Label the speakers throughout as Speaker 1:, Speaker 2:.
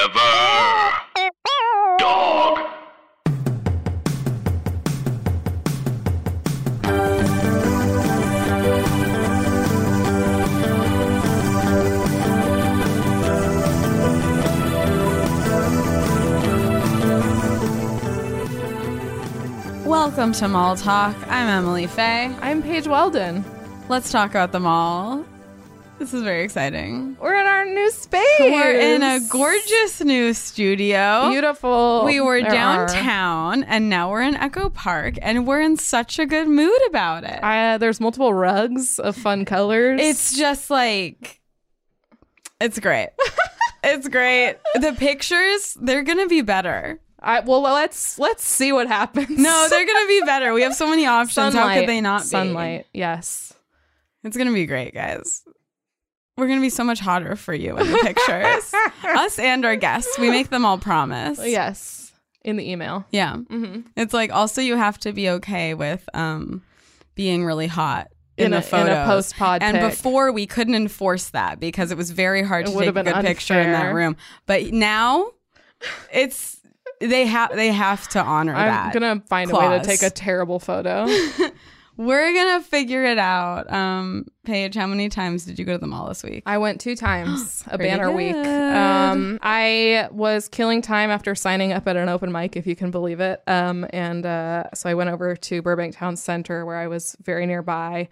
Speaker 1: Forever. Dog.
Speaker 2: Welcome to Mall Talk. I'm Emily Faye.
Speaker 3: I'm Paige Weldon.
Speaker 2: Let's talk about the mall. This is very exciting.
Speaker 3: We're in our new space.
Speaker 2: We're in a gorgeous new studio.
Speaker 3: beautiful.
Speaker 2: We were
Speaker 3: There are-
Speaker 2: downtown and now we're in Echo Park and we're in such a good mood about it.
Speaker 3: I- uh, there's multiple rugs of fun colors.
Speaker 2: It's just like it's great. it's great. The pictures, they're going to be better.
Speaker 3: I, well. Let's let's see what happens.
Speaker 2: No, they're going to be better. We have so many options. How could they not be?
Speaker 3: sunlight? Yes.
Speaker 2: It's gonna be great, guys. We're gonna be so much hotter for you in the pictures. Us and our guests. We make them all promise.
Speaker 3: Yes. In the email.
Speaker 2: Yeah.
Speaker 3: Mm-hmm.
Speaker 2: It's like also you have to be okay with um being really hot in,
Speaker 3: In
Speaker 2: the
Speaker 3: a- in a
Speaker 2: photos.
Speaker 3: post-pod
Speaker 2: And
Speaker 3: pic.
Speaker 2: before we couldn't enforce that because it was very hard
Speaker 3: It
Speaker 2: to
Speaker 3: would
Speaker 2: take a
Speaker 3: have
Speaker 2: good
Speaker 3: been
Speaker 2: picture in that
Speaker 3: unfair.
Speaker 2: room. But now it's they have they have to honor
Speaker 3: I'm
Speaker 2: that.
Speaker 3: gonna find a way to
Speaker 2: clause.
Speaker 3: take a terrible photo.
Speaker 2: We're gonna figure it out. Um, Paige, how many times did you go to the mall this week?
Speaker 3: I went two times a
Speaker 2: Pretty
Speaker 3: banner week.
Speaker 2: good.
Speaker 3: Um, I was killing time after signing up at an open mic, if you can believe it. Um, and uh, so I went over to Burbank Town Center, where I was very nearby.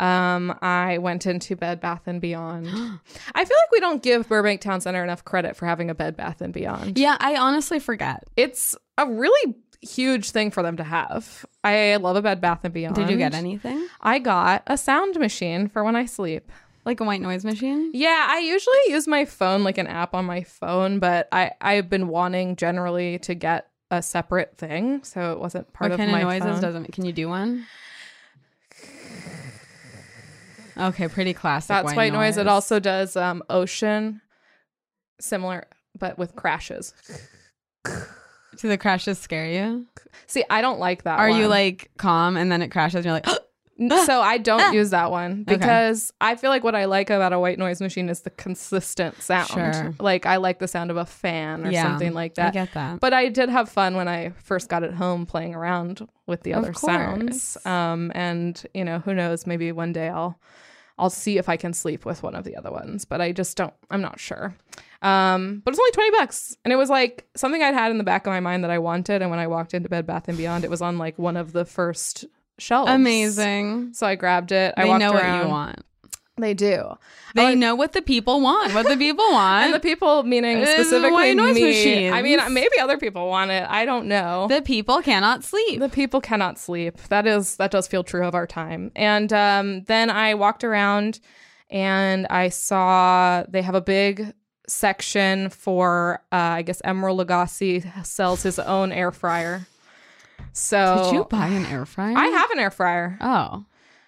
Speaker 3: Um, I went into Bed Bath and Beyond. I feel like we don't give Burbank Town Center enough credit for having a Bed Bath and Beyond.
Speaker 2: Yeah, I honestly forget.
Speaker 3: It's a really huge thing for them to have. I love a Bed Bath and Beyond.
Speaker 2: Did you get anything?
Speaker 3: I got a sound machine for when I sleep.
Speaker 2: Like a white noise machine?
Speaker 3: Yeah, I usually use my phone like an app on my phone, but I I've been wanting generally to get a separate thing, so it wasn't part
Speaker 2: what
Speaker 3: of
Speaker 2: kind
Speaker 3: my
Speaker 2: of noises
Speaker 3: phone.
Speaker 2: doesn't can you do one? Okay, pretty classic.
Speaker 3: That's white noise. It also does um, ocean, similar but with crashes.
Speaker 2: do the crashes scare you?
Speaker 3: See, I don't like that.
Speaker 2: Are
Speaker 3: one.
Speaker 2: you like calm and then it crashes and you're like
Speaker 3: N- so I don't use that one
Speaker 2: Ah! Okay.
Speaker 3: because I feel like what I like about a white noise machine is the consistent sound.
Speaker 2: Sure.
Speaker 3: Like I like the sound of a fan or
Speaker 2: Yeah,
Speaker 3: something like
Speaker 2: I
Speaker 3: that.
Speaker 2: get that.
Speaker 3: But I did have fun when I first got it home playing around with the
Speaker 2: Of
Speaker 3: other sounds.
Speaker 2: course.
Speaker 3: Um, and you know, who knows? Maybe one day I'll I'll see if I can sleep with one of the other ones. But I just don't. I'm not sure. Um, but it's only twenty bucks, and it was like something I'd had in the back of my mind that I wanted. And when I walked into Bed Bath and Beyond, it was on like one of the first shelves.
Speaker 2: amazing.
Speaker 3: So I grabbed it. I
Speaker 2: They
Speaker 3: walked
Speaker 2: know what
Speaker 3: around.
Speaker 2: you want.
Speaker 3: They do.
Speaker 2: They know what the people want. What the people want.
Speaker 3: And the people, meaning
Speaker 2: It's a
Speaker 3: specifically
Speaker 2: white noise
Speaker 3: me.
Speaker 2: machines.
Speaker 3: I mean, maybe other people want it. I don't know.
Speaker 2: the people cannot sleep.
Speaker 3: The people cannot sleep. That is that does feel true of our time. And um, then I walked around, and I saw they have a big section for uh, I guess Emerald Lagasse sells his own air fryer. So
Speaker 2: Did you buy an air fryer?
Speaker 3: I have an air fryer.
Speaker 2: Oh.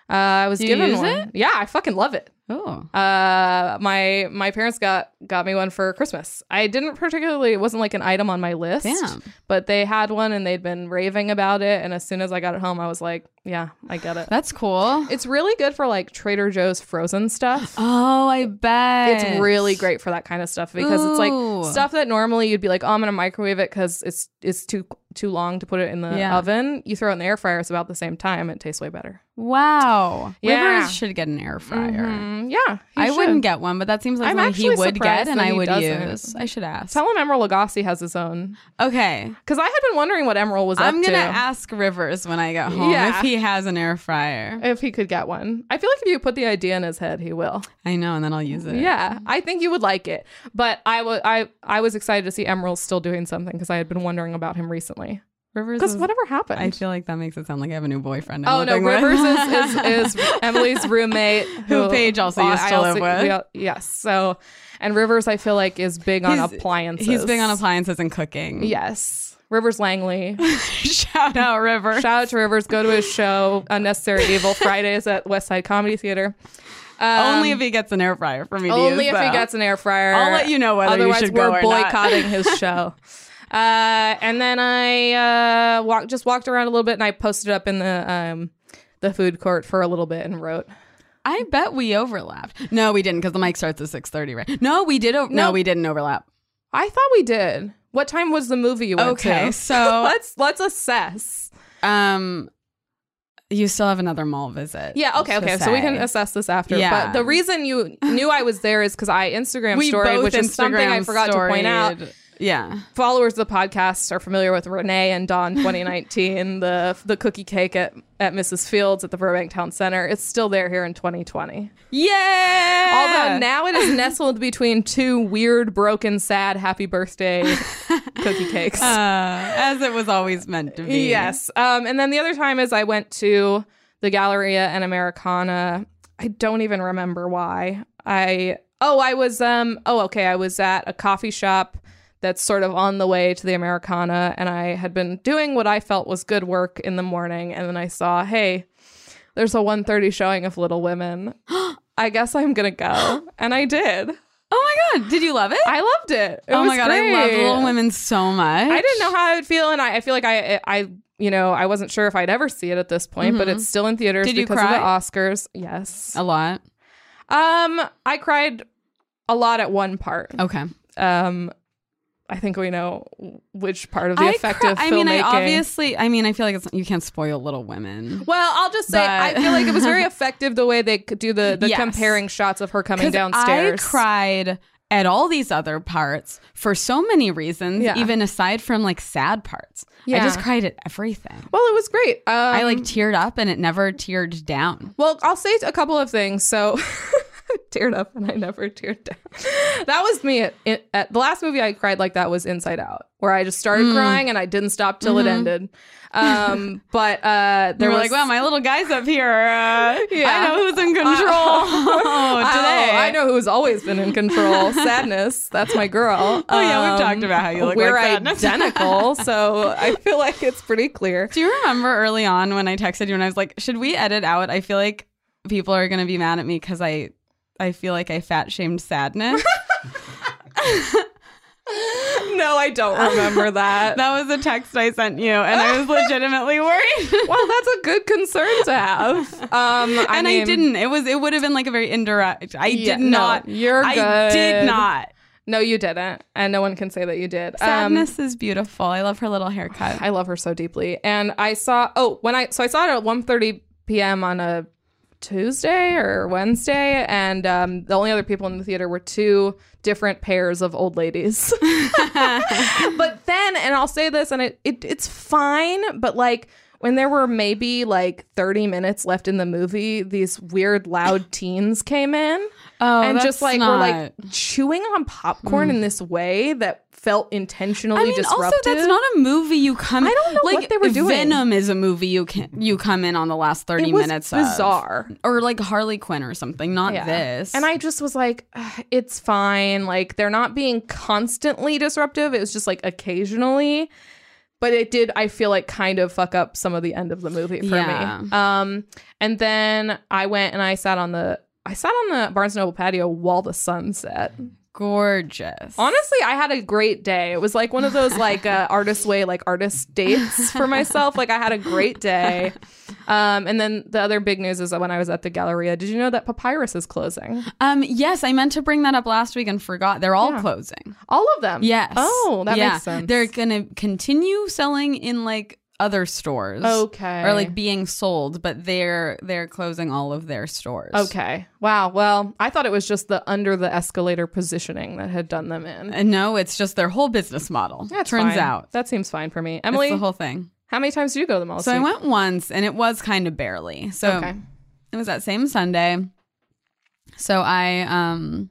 Speaker 3: Uh, I was
Speaker 2: Do you
Speaker 3: given
Speaker 2: use
Speaker 3: one.
Speaker 2: it?
Speaker 3: Yeah, I fucking love it.
Speaker 2: Oh.
Speaker 3: Uh, my my parents got got me one for Christmas. I didn't particularly it wasn't like an item on my list,
Speaker 2: Damn.
Speaker 3: but they had one and they'd been raving about it. And as soon as I got it home, I was like, yeah, I get it.
Speaker 2: That's cool.
Speaker 3: It's really good for like Trader Joe's frozen stuff.
Speaker 2: Oh, I bet.
Speaker 3: It's really great for that kind of stuff because it's
Speaker 2: Ooh.
Speaker 3: like stuff that normally you'd be like, oh, I'm gonna microwave it because it's it's too too long to put it in the
Speaker 2: Yeah.
Speaker 3: oven. You throw it in the air fryer, it's about the same time. It tastes way better.
Speaker 2: Wow.
Speaker 3: Yeah.
Speaker 2: Rivers should get an air fryer.
Speaker 3: Mm, yeah, he
Speaker 2: I
Speaker 3: should.
Speaker 2: wouldn't get one, but that seems like
Speaker 3: I'm
Speaker 2: something he
Speaker 3: actually
Speaker 2: would get
Speaker 3: surprised
Speaker 2: and
Speaker 3: that
Speaker 2: I
Speaker 3: he
Speaker 2: would
Speaker 3: doesn't.
Speaker 2: use. I should ask.
Speaker 3: Tell him Emeril Lagasse has his own.
Speaker 2: okay.
Speaker 3: Because I had been wondering what Emerald was
Speaker 2: I'm going
Speaker 3: up
Speaker 2: to
Speaker 3: to.
Speaker 2: ask Rivers when I get home
Speaker 3: Yeah.
Speaker 2: if he has an air fryer.
Speaker 3: if he could get one. I feel like if you put the idea in his head, he will.
Speaker 2: I know, and then I'll use it.
Speaker 3: Yeah, I think you would like it. But I wa- I I was excited to see Emerald still doing something because I had been wondering about him recently.
Speaker 2: Rivers
Speaker 3: Because
Speaker 2: is-
Speaker 3: whatever happened.
Speaker 2: I feel like that makes it sound like I have a new boyfriend. I'm
Speaker 3: Oh no!
Speaker 2: living with.
Speaker 3: Rivers is, is, is Emily's roommate,
Speaker 2: Who Paige also used to live with.
Speaker 3: we all- yes, so and Rivers, I feel like, is big on
Speaker 2: He's-
Speaker 3: appliances.
Speaker 2: He's big on appliances and cooking.
Speaker 3: Yes, Rivers Langley.
Speaker 2: Shout out, Rivers.
Speaker 3: Shout out to Rivers. Go to his show, Unnecessary Evil Fridays at Westside Comedy Theater. Um,
Speaker 2: only if he gets an air fryer for me to
Speaker 3: Only
Speaker 2: use,
Speaker 3: if he
Speaker 2: though.
Speaker 3: gets an air fryer.
Speaker 2: I'll let you know whether you
Speaker 3: Otherwise,
Speaker 2: should go
Speaker 3: we're
Speaker 2: or not.
Speaker 3: boycotting his show. Uh, and then I uh, walked, just walked around a little bit, and I posted up in the um, the food court for a little bit and wrote.
Speaker 2: I bet we overlapped. No, we didn't because the mic starts at six thirty, right? No, we did. O- no,
Speaker 3: No.
Speaker 2: we didn't overlap.
Speaker 3: I thought we did. What time was the movie you went to?
Speaker 2: Okay, so-
Speaker 3: let's let's assess.
Speaker 2: Um, you still have another mall visit.
Speaker 3: Yeah. Okay.
Speaker 2: to
Speaker 3: Okay. So we can
Speaker 2: say.
Speaker 3: assess this after.
Speaker 2: Yeah.
Speaker 3: But the reason you knew I was there is because I Instagram
Speaker 2: we
Speaker 3: storied,
Speaker 2: both
Speaker 3: which is something I
Speaker 2: Instagram
Speaker 3: forgot to point out.
Speaker 2: storied- Yeah.
Speaker 3: Followers of the podcast are familiar with Renee and Dawn 2019, the the cookie cake at, at Mrs. Fields at the Burbank Town Center. It's still there here in 2020.
Speaker 2: Yeah.
Speaker 3: Although now it is nestled between two weird, broken, sad happy birthday cookie cakes.
Speaker 2: Uh, as it was always meant to be.
Speaker 3: Yes. Um, and then the other time is I went to the Galleria and Americana. I don't even remember why. I oh I was um oh okay I was at a coffee shop that's sort of on the way to the Americana, and I had been doing what I felt was good work in the morning, and then I saw hey, there's a 1:30 showing of Little Women. I guess I'm gonna go, and I did.
Speaker 2: Oh my god, did you love it?
Speaker 3: I loved it. It
Speaker 2: oh my
Speaker 3: was
Speaker 2: god, I love
Speaker 3: great.
Speaker 2: Little Women so much.
Speaker 3: I didn't know how I would feel, and I, I feel like I, I, you know, I wasn't sure if I'd ever see it at this point, but it's still in theaters
Speaker 2: Did you
Speaker 3: because
Speaker 2: cry?
Speaker 3: of the Oscars. Yes.
Speaker 2: a lot.
Speaker 3: Um, I cried a lot at one part.
Speaker 2: Okay.
Speaker 3: Um, I think we know which part of the
Speaker 2: I
Speaker 3: effect
Speaker 2: cry-
Speaker 3: of filmmaking.
Speaker 2: I mean, I obviously. I mean, I feel like it's, you can't spoil Little Women.
Speaker 3: well, I'll just say I
Speaker 2: But-
Speaker 3: feel like it was very effective the way they could do the the
Speaker 2: Yes.
Speaker 3: comparing shots of her coming
Speaker 2: 'Cause
Speaker 3: downstairs.
Speaker 2: I cried at all these other parts for so many reasons,
Speaker 3: Yeah.
Speaker 2: even aside from like sad parts. I
Speaker 3: Yeah.
Speaker 2: just cried at everything.
Speaker 3: Well, it was great. Um,
Speaker 2: I like teared up and it never teared down.
Speaker 3: Well, I'll say a couple of things. So, teared up and I never teared down. That was me. At, at, the last movie I cried like that was Inside Out, where I just started
Speaker 2: Mm.
Speaker 3: crying and I didn't stop till it ended. Um,
Speaker 2: They
Speaker 3: but uh, there
Speaker 2: Mm-hmm. were
Speaker 3: was
Speaker 2: like, wow, my little guy's up here. Uh, I
Speaker 3: Yeah.
Speaker 2: know who's in control
Speaker 3: Oh,
Speaker 2: today.
Speaker 3: I know who's always been in control. Sadness. That's my girl. Um,
Speaker 2: Oh, yeah, we've talked about how you look
Speaker 3: we're
Speaker 2: like sadness.
Speaker 3: identical, so I feel like it's pretty clear.
Speaker 2: Do you remember early on when I texted you and I was like, should we edit out? I feel like people are going to be mad at me because I, I feel like I fat shamed sadness.
Speaker 3: No, I don't remember that.
Speaker 2: that was a text I sent you, and I was legitimately worried.
Speaker 3: well, that's a good concern to have. Um, I
Speaker 2: and I
Speaker 3: mean-
Speaker 2: didn't. It was. It would have been like a very indirect. I
Speaker 3: Yeah,
Speaker 2: did not.
Speaker 3: No, you're good.
Speaker 2: I did not.
Speaker 3: No, you didn't, and no one can say that you did. Um,
Speaker 2: Sadness is beautiful. I love her little haircut.
Speaker 3: I love her so deeply, and I saw. Oh, when I so I saw it at 1.30 p.m. on a Tuesday or Wednesday, and um, the only other people in the theater were two different pairs of old ladies. but then, and I'll say this, and it, it it's fine, but like. When there were maybe like 30 minutes left in the movie, these weird loud teens came in.
Speaker 2: Oh,
Speaker 3: and just
Speaker 2: that's
Speaker 3: like we're like
Speaker 2: not- Hmm.
Speaker 3: chewing on popcorn in this way that felt intentionally
Speaker 2: I mean, also
Speaker 3: disruptive.
Speaker 2: that's not a movie you come. I
Speaker 3: don't know
Speaker 2: like,
Speaker 3: what they were doing.
Speaker 2: Venom is a movie you can you come in on the last thirty
Speaker 3: it was
Speaker 2: minutes. of.
Speaker 3: bizarre.
Speaker 2: or like Harley Quinn or something. Not
Speaker 3: Yeah.
Speaker 2: this.
Speaker 3: And I just was like, "Ugh, it's fine. Like they're not being constantly disruptive. It was just like occasionally. But it did, I feel like, kind of fuck up some of the end of the movie for
Speaker 2: Yeah.
Speaker 3: me. Um, and then I went and I sat on the I sat on the Barnes Noble patio while the sun set.
Speaker 2: gorgeous.
Speaker 3: Honestly, I had a great day. It was like one of those like uh, artist way like artist dates for myself. Like I had a great day. Um, and then the other big news is that when I was at the Galleria, did you know that Papyrus is closing?
Speaker 2: um, yes, I meant to bring that up last week and forgot. They're all
Speaker 3: Yeah.
Speaker 2: closing.
Speaker 3: All of them.
Speaker 2: Yes.
Speaker 3: Oh, that
Speaker 2: Yeah.
Speaker 3: makes sense.
Speaker 2: They're gonna continue selling in like other stores.
Speaker 3: okay.
Speaker 2: Or like being sold, but they're they're closing all of their stores.
Speaker 3: okay. Wow. Well, I thought it was just the under the escalator positioning that had done them in.
Speaker 2: And no, it's just their whole business model.
Speaker 3: That's
Speaker 2: turns
Speaker 3: fine.
Speaker 2: out.
Speaker 3: that seems fine for me.
Speaker 2: It's
Speaker 3: Emily,
Speaker 2: the whole thing.
Speaker 3: how many times did you go to the mall? this
Speaker 2: So I
Speaker 3: week?
Speaker 2: went once and it was kind of barely. So
Speaker 3: Okay.
Speaker 2: it was that same Sunday. So I um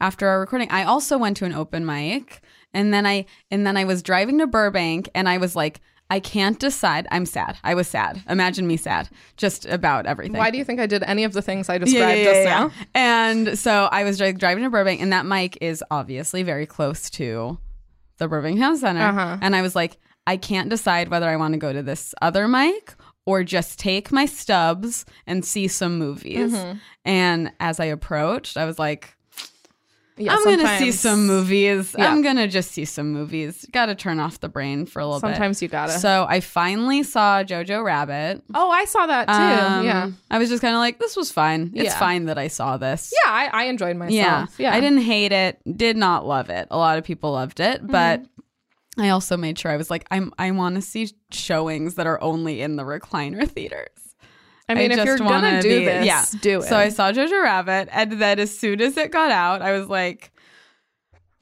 Speaker 2: after our recording, I also went to an open mic and then I and then I was driving to Burbank and I was like I can't decide. I'm sad. I was sad. Imagine me sad just about everything.
Speaker 3: Why do you think I did any of the things I described just now?
Speaker 2: And so I was dri- driving to Burbank, and that mic is obviously very close to the Burbank Town Center.
Speaker 3: Uh-huh.
Speaker 2: And I was like, I can't decide whether I want to go to this other mic or just take my
Speaker 3: Mm-hmm.
Speaker 2: stubs and see some movies. And as I approached, I was like,
Speaker 3: Yeah,
Speaker 2: I'm gonna see
Speaker 3: sometimes-
Speaker 2: some movies.
Speaker 3: Yeah.
Speaker 2: I'm gonna just see some movies. Got to turn off the brain for a little
Speaker 3: Sometimes you
Speaker 2: bit.
Speaker 3: gotta.
Speaker 2: So I finally saw Jojo Rabbit.
Speaker 3: oh, I saw that too.
Speaker 2: Um,
Speaker 3: yeah.
Speaker 2: I was just kind of like, this was fine. It's
Speaker 3: Yeah.
Speaker 2: fine that I saw this.
Speaker 3: Yeah, I, I enjoyed myself.
Speaker 2: Yeah.
Speaker 3: Yeah.
Speaker 2: I didn't hate it, did not love it. A lot of people loved
Speaker 3: Mm-hmm.
Speaker 2: it, but I also made sure I was like, I'm I want to see showings that are only in the recliner theaters.
Speaker 3: I mean, if
Speaker 2: just
Speaker 3: you're gonna
Speaker 2: wanna
Speaker 3: do
Speaker 2: be-
Speaker 3: this,
Speaker 2: yeah.
Speaker 3: do it.
Speaker 2: So I saw Jojo Rabbit, and then as soon as it got out, I was like,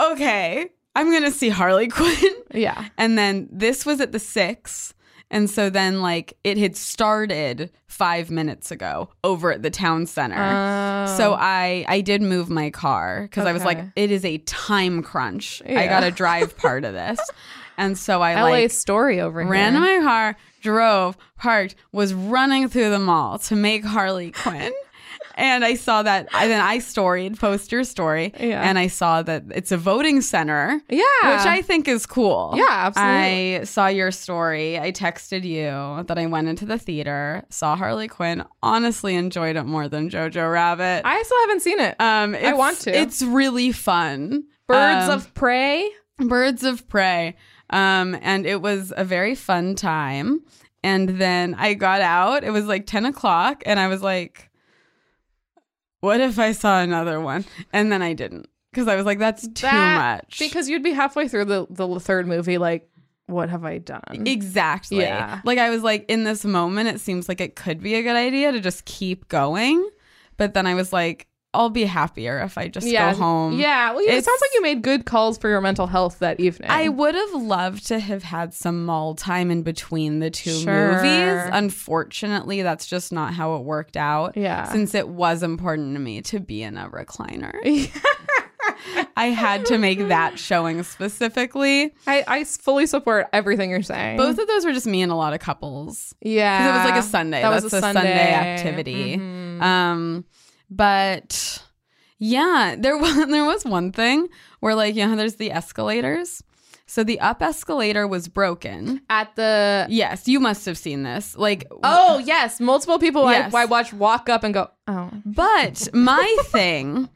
Speaker 2: okay, I'm gonna see Harley Quinn.
Speaker 3: yeah.
Speaker 2: And then this was at the six. And so then, like, it had started five minutes ago over at the town center.
Speaker 3: Uh, Um,
Speaker 2: So I I did move my car because I was like,
Speaker 3: Oh. Okay.
Speaker 2: it is a time crunch. I
Speaker 3: Yeah.
Speaker 2: gotta drive part of this. and so I
Speaker 3: LA
Speaker 2: like
Speaker 3: story over
Speaker 2: ran
Speaker 3: here.
Speaker 2: to my car, drove, parked, was running through the mall to make Harley Quinn. And I saw that, and then I storied, post your story,
Speaker 3: Yeah.
Speaker 2: and I saw that it's a voting center.
Speaker 3: yeah,
Speaker 2: Which I think is cool.
Speaker 3: Yeah, absolutely.
Speaker 2: I saw your story. I texted you that I went into the theater, saw Harley Quinn, honestly enjoyed it more than Jojo Rabbit.
Speaker 3: I still haven't seen it.
Speaker 2: um, it's-
Speaker 3: want to.
Speaker 2: It's really fun.
Speaker 3: Birds
Speaker 2: Um,
Speaker 3: of Prey.
Speaker 2: Birds of Prey. Um, and it was a very fun time. And then I got out. It was like 10 o'clock. And I was like, what if I saw another one? And then I didn't. Because I was like, that's too
Speaker 3: That-
Speaker 2: much.
Speaker 3: Because you'd be halfway through the, the third movie, like, what have I done?
Speaker 2: Exactly.
Speaker 3: Yeah.
Speaker 2: Like I was like, in this moment, it seems like it could be a good idea to just keep going. But then I was like, I'll be happier if I just go home.
Speaker 3: Yeah. Well, yeah, it
Speaker 2: It's-
Speaker 3: sounds like you made good calls for your mental health that evening.
Speaker 2: I would have loved to have had some mall time in between the two
Speaker 3: Sure.
Speaker 2: movies. Unfortunately, that's just not how it worked out.
Speaker 3: Yeah.
Speaker 2: Since it was important to me to be in a recliner. I had to make that showing specifically.
Speaker 3: I, I fully support everything you're saying.
Speaker 2: Both of those were just me and a lot of couples.
Speaker 3: Yeah.
Speaker 2: because it was like a Sunday.
Speaker 3: That
Speaker 2: That's
Speaker 3: was Mm. Mm-hmm.
Speaker 2: a, Sunday. activity. Um, but yeah, there was there was one thing where like you know there's the escalators. So the up escalator was broken.
Speaker 3: At the.
Speaker 2: Yes, you must have seen this. Like
Speaker 3: Oh, yes. Multiple people
Speaker 2: Yes.
Speaker 3: I, I watch walk up and go, oh.
Speaker 2: But my thing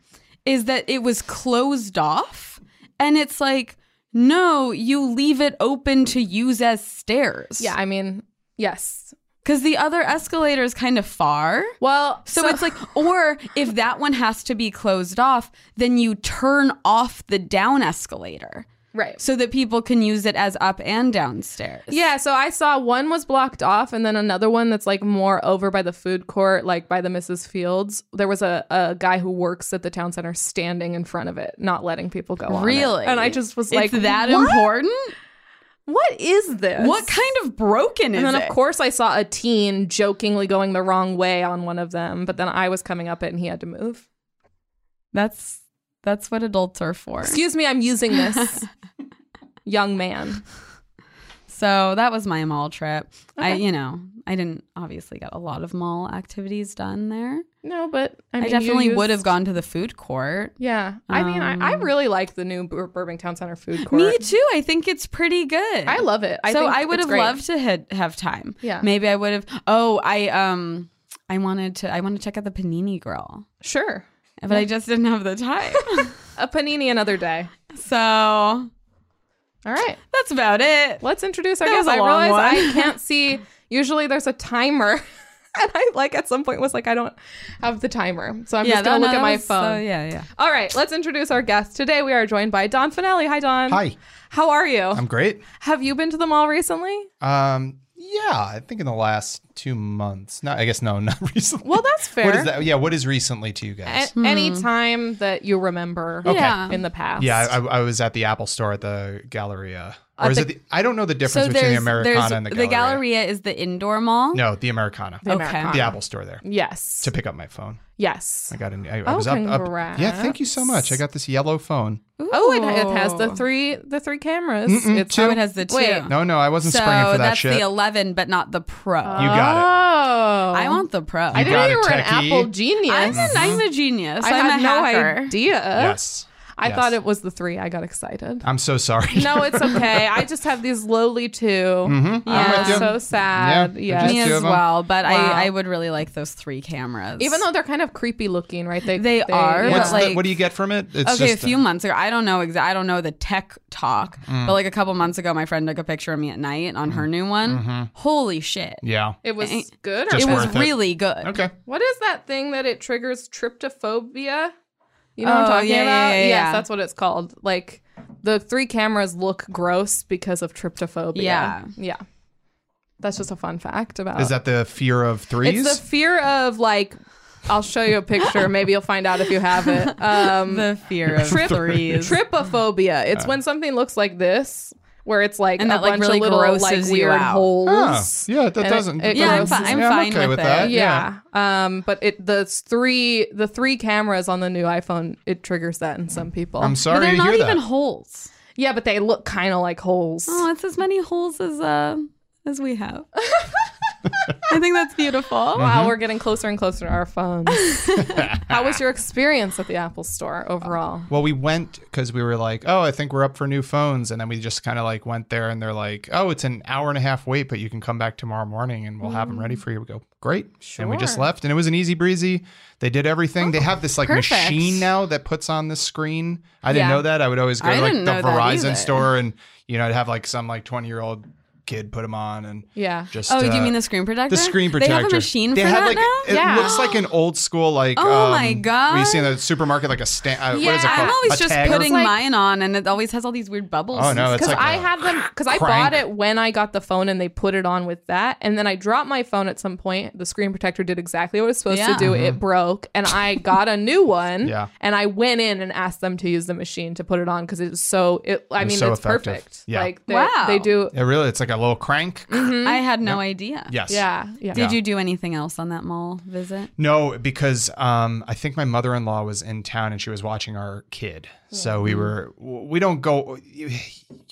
Speaker 2: is that it was closed off, and it's like. No, you leave it open to use as stairs.
Speaker 3: Yeah. I mean, yes.
Speaker 2: Because the other escalator is kind of far.
Speaker 3: Well,
Speaker 2: So, it's like, or if that one has to be closed off, then you turn off the down escalator
Speaker 3: Right.
Speaker 2: so that people can use it as up and downstairs.
Speaker 3: Yeah, so I saw one was blocked off, and then another one that's like more over by the food court, like by the Mrs. Fields. There was a, a guy who works at the town center standing in front of it, not letting people go on. it.
Speaker 2: Really?
Speaker 3: And I just was like,
Speaker 2: it's that
Speaker 3: what?
Speaker 2: important?
Speaker 3: What is this?
Speaker 2: What kind of broken is
Speaker 3: And then,
Speaker 2: it?
Speaker 3: of course, I saw a teen jokingly going the wrong way on one of them, but then I was coming up it and he had to move.
Speaker 2: that's that's what adults are for.
Speaker 3: Excuse me, I'm using this. Young man.
Speaker 2: So that was my mall trip. I, you know, I didn't obviously get a lot of mall activities done there.
Speaker 3: No, but I,
Speaker 2: I,
Speaker 3: mean, you
Speaker 2: definitely would
Speaker 3: used-
Speaker 2: have gone to the food court.
Speaker 3: Yeah. I mean, I, I
Speaker 2: Um,
Speaker 3: really like the new Bur- Burbank Town Center food court.
Speaker 2: Me too. I think it's pretty good.
Speaker 3: I love it. I
Speaker 2: so
Speaker 3: think
Speaker 2: I would
Speaker 3: it's
Speaker 2: have
Speaker 3: great.
Speaker 2: loved to had, have time.
Speaker 3: Yeah.
Speaker 2: Maybe I would have. Oh, I um, I wanted to. I want to check out the Panini Girl,
Speaker 3: Sure.
Speaker 2: but I just didn't have the time.
Speaker 3: A panini another day.
Speaker 2: so
Speaker 3: All right.
Speaker 2: that's about it.
Speaker 3: Let's introduce our
Speaker 2: That was
Speaker 3: guest.
Speaker 2: a
Speaker 3: I
Speaker 2: long
Speaker 3: realize I
Speaker 2: one.
Speaker 3: can't see. Usually there's a timer. and I like at some point was like, I don't have the timer. So I'm
Speaker 2: that-
Speaker 3: just going
Speaker 2: no,
Speaker 3: to look
Speaker 2: that
Speaker 3: at my
Speaker 2: was- so,
Speaker 3: phone.
Speaker 2: yeah, yeah.
Speaker 3: All right. Let's introduce our guest. Today we are joined by Don Finelli. Hi, Don.
Speaker 4: Hi,
Speaker 3: How are you?
Speaker 4: I'm great.
Speaker 3: have you been to the mall recently?
Speaker 4: Um, yeah, I think in the last two months. No, I guess no, not recently.
Speaker 3: Well, that's fair.
Speaker 4: What is that? Yeah, what is recently to you
Speaker 2: Eh,
Speaker 4: guys?
Speaker 3: A- Any time that you remember
Speaker 4: Okay.
Speaker 2: Hmm. Yeah.
Speaker 3: in the past.
Speaker 4: yeah, I, I was at the Apple store at the Galleria.
Speaker 3: At
Speaker 4: Or is
Speaker 3: the-
Speaker 4: it the, I don't know the difference between the Americana and the Galleria.
Speaker 2: Galleria is the indoor mall.
Speaker 4: No, the Americana. Oh,
Speaker 3: The
Speaker 2: Okay.
Speaker 3: Americana.
Speaker 4: The Apple store there
Speaker 3: Yes.
Speaker 4: to pick up my phone.
Speaker 3: yes.
Speaker 4: I got a new, I, I
Speaker 3: Oh,
Speaker 4: was up, up.
Speaker 3: congrats.
Speaker 4: Yeah, thank you so much. I got this yellow phone.
Speaker 3: Oh, it, it has the
Speaker 2: Ooh.
Speaker 3: three the three cameras.
Speaker 4: Mm-mm,
Speaker 3: it's
Speaker 4: two.
Speaker 2: Oh, it has the two.
Speaker 3: Wait.
Speaker 4: No, no, I wasn't
Speaker 2: so
Speaker 4: springing for that
Speaker 2: that's
Speaker 4: shit.
Speaker 2: the eleven, but not the pro.
Speaker 4: You got it.
Speaker 3: Oh,
Speaker 2: I want the pro. Mm-hmm.
Speaker 4: You
Speaker 3: I
Speaker 2: I
Speaker 3: didn't
Speaker 4: got
Speaker 3: know you
Speaker 4: it,
Speaker 3: were an
Speaker 4: techie.
Speaker 3: Apple genius.
Speaker 2: am a genius.
Speaker 3: I
Speaker 2: am
Speaker 3: had
Speaker 2: a
Speaker 3: no
Speaker 2: hacker.
Speaker 3: idea.
Speaker 4: Yes.
Speaker 3: I
Speaker 4: Yes. Uh,
Speaker 3: thought it was the three. I got excited.
Speaker 4: I'm so sorry.
Speaker 3: No, it's okay. I just have these lowly 2
Speaker 4: Mm-hmm.
Speaker 2: Yeah.
Speaker 3: I'm
Speaker 4: I'm with you.
Speaker 3: so sad.
Speaker 4: Yeah,
Speaker 3: Yeah.
Speaker 4: Just
Speaker 2: Me
Speaker 4: two
Speaker 2: as
Speaker 4: of 'em?
Speaker 2: well, but
Speaker 3: Wow.
Speaker 2: I, I would really like those three cameras.
Speaker 3: Even though they're kind of creepy looking, right?
Speaker 2: They are,
Speaker 4: What's
Speaker 2: but, like-
Speaker 4: the, what do you get from it? It's
Speaker 2: okay, a
Speaker 4: just
Speaker 2: few months ago, I don't know exact. I don't know the tech talk,
Speaker 4: Mm.
Speaker 2: but like a couple months ago, my friend took a picture of me at night on her new one. Holy shit!
Speaker 4: Yeah.
Speaker 3: it was
Speaker 2: Eh,
Speaker 3: good. Or
Speaker 4: Mm-hmm. Just
Speaker 2: it was
Speaker 4: worth it.
Speaker 2: really good.
Speaker 4: Okay.
Speaker 3: what is that thing that it triggers tryptophobia? You know what I'm
Speaker 2: Oh,
Speaker 3: talking
Speaker 2: yeah, yeah,
Speaker 3: about?
Speaker 2: yeah,
Speaker 3: yes,
Speaker 2: yeah.
Speaker 3: that's what it's called. Like the three cameras look gross because of tryptophobia.
Speaker 2: Yeah.
Speaker 3: Yeah. That's just a fun fact about
Speaker 4: Is that the fear of threes?
Speaker 3: It's the fear of like I'll show you a picture, maybe you'll find out if you have it. Um
Speaker 2: The fear of
Speaker 3: Trip-
Speaker 2: threes.
Speaker 3: trypophobia. It's
Speaker 4: Uh.
Speaker 3: when something looks like this where it's like
Speaker 2: And
Speaker 3: a
Speaker 2: that, like,
Speaker 3: bunch
Speaker 2: really
Speaker 3: of little
Speaker 2: grosses
Speaker 3: like
Speaker 2: you
Speaker 3: weird
Speaker 2: out.
Speaker 3: holes.
Speaker 4: Ah, yeah, that
Speaker 3: it-
Speaker 4: doesn't.
Speaker 3: it
Speaker 2: Yeah, I'm,
Speaker 3: grosses
Speaker 2: fi-
Speaker 3: me
Speaker 2: I'm
Speaker 4: Yeah,
Speaker 2: fine
Speaker 4: I'm okay
Speaker 2: with,
Speaker 4: with that.
Speaker 2: it.
Speaker 3: yeah. Um, but it the s- three the three cameras on the new iPhone it triggers that in some people.
Speaker 4: I'm
Speaker 2: But
Speaker 4: sorry
Speaker 2: they're
Speaker 4: to
Speaker 2: not
Speaker 4: hear
Speaker 2: even
Speaker 4: that.
Speaker 2: holes.
Speaker 3: yeah, but they look kind of like holes.
Speaker 2: Oh, it's as many holes as uh as we have. I think that's
Speaker 4: Mm.
Speaker 2: beautiful.
Speaker 3: Wow, we're getting closer and closer to our phones. How was your experience at the Apple Store overall?
Speaker 4: well, we went because we were like, oh, I think we're up for new phones, and then we just kind of like went there, and they're like, oh, it's an hour and a half wait, but you can come back tomorrow morning, and we'll have them
Speaker 2: Mm.
Speaker 4: ready for you. We go, great, and we just
Speaker 3: Sure.
Speaker 4: left, and it was an easy breezy. They did everything. they have this like
Speaker 2: Oh, perfect.
Speaker 4: machine now that puts on the screen. I didn't
Speaker 3: Yeah.
Speaker 4: know that. I would always go
Speaker 2: I
Speaker 4: to like
Speaker 2: didn't know
Speaker 4: the
Speaker 2: that either.
Speaker 4: Verizon store, and you know, I'd have like some like twenty year old kid put them on, and
Speaker 3: Yeah.
Speaker 4: just
Speaker 2: Oh, do you
Speaker 4: uh,
Speaker 2: mean the screen protector?
Speaker 4: the screen protector.
Speaker 2: They have a machine
Speaker 4: They
Speaker 2: for
Speaker 4: had,
Speaker 2: that
Speaker 4: like,
Speaker 2: now.
Speaker 4: It
Speaker 3: Yeah.
Speaker 4: looks like an old school like.
Speaker 2: Oh
Speaker 4: um,
Speaker 2: my God.
Speaker 4: We see in the supermarket like a stand. Uh,
Speaker 3: Yeah,
Speaker 4: what is it called?
Speaker 2: I'm always
Speaker 4: A
Speaker 2: just
Speaker 4: tag or-
Speaker 2: putting
Speaker 3: It's like-
Speaker 2: mine on, and it always has all these weird bubbles.
Speaker 4: Oh, no,
Speaker 2: and
Speaker 4: it's
Speaker 2: stuff.
Speaker 3: Because
Speaker 4: like
Speaker 3: I
Speaker 4: a
Speaker 3: had them because I
Speaker 4: crank.
Speaker 3: bought it when I got the phone and they put it on with that, and then I dropped my phone at some point. The screen protector did exactly what it was supposed
Speaker 2: Yeah.
Speaker 3: to do. It broke, and I got a new one.
Speaker 4: Mm-hmm. Yeah.
Speaker 3: and I went in and asked them to use the machine to put it on because it's so. It, I
Speaker 4: It was
Speaker 3: mean,
Speaker 4: so
Speaker 3: it's
Speaker 4: effective.
Speaker 3: perfect.
Speaker 4: Yeah.
Speaker 3: Like they,
Speaker 2: Wow.
Speaker 3: they do.
Speaker 4: Yeah, really, it's like a little crank.
Speaker 2: I had no idea.
Speaker 4: Yes.
Speaker 3: Yeah, yeah.
Speaker 2: Did you do anything else on that mall visit?
Speaker 4: No, because um, I think my mother in law was in town and she was watching our kid. So
Speaker 2: Mm-hmm.
Speaker 4: we were, we don't go,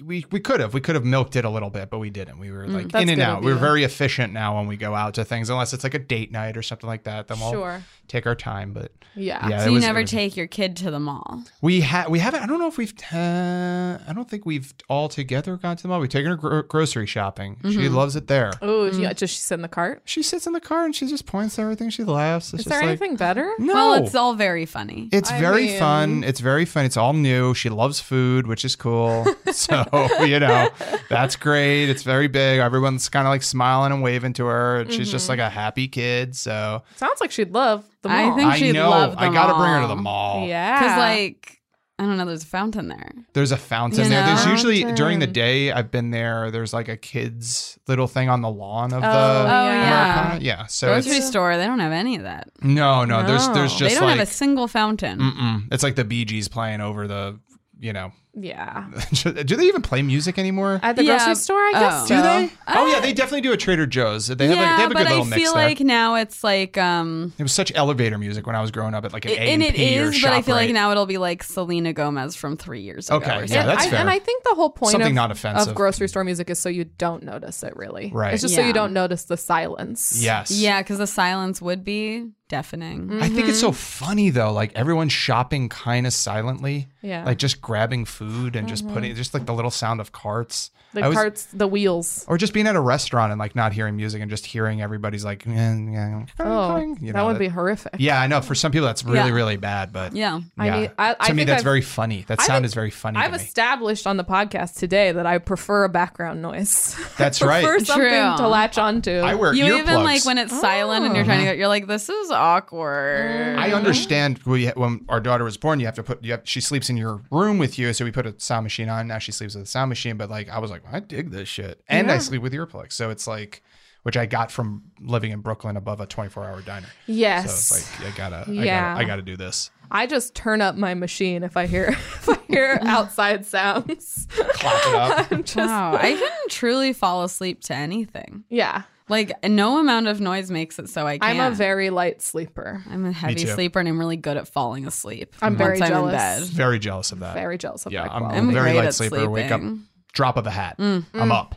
Speaker 4: we, we could have, we could have milked it a little bit, but we didn't. We
Speaker 2: Mm,
Speaker 4: were like
Speaker 3: That's
Speaker 4: in and
Speaker 3: good
Speaker 4: out.
Speaker 3: of
Speaker 4: We're
Speaker 3: you.
Speaker 4: very efficient now when we go out to things, unless it's like a date night or something like that. Then we'll
Speaker 3: Sure.
Speaker 4: take our time. But
Speaker 3: Yeah.
Speaker 4: yeah
Speaker 2: So
Speaker 4: it
Speaker 2: you
Speaker 4: was- it
Speaker 2: never
Speaker 4: was-
Speaker 2: take your kid to the mall.
Speaker 4: We ha we haven't. I don't know if we've. Uh, I don't think we've all together gone to the mall. We've taken her gro- grocery shopping. She loves it there.
Speaker 3: Oh,
Speaker 2: Mm-hmm.
Speaker 3: yeah. Just she said in the cart.
Speaker 4: She sits in the car and she just points at everything. She laughs. It's
Speaker 3: Is
Speaker 4: just
Speaker 3: there
Speaker 4: like, Mm.
Speaker 3: anything better?
Speaker 4: No.
Speaker 2: Well, it's all very funny.
Speaker 4: It's
Speaker 3: I
Speaker 4: very
Speaker 3: mean-
Speaker 4: fun. It's very fun. It's all new. She loves food, which is cool. so, you know, that's great. It's very big. Everyone's kind of like smiling and waving to her. And She's
Speaker 3: Mm-hmm.
Speaker 4: just like a happy kid. So,
Speaker 3: Sounds like she'd love the
Speaker 2: I
Speaker 3: mall.
Speaker 2: think
Speaker 4: I
Speaker 2: she'd
Speaker 4: know.
Speaker 2: love the
Speaker 4: I got to bring her to the
Speaker 3: yeah.
Speaker 4: mall.
Speaker 2: Because like I don't know, there's a fountain there.
Speaker 4: There's a fountain
Speaker 2: You
Speaker 4: there. There's
Speaker 2: know?
Speaker 4: usually during the
Speaker 3: Fountain.
Speaker 4: day. I've been there. There's like a kids' little thing on the lawn of the.
Speaker 2: Oh, yeah.
Speaker 4: Americana. yeah. So
Speaker 2: Grocery
Speaker 4: it's,
Speaker 2: store, they don't have any of that.
Speaker 4: no, no, There's there's
Speaker 3: No.
Speaker 4: just
Speaker 2: They don't
Speaker 4: like Mm.
Speaker 2: have a single fountain.
Speaker 4: mm-mm. it's like the Bee Gees playing over the you know.
Speaker 3: yeah.
Speaker 4: do they even play music anymore?
Speaker 3: At the
Speaker 2: Yeah.
Speaker 3: grocery store, I guess.
Speaker 2: Oh.
Speaker 4: do
Speaker 3: so.
Speaker 4: they? oh yeah, they definitely do at Trader Joe's. They have like, they
Speaker 2: yeah,
Speaker 4: have a good
Speaker 2: but
Speaker 4: little
Speaker 2: I
Speaker 4: mix
Speaker 2: feel
Speaker 4: there.
Speaker 2: like now it's like um
Speaker 4: it was such elevator music when I was growing up at like an
Speaker 2: it-
Speaker 4: A
Speaker 2: and it
Speaker 4: P or
Speaker 2: is, but I feel like
Speaker 4: ShopRite.
Speaker 2: now it'll be like Selena Gomez from three years ago.
Speaker 4: Okay,
Speaker 2: or
Speaker 4: yeah,
Speaker 2: something.
Speaker 4: that's
Speaker 3: I,
Speaker 4: fair.
Speaker 3: And I think the whole point
Speaker 4: Something
Speaker 3: of,
Speaker 4: not offensive.
Speaker 3: of grocery store music is so you don't notice it really.
Speaker 4: Right.
Speaker 3: It's just so
Speaker 2: Yeah.
Speaker 3: you don't notice the silence.
Speaker 4: yes.
Speaker 2: Yeah, because the silence would be deafening.
Speaker 3: Mm.
Speaker 4: I think it's so
Speaker 3: Mm-hmm.
Speaker 4: funny though, like everyone shopping kind of silently,
Speaker 3: Yeah. Mm-hmm.
Speaker 4: like just grabbing food and just putting, just like the little sound of carts,
Speaker 3: The
Speaker 4: I was-
Speaker 3: carts, the wheels.
Speaker 4: or just being at a restaurant and like not hearing music and just hearing everybody's like, "Mm, yeah,
Speaker 3: Oh,
Speaker 4: you
Speaker 3: that
Speaker 4: know,
Speaker 3: would be horrific.
Speaker 4: Yeah, I know. For some people, that's really,
Speaker 2: Yeah.
Speaker 4: really bad. But
Speaker 2: Yeah.
Speaker 3: I mean, I-
Speaker 4: to
Speaker 3: I
Speaker 4: me,
Speaker 3: think
Speaker 4: that's
Speaker 3: I've-
Speaker 4: very funny. That
Speaker 3: I
Speaker 4: sound
Speaker 3: think-
Speaker 4: is very funny
Speaker 3: I've
Speaker 4: to me.
Speaker 3: established on the podcast today that I prefer a background noise.
Speaker 4: That's right.
Speaker 3: prefer something
Speaker 2: True.
Speaker 3: to latch onto.
Speaker 4: I wear
Speaker 2: You
Speaker 4: earplugs. Oh.
Speaker 2: even like when it's silent and you're trying to go, you're like, this is awkward.
Speaker 4: I understand we, when our daughter was born, you have to put you have, she sleeps in your room with you, so we put a sound machine on. Now she sleeps with a sound machine, but like I was like, I dig this shit, and I sleep with earplugs, so it's like, which I got from living in Brooklyn above a 24 hour diner. So
Speaker 3: yes.
Speaker 4: it's like I gotta,
Speaker 3: Yeah.
Speaker 4: I gotta, I gotta do this.
Speaker 3: I just turn up my machine if I hear if I hear outside sounds.
Speaker 4: Clap it up.
Speaker 3: I'm just
Speaker 2: Wow. I couldn't truly fall asleep to anything.
Speaker 3: yeah.
Speaker 2: Like no amount of noise makes it so I
Speaker 3: I'm
Speaker 2: can't.
Speaker 3: a very light sleeper.
Speaker 2: I'm a heavy
Speaker 4: too.
Speaker 2: sleeper and I'm really good at falling asleep.
Speaker 3: I'm very
Speaker 2: once
Speaker 3: jealous.
Speaker 2: I'm in bed.
Speaker 4: Very jealous of that.
Speaker 3: Very jealous of
Speaker 4: yeah,
Speaker 3: that
Speaker 4: I'm,
Speaker 3: quality.
Speaker 4: I'm a very
Speaker 2: great
Speaker 4: light
Speaker 2: at
Speaker 4: sleeper. Wake up,
Speaker 2: sleeping.
Speaker 4: drop of a hat. I'm up.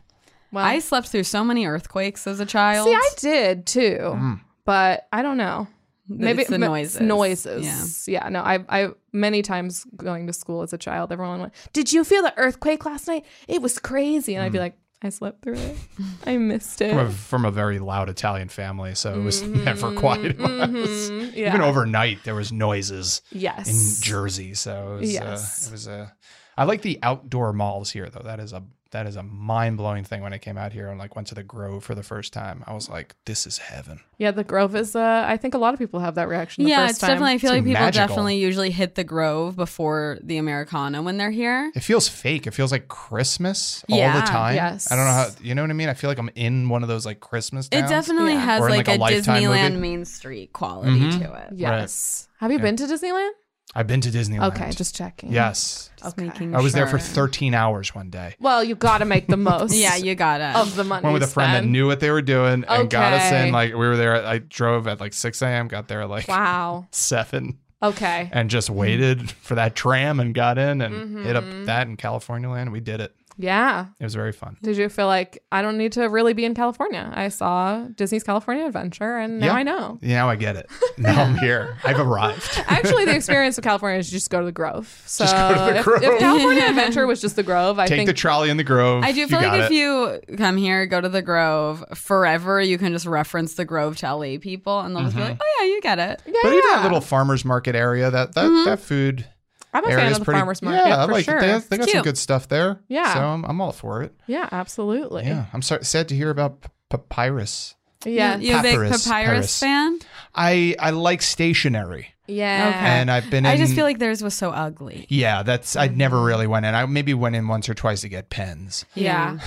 Speaker 3: Well,
Speaker 2: I slept through so many earthquakes as a child.
Speaker 4: Mm-hmm.
Speaker 3: See, I did too, but I don't know.
Speaker 2: Maybe it's the
Speaker 3: ma-
Speaker 2: noises.
Speaker 3: Noises. Yeah. No, I, I many times going to school as a child, everyone went, "Did you feel the earthquake last night? It was crazy." And I'd
Speaker 4: Mm.
Speaker 3: be like, "I slept through it. I missed it."
Speaker 4: From a, from a very loud Italian family, so it was never quiet. in my house.
Speaker 3: Mhm. Yeah.
Speaker 4: Even overnight, there was noises
Speaker 3: yes.
Speaker 4: in Jersey. So it was,
Speaker 3: Yes.
Speaker 4: uh, it was a. I like the outdoor malls here, though. That is a that is a mind blowing thing. When I came out here and like went to the Grove for the first time, I was like, "This is heaven."
Speaker 3: Yeah, the Grove is. Uh, I think a lot of people have that reaction. The
Speaker 2: yeah,
Speaker 3: first
Speaker 2: it's
Speaker 3: time.
Speaker 2: definitely. I feel
Speaker 4: It's
Speaker 2: like people
Speaker 4: magical.
Speaker 2: definitely usually hit the Grove before the Americana when they're here.
Speaker 4: It feels fake. It feels like Christmas all
Speaker 2: Yeah,
Speaker 4: the time.
Speaker 3: yes.
Speaker 4: I don't know how you know what I mean. I feel like I'm in one of those like Christmas. Towns.
Speaker 2: It definitely
Speaker 3: Yeah.
Speaker 2: has
Speaker 4: Or in,
Speaker 2: like,
Speaker 4: like,
Speaker 2: a,
Speaker 4: a Lifetime movie.
Speaker 2: Disneyland Main Street quality
Speaker 4: Mhm.
Speaker 2: to it.
Speaker 3: Yes. Have you been to Disneyland?
Speaker 4: I've been to Disneyland.
Speaker 3: Okay, just checking.
Speaker 4: yes.
Speaker 2: Just
Speaker 3: Okay.
Speaker 2: making
Speaker 4: I was there for
Speaker 2: sure.
Speaker 4: 13 hours one day.
Speaker 3: Well, you got to make the most.
Speaker 2: Yeah, you gotta.
Speaker 3: of the money.
Speaker 4: Went with a friend that
Speaker 3: spent.
Speaker 4: knew what they were doing and got us
Speaker 3: Okay.
Speaker 4: in. Like we were there. at- I drove at like 6 a.m. Got there at like
Speaker 3: Wow.
Speaker 4: seven
Speaker 3: Okay.
Speaker 4: and just waited for that tram and got in and hit up
Speaker 3: Mm-hmm.
Speaker 4: that in California land. We did it.
Speaker 3: Yeah.
Speaker 4: It was very fun.
Speaker 3: Did you feel like I don't need to really be in California? I saw Disney's California Adventure, and now
Speaker 4: Yeah.
Speaker 3: I know.
Speaker 4: Now I get it. Now I'm here. I've arrived.
Speaker 3: Actually, the experience of California is just go to the Grove. So
Speaker 4: go to the
Speaker 3: if,
Speaker 4: Grove.
Speaker 3: if California Adventure was just the Grove, I
Speaker 4: Take
Speaker 3: think
Speaker 4: the trolley in the Grove.
Speaker 2: I do
Speaker 4: You
Speaker 2: feel like
Speaker 4: got
Speaker 2: if
Speaker 4: it.
Speaker 2: you come here, go to the Grove forever, you can just reference the Grove to LA people, and they'll just be
Speaker 4: Mm-hmm.
Speaker 2: like, "Oh yeah, you get it."
Speaker 3: yeah,
Speaker 4: But even
Speaker 3: yeah. Mm-hmm.
Speaker 4: that little farmers market area, that that that food
Speaker 3: I'm a
Speaker 4: area
Speaker 3: fan
Speaker 4: is
Speaker 3: of the
Speaker 4: pretty.
Speaker 3: farmers market
Speaker 4: yeah, I
Speaker 3: for
Speaker 4: like it.
Speaker 3: sure.
Speaker 4: They, have- they got some
Speaker 2: cute.
Speaker 4: good stuff there.
Speaker 3: Yeah.
Speaker 4: so I'm, I'm all for it.
Speaker 3: yeah, absolutely.
Speaker 4: Yeah, I'm so, sad to hear about p- papyrus.
Speaker 3: Yeah.
Speaker 2: you, you a big
Speaker 4: Papyrus,
Speaker 2: papyrus
Speaker 4: Paris.
Speaker 2: fan?
Speaker 4: I I like stationery,
Speaker 3: Yeah.
Speaker 2: Okay.
Speaker 4: and I've been. In,
Speaker 2: I just feel like theirs was so ugly.
Speaker 4: Yeah, that's I never really went in. I maybe went in once or twice to get pens.
Speaker 3: Mm-hmm. Yeah.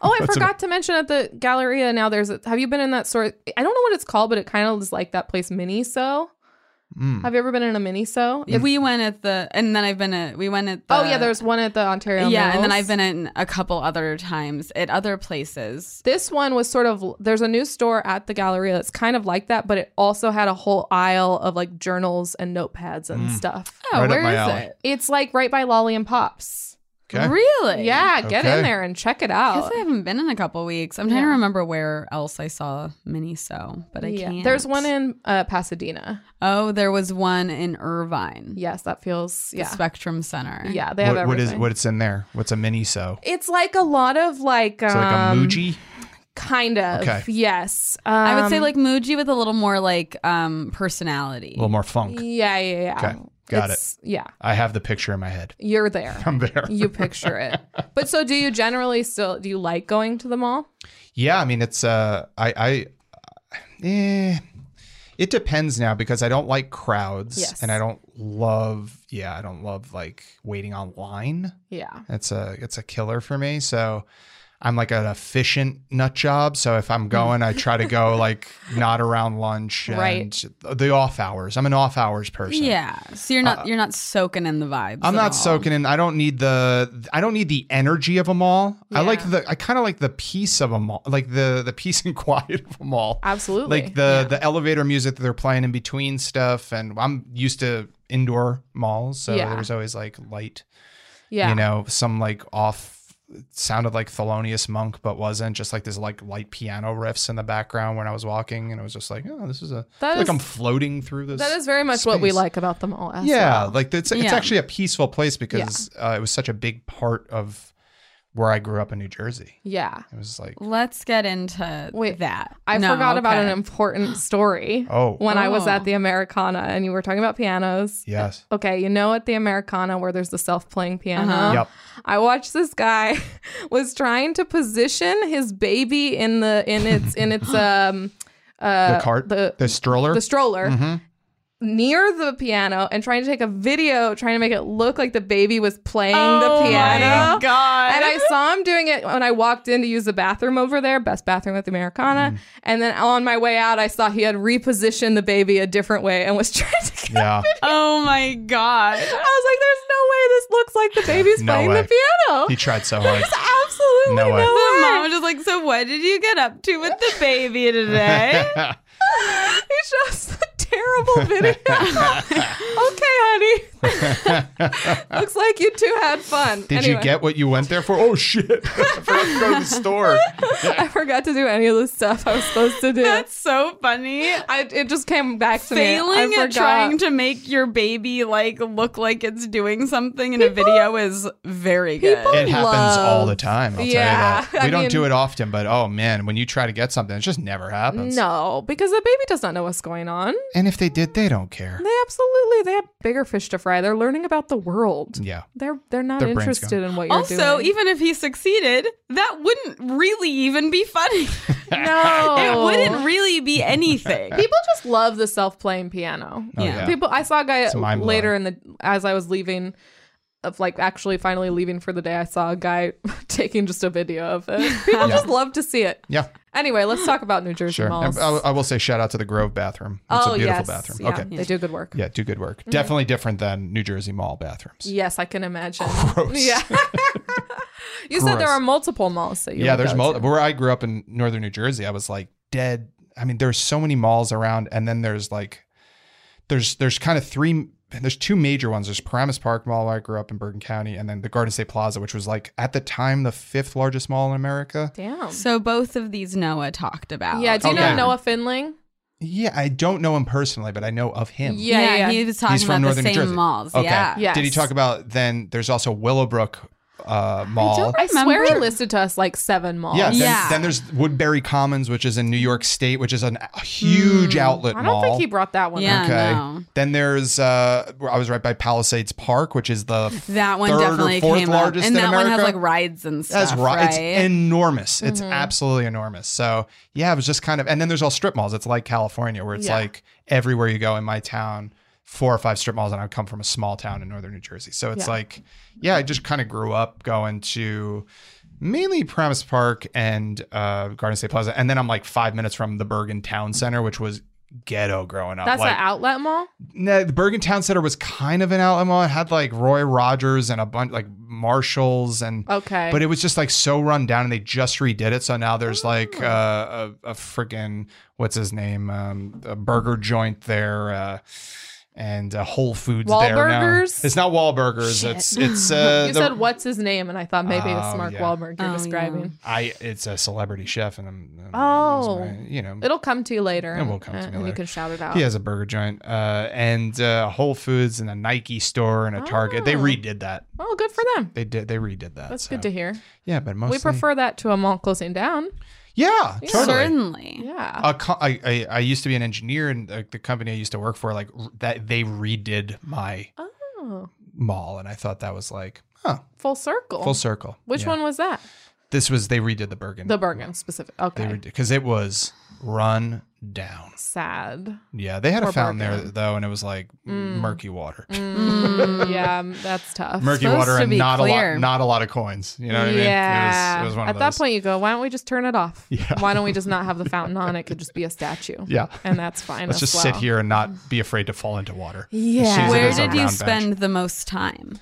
Speaker 3: Oh, I
Speaker 4: That's
Speaker 3: forgot to mention at the Galleria now there's a, have you been in that store? I don't know what it's called, but it kind of is like that place mini so.
Speaker 4: Mm.
Speaker 3: Have you ever been in a mini so?
Speaker 2: If we went at the, and then I've been at, we went at. The,
Speaker 3: Oh yeah, there's one at the Ontario.
Speaker 2: yeah, and then
Speaker 3: Mills.
Speaker 2: I've been in a couple other times at other places.
Speaker 3: This one was sort of there's a new store at the Galleria that's kind of like that, but it also had a whole aisle of like journals and notepads and stuff.
Speaker 2: Oh,
Speaker 4: Mm. Right up
Speaker 2: where
Speaker 4: my
Speaker 2: is
Speaker 4: alley.
Speaker 2: it?
Speaker 3: It's like right by Lolly and Pops.
Speaker 4: Okay,
Speaker 2: Really?
Speaker 3: Yeah, get
Speaker 4: Okay.
Speaker 3: in there and check it
Speaker 2: I guess
Speaker 3: out.
Speaker 2: I haven't been in a couple weeks. I'm trying
Speaker 3: Yeah.
Speaker 2: to remember where else I saw mini so, but I
Speaker 3: Yeah.
Speaker 2: can't.
Speaker 3: There's one in uh, Pasadena.
Speaker 2: Oh, there was one in Irvine.
Speaker 3: Yes, that feels yeah.
Speaker 2: The Spectrum Center.
Speaker 3: Yeah, they have
Speaker 4: what, what
Speaker 3: everything.
Speaker 4: is what's in there? What's a mini so?
Speaker 3: It's like a lot of like um,
Speaker 4: So like a muji.
Speaker 3: kind of
Speaker 4: Okay.
Speaker 3: yes. Um,
Speaker 2: I would say like Muji with a little more like um personality.
Speaker 4: A little more funk.
Speaker 3: yeah, yeah, yeah.
Speaker 4: Okay, got
Speaker 3: it. Yeah,
Speaker 4: I have the picture in my head.
Speaker 3: you're there.
Speaker 4: I'm there.
Speaker 3: you picture it. But so, do you generally still do you like going to the mall?
Speaker 4: Yeah, I mean it's uh I I eh, it depends now because I don't like crowds
Speaker 3: Yes.
Speaker 4: and I don't love yeah, I don't love like waiting online.
Speaker 3: Yeah.
Speaker 4: It's a it's a killer for me. So I'm like an efficient nut job. So if
Speaker 3: Mm.
Speaker 4: I'm going, I try to go like not around lunch and
Speaker 3: Right.
Speaker 4: the off hours. I'm an off hours person.
Speaker 2: Yeah. So you're not you're not soaking in the vibes.
Speaker 4: Uh, I'm
Speaker 2: at all.
Speaker 4: not soaking in. I don't need the. I don't need the energy of a mall. I like
Speaker 3: Yeah.
Speaker 4: the. I kind of like the peace of a mall, like the the peace and quiet of a mall.
Speaker 3: Absolutely.
Speaker 4: Like the the elevator music that they're playing in between stuff, and I'm used to indoor malls, so
Speaker 3: Yeah.
Speaker 4: there's always like light.
Speaker 3: Yeah.
Speaker 4: You know, some like off. Sounded like Thelonious Monk, but wasn't. Just like this, like light piano riffs in the background when I was walking, and it was just like, oh, this is a.
Speaker 3: That
Speaker 4: I feel like
Speaker 3: is-
Speaker 4: I'm floating through this.
Speaker 3: that is very much what we
Speaker 4: space.
Speaker 3: like about the mall. As
Speaker 4: Yeah,
Speaker 3: well.
Speaker 4: like it's it's
Speaker 2: Yeah.
Speaker 4: actually a peaceful place because uh, it was such a big part of where I grew up in New Jersey.
Speaker 3: Yeah.
Speaker 4: It was like,
Speaker 2: Let's get into
Speaker 3: Wait,
Speaker 2: that.
Speaker 3: I
Speaker 2: No,
Speaker 3: forgot about
Speaker 2: okay.
Speaker 3: an important story.
Speaker 4: Oh.
Speaker 3: When I was
Speaker 2: Oh.
Speaker 3: at the Americana and you were talking about pianos.
Speaker 4: yes,
Speaker 3: Okay, you know at the Americana where there's the self-playing piano.
Speaker 2: Uh-huh.
Speaker 4: yep,
Speaker 3: I watched this guy was trying to position his baby in the in its in its um uh
Speaker 4: the cart, the,
Speaker 3: the
Speaker 4: stroller.
Speaker 3: the stroller
Speaker 4: Mhm.
Speaker 3: near the piano and trying to take a video trying to make it look like the baby was playing the piano.
Speaker 2: Oh my god.
Speaker 3: Oh And I saw him doing it when I walked in to use the bathroom over there, best bathroom at the Americana.
Speaker 4: Mm-hmm.
Speaker 3: And then on my way out, I saw he had repositioned the baby a different way and was trying to. Get-
Speaker 4: yeah,
Speaker 2: oh my god.
Speaker 3: I was like, "There's no way this looks like the baby's
Speaker 4: No
Speaker 3: playing
Speaker 4: way.
Speaker 3: the piano."
Speaker 4: he tried so hard.
Speaker 3: There's absolutely
Speaker 4: No
Speaker 3: no,
Speaker 4: way.
Speaker 3: way.
Speaker 2: The mom was just like, so what did you get up to with the baby today?
Speaker 3: he shows the terrible video. okay, honey, Looks like you two had fun.
Speaker 4: Did you
Speaker 3: Anyway,
Speaker 4: get what you went there for? Oh shit! I forgot to go to the store.
Speaker 3: I forgot to do any of the stuff I was supposed to do.
Speaker 2: That's so funny.
Speaker 3: I, it just came back to me. I
Speaker 2: Failing
Speaker 3: forgot.
Speaker 2: at trying to make your baby like look like it's doing something in a video is very good.
Speaker 4: It happens all the time. I'll
Speaker 3: Yeah,
Speaker 4: tell you that.
Speaker 3: I
Speaker 4: We don't do
Speaker 3: mean-
Speaker 4: it often, but oh man, when you try to get something, it just never happens.
Speaker 3: No, because the baby does not know what's going on.
Speaker 4: And if they did, they don't care.
Speaker 3: They absolutely they have bigger fish to fry. They're learning about the world.
Speaker 4: Yeah.
Speaker 3: They're they're not
Speaker 4: Their brain's
Speaker 3: interested in what you're doing.
Speaker 2: also, even if he succeeded, that wouldn't really even be funny.
Speaker 3: no,
Speaker 2: It wouldn't really be anything.
Speaker 3: People just love the self playing piano.
Speaker 4: Oh,
Speaker 2: Yeah.
Speaker 4: yeah.
Speaker 3: People, I saw a guy
Speaker 4: It's mind-blowing.
Speaker 3: later in the as I was leaving, of like actually finally leaving for the day. I saw a guy taking just a video of it. People just love to see it.
Speaker 4: Yeah.
Speaker 3: Anyway, let's talk about New Jersey
Speaker 4: Sure.
Speaker 3: malls.
Speaker 4: And I, I will say shout out to the Grove bathroom. It's
Speaker 3: oh
Speaker 4: a beautiful
Speaker 3: yes,
Speaker 4: bathroom.
Speaker 3: Yeah,
Speaker 4: Okay.
Speaker 3: they do good work.
Speaker 4: Yeah, do good work.
Speaker 2: Mm-hmm.
Speaker 4: Definitely different than New Jersey Mall bathrooms.
Speaker 3: Yes, I can imagine.
Speaker 4: Gross.
Speaker 3: Yeah. you said there
Speaker 4: Gross.
Speaker 3: are multiple malls that you
Speaker 4: yeah,
Speaker 3: would
Speaker 4: there's
Speaker 3: go
Speaker 4: mul-
Speaker 3: to.
Speaker 4: where I grew up in northern New Jersey, I was like dead. I mean, there's so many malls around, and then there's like there's there's kind of three there's two major ones. There's Paramus Park Mall where I grew up in Bergen County, and then the Garden State Plaza, which was like at the time the fifth largest mall in America.
Speaker 3: Damn.
Speaker 2: So both of these Noah talked about.
Speaker 3: Yeah, do you
Speaker 4: Oh,
Speaker 3: know
Speaker 4: yeah.
Speaker 3: Noah Finling?
Speaker 4: Yeah, I don't know him personally, but I know of him.
Speaker 3: Yeah.
Speaker 2: Yeah, he was talking
Speaker 4: He's from
Speaker 2: about the
Speaker 4: northern New
Speaker 2: same
Speaker 4: Jersey.
Speaker 2: malls.
Speaker 4: Okay.
Speaker 2: Yeah.
Speaker 3: Yeah.
Speaker 4: Did he
Speaker 3: Yes.
Speaker 4: talk about then there's also Willowbrook uh, Mall?
Speaker 3: I swear he
Speaker 2: Remember-
Speaker 3: listed to us like seven malls.
Speaker 4: Yeah, then,
Speaker 2: Yeah.
Speaker 4: then there's Woodbury Commons, which is in New York State, which is an, a
Speaker 2: Hmm.
Speaker 4: huge outlet
Speaker 3: I don't
Speaker 4: mall.
Speaker 3: think he brought that one
Speaker 2: Yeah.
Speaker 3: up.
Speaker 4: Okay.
Speaker 2: no.
Speaker 4: Then there's uh where I was right by Palisades Park, which is the
Speaker 2: That one
Speaker 4: third
Speaker 2: definitely
Speaker 4: or fourth
Speaker 2: came up.
Speaker 4: largest
Speaker 2: And
Speaker 4: in
Speaker 2: that
Speaker 4: America.
Speaker 2: one has like rides and stuff.
Speaker 4: That's right. It's
Speaker 2: right?
Speaker 4: enormous. It's
Speaker 3: Mm-hmm.
Speaker 4: absolutely enormous. So yeah, it was just kind of and then there's all strip malls. It's like California where it's
Speaker 3: Yeah.
Speaker 4: like everywhere you go in my town, four or five strip malls, and I come from a small town in northern New Jersey. So it's
Speaker 3: Yeah.
Speaker 4: like, yeah, I just kind of grew up going to mainly Promise Park and uh, Garden State Plaza. And then I'm like five minutes from the Bergen Town Center, which was ghetto growing up.
Speaker 3: That's
Speaker 4: like,
Speaker 3: an outlet mall.
Speaker 4: no, the Bergen Town Center was kind of an outlet mall. It had like Roy Rogers and a bunch like Marshalls and
Speaker 3: Okay.
Speaker 4: but it was just like so run down and they just redid it. So now there's like
Speaker 3: Oh.
Speaker 4: uh, a, a freaking what's his name? Um, a burger joint there. Uh, and uh, Whole Foods there now.
Speaker 3: Wahlburgers?
Speaker 4: It's not Wahlburgers. It's it's uh,
Speaker 3: you
Speaker 4: the-
Speaker 3: said what's his name, and I thought maybe it was
Speaker 4: Oh,
Speaker 3: Mark
Speaker 4: yeah.
Speaker 3: Wahlberg you're
Speaker 2: Oh,
Speaker 3: describing.
Speaker 4: I it's a celebrity chef and I'm, I'm
Speaker 3: Oh.
Speaker 4: you know
Speaker 3: It'll come to you later.
Speaker 4: It will come to me
Speaker 3: and you
Speaker 4: later.
Speaker 3: can shout it out.
Speaker 4: He has a burger joint, uh, and uh, Whole Foods and a Nike store and a Target. They
Speaker 3: Oh.
Speaker 4: redid that.
Speaker 3: Well, good for them.
Speaker 4: They did. They redid that.
Speaker 3: That's
Speaker 4: so.
Speaker 3: good to hear.
Speaker 4: Yeah, but mostly
Speaker 3: We prefer that to a mall closing down.
Speaker 4: Yeah, totally.
Speaker 2: Certainly.
Speaker 3: Yeah.
Speaker 4: A co- I, I I used to be an engineer, and uh, the company I used to work for, like r- that, they redid my
Speaker 3: Oh,
Speaker 4: mall, and I thought that was like, huh,
Speaker 3: full circle.
Speaker 4: full circle.
Speaker 3: Which
Speaker 4: Yeah.
Speaker 3: one was that?
Speaker 4: This was they redid the Bergen.
Speaker 3: The Bergen specific.
Speaker 4: They
Speaker 3: Okay.
Speaker 4: redid because it was run down.
Speaker 3: Sad.
Speaker 4: Yeah, they had
Speaker 3: Poor
Speaker 4: a fountain there
Speaker 3: Bergen. Mm.
Speaker 4: though, and it was like murky water,
Speaker 3: yeah, m- that's tough.
Speaker 4: murky
Speaker 2: Supposed
Speaker 4: water,
Speaker 2: to
Speaker 4: and
Speaker 2: be
Speaker 4: not a
Speaker 2: clear.
Speaker 4: lot, not a lot of coins. You know what
Speaker 3: yeah.
Speaker 4: I mean? It was, it was one
Speaker 3: At
Speaker 4: of
Speaker 3: that
Speaker 4: those.
Speaker 3: point, you go, why don't we just turn it off?
Speaker 4: Yeah.
Speaker 3: Why don't we just not have the fountain on? It could just be a statue.
Speaker 4: yeah.
Speaker 3: And that's fine.
Speaker 4: Let's
Speaker 3: as
Speaker 4: just sit
Speaker 3: well.
Speaker 4: here and not be afraid to fall into water.
Speaker 3: Yeah.
Speaker 4: She's
Speaker 2: Where
Speaker 4: is a
Speaker 2: did you
Speaker 4: round bench.
Speaker 2: spend the most time?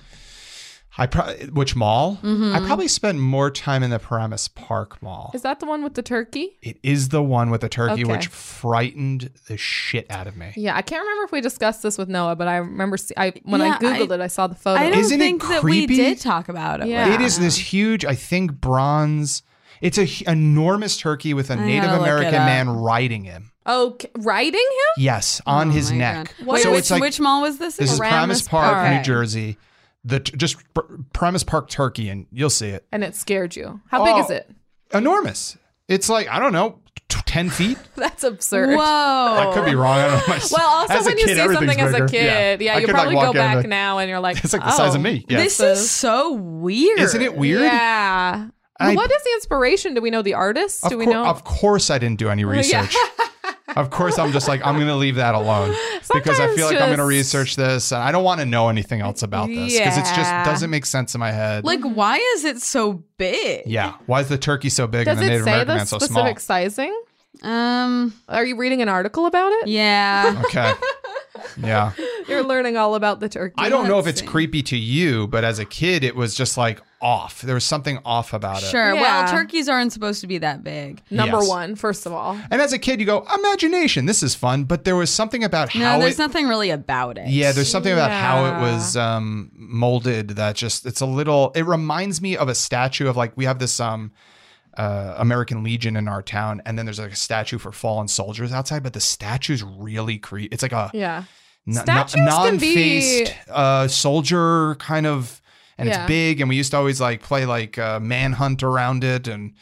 Speaker 4: I pro- which mall? I
Speaker 2: Mm-hmm.
Speaker 4: probably spent more time in the Paramus Park Mall.
Speaker 3: Is that the one with the turkey?
Speaker 4: It is the one with the turkey,
Speaker 3: Okay.
Speaker 4: which frightened the shit out of me.
Speaker 3: Yeah, I can't remember if we discussed this with Noah, but I remember see, I when I
Speaker 2: Yeah,
Speaker 3: googled
Speaker 2: I-
Speaker 3: it, I saw the photo.
Speaker 2: I don't
Speaker 4: Isn't it
Speaker 2: think that we
Speaker 4: creepy?
Speaker 2: did talk about it.
Speaker 3: Yeah.
Speaker 4: It is this huge, I think, bronze. It's a h- enormous turkey with a Native
Speaker 2: gotta look it
Speaker 4: American
Speaker 2: up.
Speaker 4: man riding him.
Speaker 3: oh, c- riding him?
Speaker 4: Yes, on
Speaker 2: Oh
Speaker 4: his
Speaker 2: my
Speaker 4: neck.
Speaker 2: God. Wait,
Speaker 4: so
Speaker 2: which,
Speaker 4: it's like
Speaker 2: which mall was this?
Speaker 4: this is
Speaker 2: again?
Speaker 4: Paramus
Speaker 3: Paramus
Speaker 4: Park,
Speaker 3: Park.
Speaker 4: New Jersey. The t- just pr- Paramus Park turkey, and you'll see it.
Speaker 3: And it scared you. How big is
Speaker 4: Oh.
Speaker 3: it?
Speaker 4: Enormous. It's like I don't know, t- ten feet.
Speaker 3: That's absurd.
Speaker 2: Whoa.
Speaker 4: I could be wrong. I don't know. My,
Speaker 3: Well, also
Speaker 4: as a
Speaker 3: when you
Speaker 4: kid,
Speaker 3: see
Speaker 4: everything's
Speaker 3: something as a
Speaker 4: bigger.
Speaker 3: kid, yeah,
Speaker 4: I
Speaker 3: you
Speaker 4: could, like,
Speaker 3: probably
Speaker 4: walk
Speaker 3: go
Speaker 4: in and
Speaker 3: back
Speaker 4: be-
Speaker 3: now and you're like,
Speaker 4: It's like the size
Speaker 3: oh.
Speaker 4: of me. Yeah.
Speaker 2: This
Speaker 3: So-
Speaker 2: is so weird.
Speaker 4: Isn't it weird?
Speaker 3: Yeah.
Speaker 4: I-
Speaker 3: what is the inspiration? Do we know the artist?
Speaker 4: Of,
Speaker 3: Do we
Speaker 4: cour-
Speaker 3: know?
Speaker 4: of course, I didn't do any
Speaker 3: yeah.
Speaker 4: research. of course, I'm just like I'm going to leave that alone because I
Speaker 3: Sometimes
Speaker 4: feel like I'm going to
Speaker 3: just-
Speaker 4: research this and I don't want to know anything else about this because it just
Speaker 3: Yeah.
Speaker 4: doesn't make sense in my head.
Speaker 2: Like, why is it so big?
Speaker 4: yeah, why is the turkey so big
Speaker 3: Does
Speaker 4: and the
Speaker 3: it
Speaker 4: Native
Speaker 3: say
Speaker 4: American
Speaker 3: the
Speaker 4: man so small?
Speaker 3: specific sizing?
Speaker 2: Um.
Speaker 3: Are you reading an article about it?
Speaker 2: Yeah.
Speaker 4: Okay. Yeah.
Speaker 3: You're learning all about the turkey.
Speaker 4: I don't know if it's
Speaker 2: Dancing.
Speaker 4: creepy to you, but as a kid, it was just like off. There was something off about it.
Speaker 2: Sure.
Speaker 3: Yeah.
Speaker 2: Well, turkeys aren't supposed to be that big.
Speaker 3: Number
Speaker 4: Yes.
Speaker 3: one, first of all.
Speaker 4: And as a kid, you go, imagination, this is fun. But there was something about
Speaker 2: No,
Speaker 4: how
Speaker 2: there's
Speaker 4: it.
Speaker 2: nothing really about it.
Speaker 4: yeah, there's something about how it
Speaker 3: Yeah.
Speaker 4: was um, molded that just it's a little. It reminds me of a statue of like we have this um, uh, American Legion in our town, and then there's like a statue for fallen soldiers outside. But the statue's really creepy. It's like a
Speaker 3: Yeah.
Speaker 4: n-
Speaker 3: Statues
Speaker 4: n-
Speaker 3: can be-
Speaker 4: non-faced uh, soldier kind of, and
Speaker 3: Yeah.
Speaker 4: it's big. And we used to always like play like uh, manhunt around it, and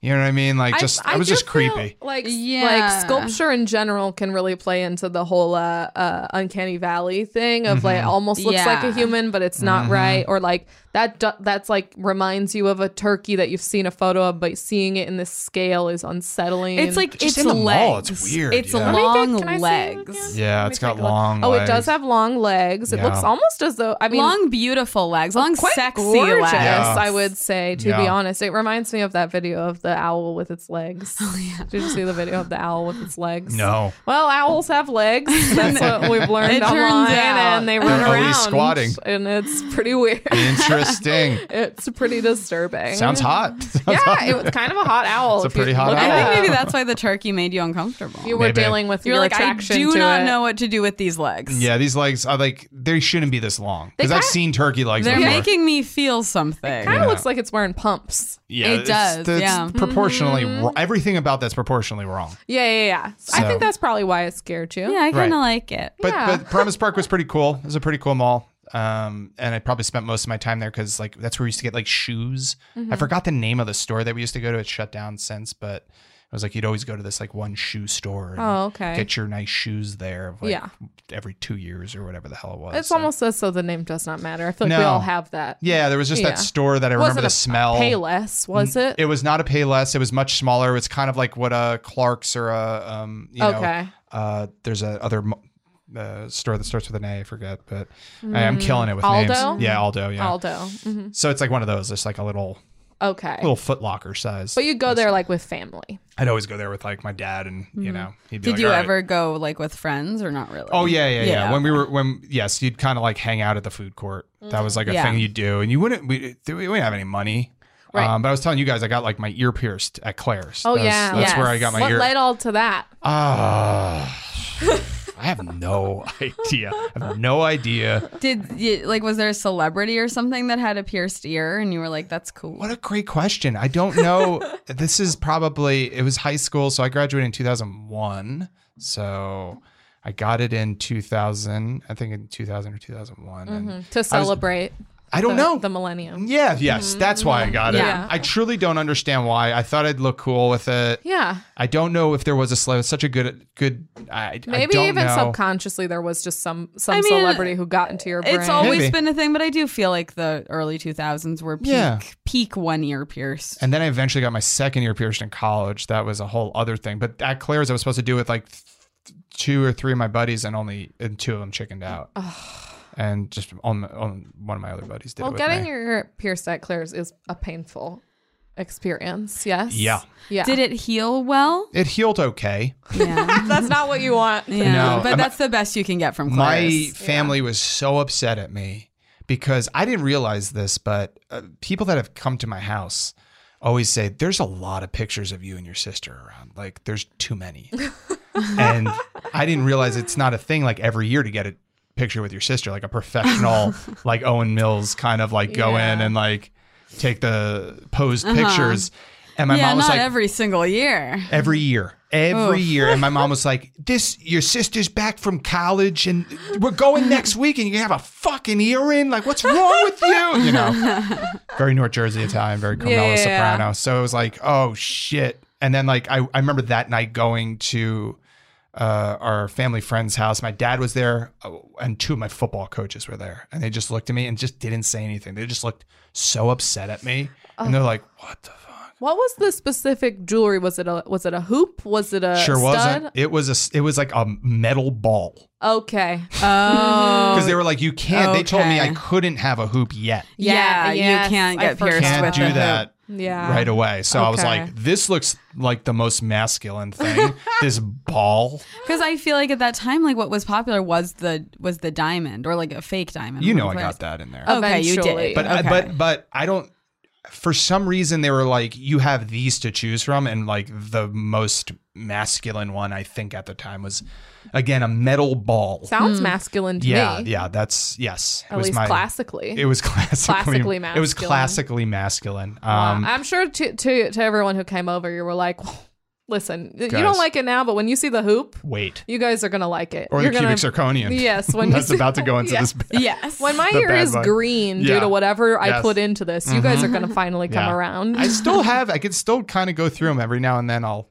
Speaker 4: you know what I mean. Like just it was
Speaker 3: do
Speaker 4: just
Speaker 3: feel
Speaker 4: creepy.
Speaker 3: Like
Speaker 2: Yeah.
Speaker 3: like sculpture in general can really play into the whole uh, uh uncanny valley thing of like
Speaker 4: Mm-hmm.
Speaker 3: almost looks like a
Speaker 2: Yeah.
Speaker 3: human but it's not right or like that do- that's like reminds you of a turkey that you've seen a photo of but seeing it in this scale is unsettling.
Speaker 2: It's like
Speaker 4: Just
Speaker 2: it's
Speaker 4: in the
Speaker 2: legs.
Speaker 4: mall, it's weird,
Speaker 2: It's
Speaker 4: yeah. Let
Speaker 3: Let me
Speaker 2: long
Speaker 3: think, can I see it
Speaker 2: legs.
Speaker 3: again?
Speaker 4: Yeah,
Speaker 3: Let me
Speaker 4: it's got
Speaker 3: take a look.
Speaker 4: long
Speaker 3: Oh, it
Speaker 4: legs.
Speaker 3: does have long legs. It
Speaker 4: Yeah.
Speaker 3: looks almost as though I mean
Speaker 2: long, beautiful legs. Long,
Speaker 3: quite
Speaker 2: sexy
Speaker 3: gorgeous,
Speaker 2: legs.
Speaker 4: Yeah.
Speaker 3: I would say, to be
Speaker 4: Yeah.
Speaker 3: honest. It reminds me of that video of the owl with its legs.
Speaker 2: Oh,
Speaker 3: Did you see the video of the owl with its legs?
Speaker 4: No.
Speaker 3: Well, owls have legs. That's what we've learned
Speaker 2: It turns
Speaker 3: online,
Speaker 2: out.
Speaker 3: and they run
Speaker 4: They're always
Speaker 3: around
Speaker 4: squatting.
Speaker 3: and it's pretty weird.
Speaker 4: Interesting.
Speaker 3: it's pretty disturbing.
Speaker 4: Sounds hot. Sounds
Speaker 3: yeah, it was kind of a hot owl.
Speaker 4: It's a
Speaker 3: if you
Speaker 4: pretty hot
Speaker 3: look it
Speaker 4: owl.
Speaker 2: I
Speaker 3: up.
Speaker 2: think maybe that's why the turkey made Ah. you uncomfortable.
Speaker 3: you were
Speaker 4: Maybe.
Speaker 3: dealing with
Speaker 2: You're
Speaker 3: your
Speaker 2: like, I
Speaker 3: attraction
Speaker 2: do
Speaker 3: to
Speaker 2: not
Speaker 3: it.
Speaker 2: know what to do with these legs.
Speaker 4: Yeah, these legs are like they shouldn't be this long because I've
Speaker 3: kinda-
Speaker 4: seen turky legs
Speaker 2: They're
Speaker 4: before.
Speaker 2: making me feel something.
Speaker 3: Kind of
Speaker 4: Yeah.
Speaker 3: looks like it's wearing pumps.
Speaker 4: yeah,
Speaker 2: It
Speaker 4: it's-
Speaker 2: does,
Speaker 4: It's,
Speaker 2: yeah.
Speaker 4: proportionally
Speaker 3: Mm.
Speaker 4: wro- everything about that's proportionally wrong.
Speaker 3: Yeah, yeah, yeah. I
Speaker 4: So-
Speaker 3: think that's probably why it scared you.
Speaker 2: yeah, I kind of
Speaker 4: Right.
Speaker 2: like it.
Speaker 4: But
Speaker 3: Yeah.
Speaker 4: but Promise Park was pretty cool. It was a pretty cool mall. Um, and I probably spent most of my time there because like that's where we used to get like shoes.
Speaker 3: Mm-hmm.
Speaker 4: I forgot the name of the store that we used to go to. It's shut down since, but it was like you'd always go to this like one shoe store. And
Speaker 3: Oh, okay.
Speaker 4: Get your nice shoes there. Like,
Speaker 3: Yeah.
Speaker 4: Every two years or whatever the hell it was.
Speaker 3: It's
Speaker 4: So-
Speaker 3: almost as though the name does not matter. I feel like we
Speaker 4: No.
Speaker 3: all have that.
Speaker 4: Yeah, there was just
Speaker 3: Yeah.
Speaker 4: that store that I remember
Speaker 3: Wasn't
Speaker 4: the
Speaker 3: a-
Speaker 4: smell. Mm-hmm.
Speaker 3: Pay less, was it?
Speaker 4: It was not a Payless. It was much smaller. It's kind of like what a Clark's or a um, you
Speaker 3: Okay.
Speaker 4: know, uh, there's a other mo- uh, store that starts with an A. I forget, but I, am killing it with
Speaker 3: Mm-hmm. Aldo?
Speaker 4: names. Yeah, Aldo. Yeah.
Speaker 3: Aldo. Mhm.
Speaker 4: So it's like one of those, just like a little
Speaker 3: Okay.
Speaker 4: little Foot Locker size.
Speaker 3: But you go there Mm-hmm. like with family.
Speaker 4: I'd always go there with like my dad, and you know, he'd be
Speaker 2: Did
Speaker 4: like,
Speaker 2: you
Speaker 4: "All right."
Speaker 2: ever go like with friends or not really?
Speaker 4: Oh yeah, yeah, yeah.
Speaker 2: Yeah.
Speaker 4: When we were when yes, you'd kind of like hang out at the food court. That was like a
Speaker 3: Mm-hmm.
Speaker 2: Yeah.
Speaker 4: thing you do, and you wouldn't. We, we didn't have any money.
Speaker 3: Right.
Speaker 4: Um, but I was telling you guys, I got like my ear pierced at Claire's.
Speaker 3: Oh
Speaker 4: That was-
Speaker 3: yeah,
Speaker 4: that's where I
Speaker 2: Yes.
Speaker 4: got my
Speaker 3: what
Speaker 4: ear.
Speaker 3: led all to that?
Speaker 4: Ah, I have no idea. I have no idea.
Speaker 2: Did you, like was there a celebrity or something that had a pierced ear and you were like, that's cool?
Speaker 4: What a great question. I don't know. this is probably it was high school, so I graduated in 2001. So I got it in 2000. I think in 2000 or 2001. And
Speaker 3: To celebrate
Speaker 4: I don't
Speaker 3: Mm-hmm. the,
Speaker 4: know.
Speaker 3: the millennium.
Speaker 4: yeah, yes, that's why I got it.
Speaker 3: Yeah.
Speaker 4: I truly don't understand why. I thought I'd look cool with it.
Speaker 3: Yeah,
Speaker 4: I don't know if there was a slow. Such a good, good. I,
Speaker 3: maybe
Speaker 4: I don't
Speaker 3: even
Speaker 4: know.
Speaker 3: subconsciously there was just some some
Speaker 2: I mean,
Speaker 3: celebrity who got into your brain.
Speaker 2: It's always
Speaker 4: Maybe.
Speaker 2: been a thing, but I do feel like the early 2000s were peak
Speaker 4: Yeah.
Speaker 2: peak one ear pierced.
Speaker 4: And then I eventually got my second ear pierced in college. That was a whole other thing. But at Claire's, I was supposed to do it with like th- two or three of my buddies, and only and two of them chickened out. and just on, on one of my other buddies did.
Speaker 3: well,
Speaker 4: it with
Speaker 3: getting
Speaker 4: me.
Speaker 3: your ear pierced at Claire's is a painful experience. Yes.
Speaker 4: Yeah.
Speaker 3: Yeah.
Speaker 2: Did it heal well?
Speaker 4: it healed okay.
Speaker 2: Yeah.
Speaker 3: That's not what you want.
Speaker 2: yeah.
Speaker 4: No,
Speaker 2: but
Speaker 4: I'm-
Speaker 2: that's the best you can get from
Speaker 4: My
Speaker 2: Claire's.
Speaker 4: family was so upset at me because I didn't realize this, but uh, people that have come to my house always say there's a lot of pictures of you and your sister around. Like there's too many. and I didn't realize it's not a thing like every year to get a picture with your sister, like a professional like Owen Mills kind of like go in
Speaker 3: Yeah.
Speaker 4: and like take the posed pictures. And my
Speaker 2: Uh-huh. yeah,
Speaker 4: mom was
Speaker 2: not
Speaker 4: like,
Speaker 2: every single year.
Speaker 4: every year every
Speaker 2: Oof.
Speaker 4: year and my mom was like this your sister's back from college and we're going next week and you have a fucking ear in like what's wrong with you you know very north jersey italian very carmela
Speaker 3: Yeah, yeah, yeah.
Speaker 4: soprano so it was like oh shit and then like i, I remember that night going to uh, our family friend's house my dad was there uh, and two of my football coaches were there and they just looked at me and just didn't say anything they just looked so upset at me and they're like what the fuck
Speaker 3: What was the specific jewelry? Was it a was it a hoop? Was it a
Speaker 4: sure
Speaker 3: Uh, stud?
Speaker 4: wasn't. It was a it was like a metal ball
Speaker 3: Okay.
Speaker 4: Mm-hmm.
Speaker 2: Oh.
Speaker 4: because they were like, you can't. They told me I
Speaker 2: Okay.
Speaker 4: couldn't have a hoop yet.
Speaker 2: Yeah,
Speaker 3: yes,
Speaker 2: you can't
Speaker 3: I
Speaker 2: get
Speaker 3: forgot.
Speaker 2: pierced
Speaker 4: Can't
Speaker 2: with
Speaker 4: do
Speaker 2: the hoop.
Speaker 4: that.
Speaker 3: Yeah.
Speaker 4: right away. So I was
Speaker 3: Okay.
Speaker 4: like, this looks like the most masculine thing. this ball.
Speaker 2: Because I feel like at that time, like what was popular was the was the diamond or like a fake diamond.
Speaker 4: You
Speaker 2: or
Speaker 4: know I
Speaker 2: whatever.
Speaker 4: got that in there.
Speaker 3: Oh,
Speaker 2: Okay, you
Speaker 3: Eventually.
Speaker 2: did.
Speaker 4: but I
Speaker 2: okay.
Speaker 4: but but I don't for some reason they were like you have these to choose from and like the most masculine one I think at the time was again a metal ball.
Speaker 3: Sounds masculine to
Speaker 4: Mm. yeah,
Speaker 3: me.
Speaker 4: yeah, that's yes.
Speaker 3: At least classically.
Speaker 4: It was classically,
Speaker 3: Classically
Speaker 4: It was
Speaker 3: masculine.
Speaker 4: classically masculine.
Speaker 3: Wow.
Speaker 4: Um,
Speaker 3: I'm sure to, to to everyone who came over, you were like, "Well, listen, you
Speaker 4: Guys.
Speaker 3: don't like it now, but when you see the hoop,
Speaker 4: wait,
Speaker 3: you guys are gonna like it.
Speaker 4: or
Speaker 3: You're
Speaker 4: the cubic
Speaker 3: gonna,
Speaker 4: zirconian.
Speaker 3: Yes, when you
Speaker 4: that's
Speaker 3: see-
Speaker 4: about to go into
Speaker 3: Yeah.
Speaker 4: this.
Speaker 2: yes,
Speaker 3: When my
Speaker 4: The
Speaker 3: ear
Speaker 4: bad
Speaker 3: is
Speaker 4: one.
Speaker 3: green
Speaker 4: Yeah.
Speaker 3: due to whatever I
Speaker 4: Yes. Mm-hmm.
Speaker 3: put into this, you guys are gonna finally come
Speaker 4: Yeah.
Speaker 3: around.
Speaker 4: I still have. I could still kind of go through them every now and then. I'll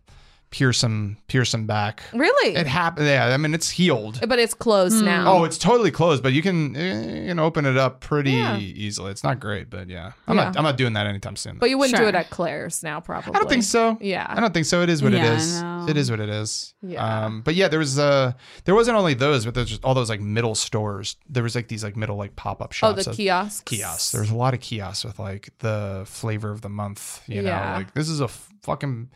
Speaker 4: pierce some, pierce them back.
Speaker 3: really,
Speaker 4: It happened. Yeah, I mean it's healed.
Speaker 3: but it's closed now.
Speaker 4: Oh, it's totally closed, but you can eh, you can open it up pretty easily. It's not great, but yeah, I'm not I'm not doing that anytime soon.
Speaker 3: but you wouldn't do
Speaker 2: Sure.
Speaker 3: it at Claire's now, probably.
Speaker 4: I don't think so.
Speaker 3: Yeah.
Speaker 4: I don't think so. It is what
Speaker 2: Yeah, I
Speaker 4: it is.
Speaker 2: know.
Speaker 4: It is what it is.
Speaker 3: Yeah.
Speaker 4: Um, but yeah, there was uh there wasn't only those, but there's just all those like middle stores. There was like these like middle like pop up
Speaker 3: Oh,
Speaker 4: shops.
Speaker 3: the
Speaker 4: of-
Speaker 3: kiosks.
Speaker 4: kiosks. There's a lot of kiosks with like the flavor of the month. You
Speaker 3: Yeah.
Speaker 4: know, like this is a f- fucking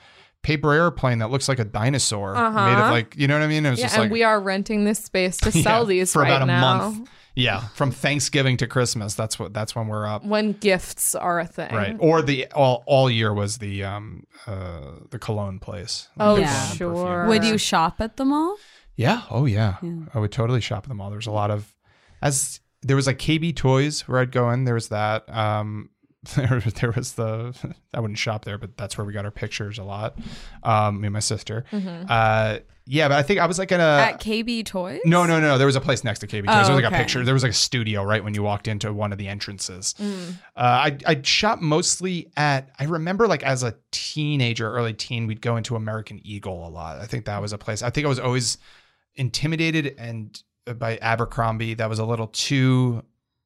Speaker 4: paper airplane that looks like a dinosaur
Speaker 3: Uh-huh.
Speaker 4: made of like you know what I mean. It was
Speaker 3: Yeah,
Speaker 4: just
Speaker 3: and
Speaker 4: like
Speaker 3: we are renting this space to sell
Speaker 4: yeah,
Speaker 3: these
Speaker 4: for
Speaker 3: right
Speaker 4: about a
Speaker 3: now.
Speaker 4: month. Yeah, from Thanksgiving to Christmas. That's what. That's when we're up.
Speaker 3: When gifts are a thing,
Speaker 4: Right. Or the all all year was the um uh the cologne place.
Speaker 3: Oh,
Speaker 4: The
Speaker 2: Yeah.
Speaker 4: cologne perfume.
Speaker 3: sure.
Speaker 2: would you shop at the mall?
Speaker 4: Yeah. Oh yeah. I would totally shop at the mall. There was a lot of as there was like KB Toys where I'd go in. There was that. Um there, there was the I wouldn't shop there, but that's where we got our pictures a lot. Um me and my sister. Uh yeah, but I think I was like in a
Speaker 2: at KB Toys?
Speaker 4: Uh, no, no, no. There was a place next to KB Toys. there was like
Speaker 2: okay.
Speaker 4: a picture. There was like a studio right when you walked into one of the entrances. Uh, I I shop mostly at. I remember like as a teenager, early teen, we'd go into American Eagle a lot. I think that was a place. I think I was always intimidated and uh, by Abercrombie. That was a little too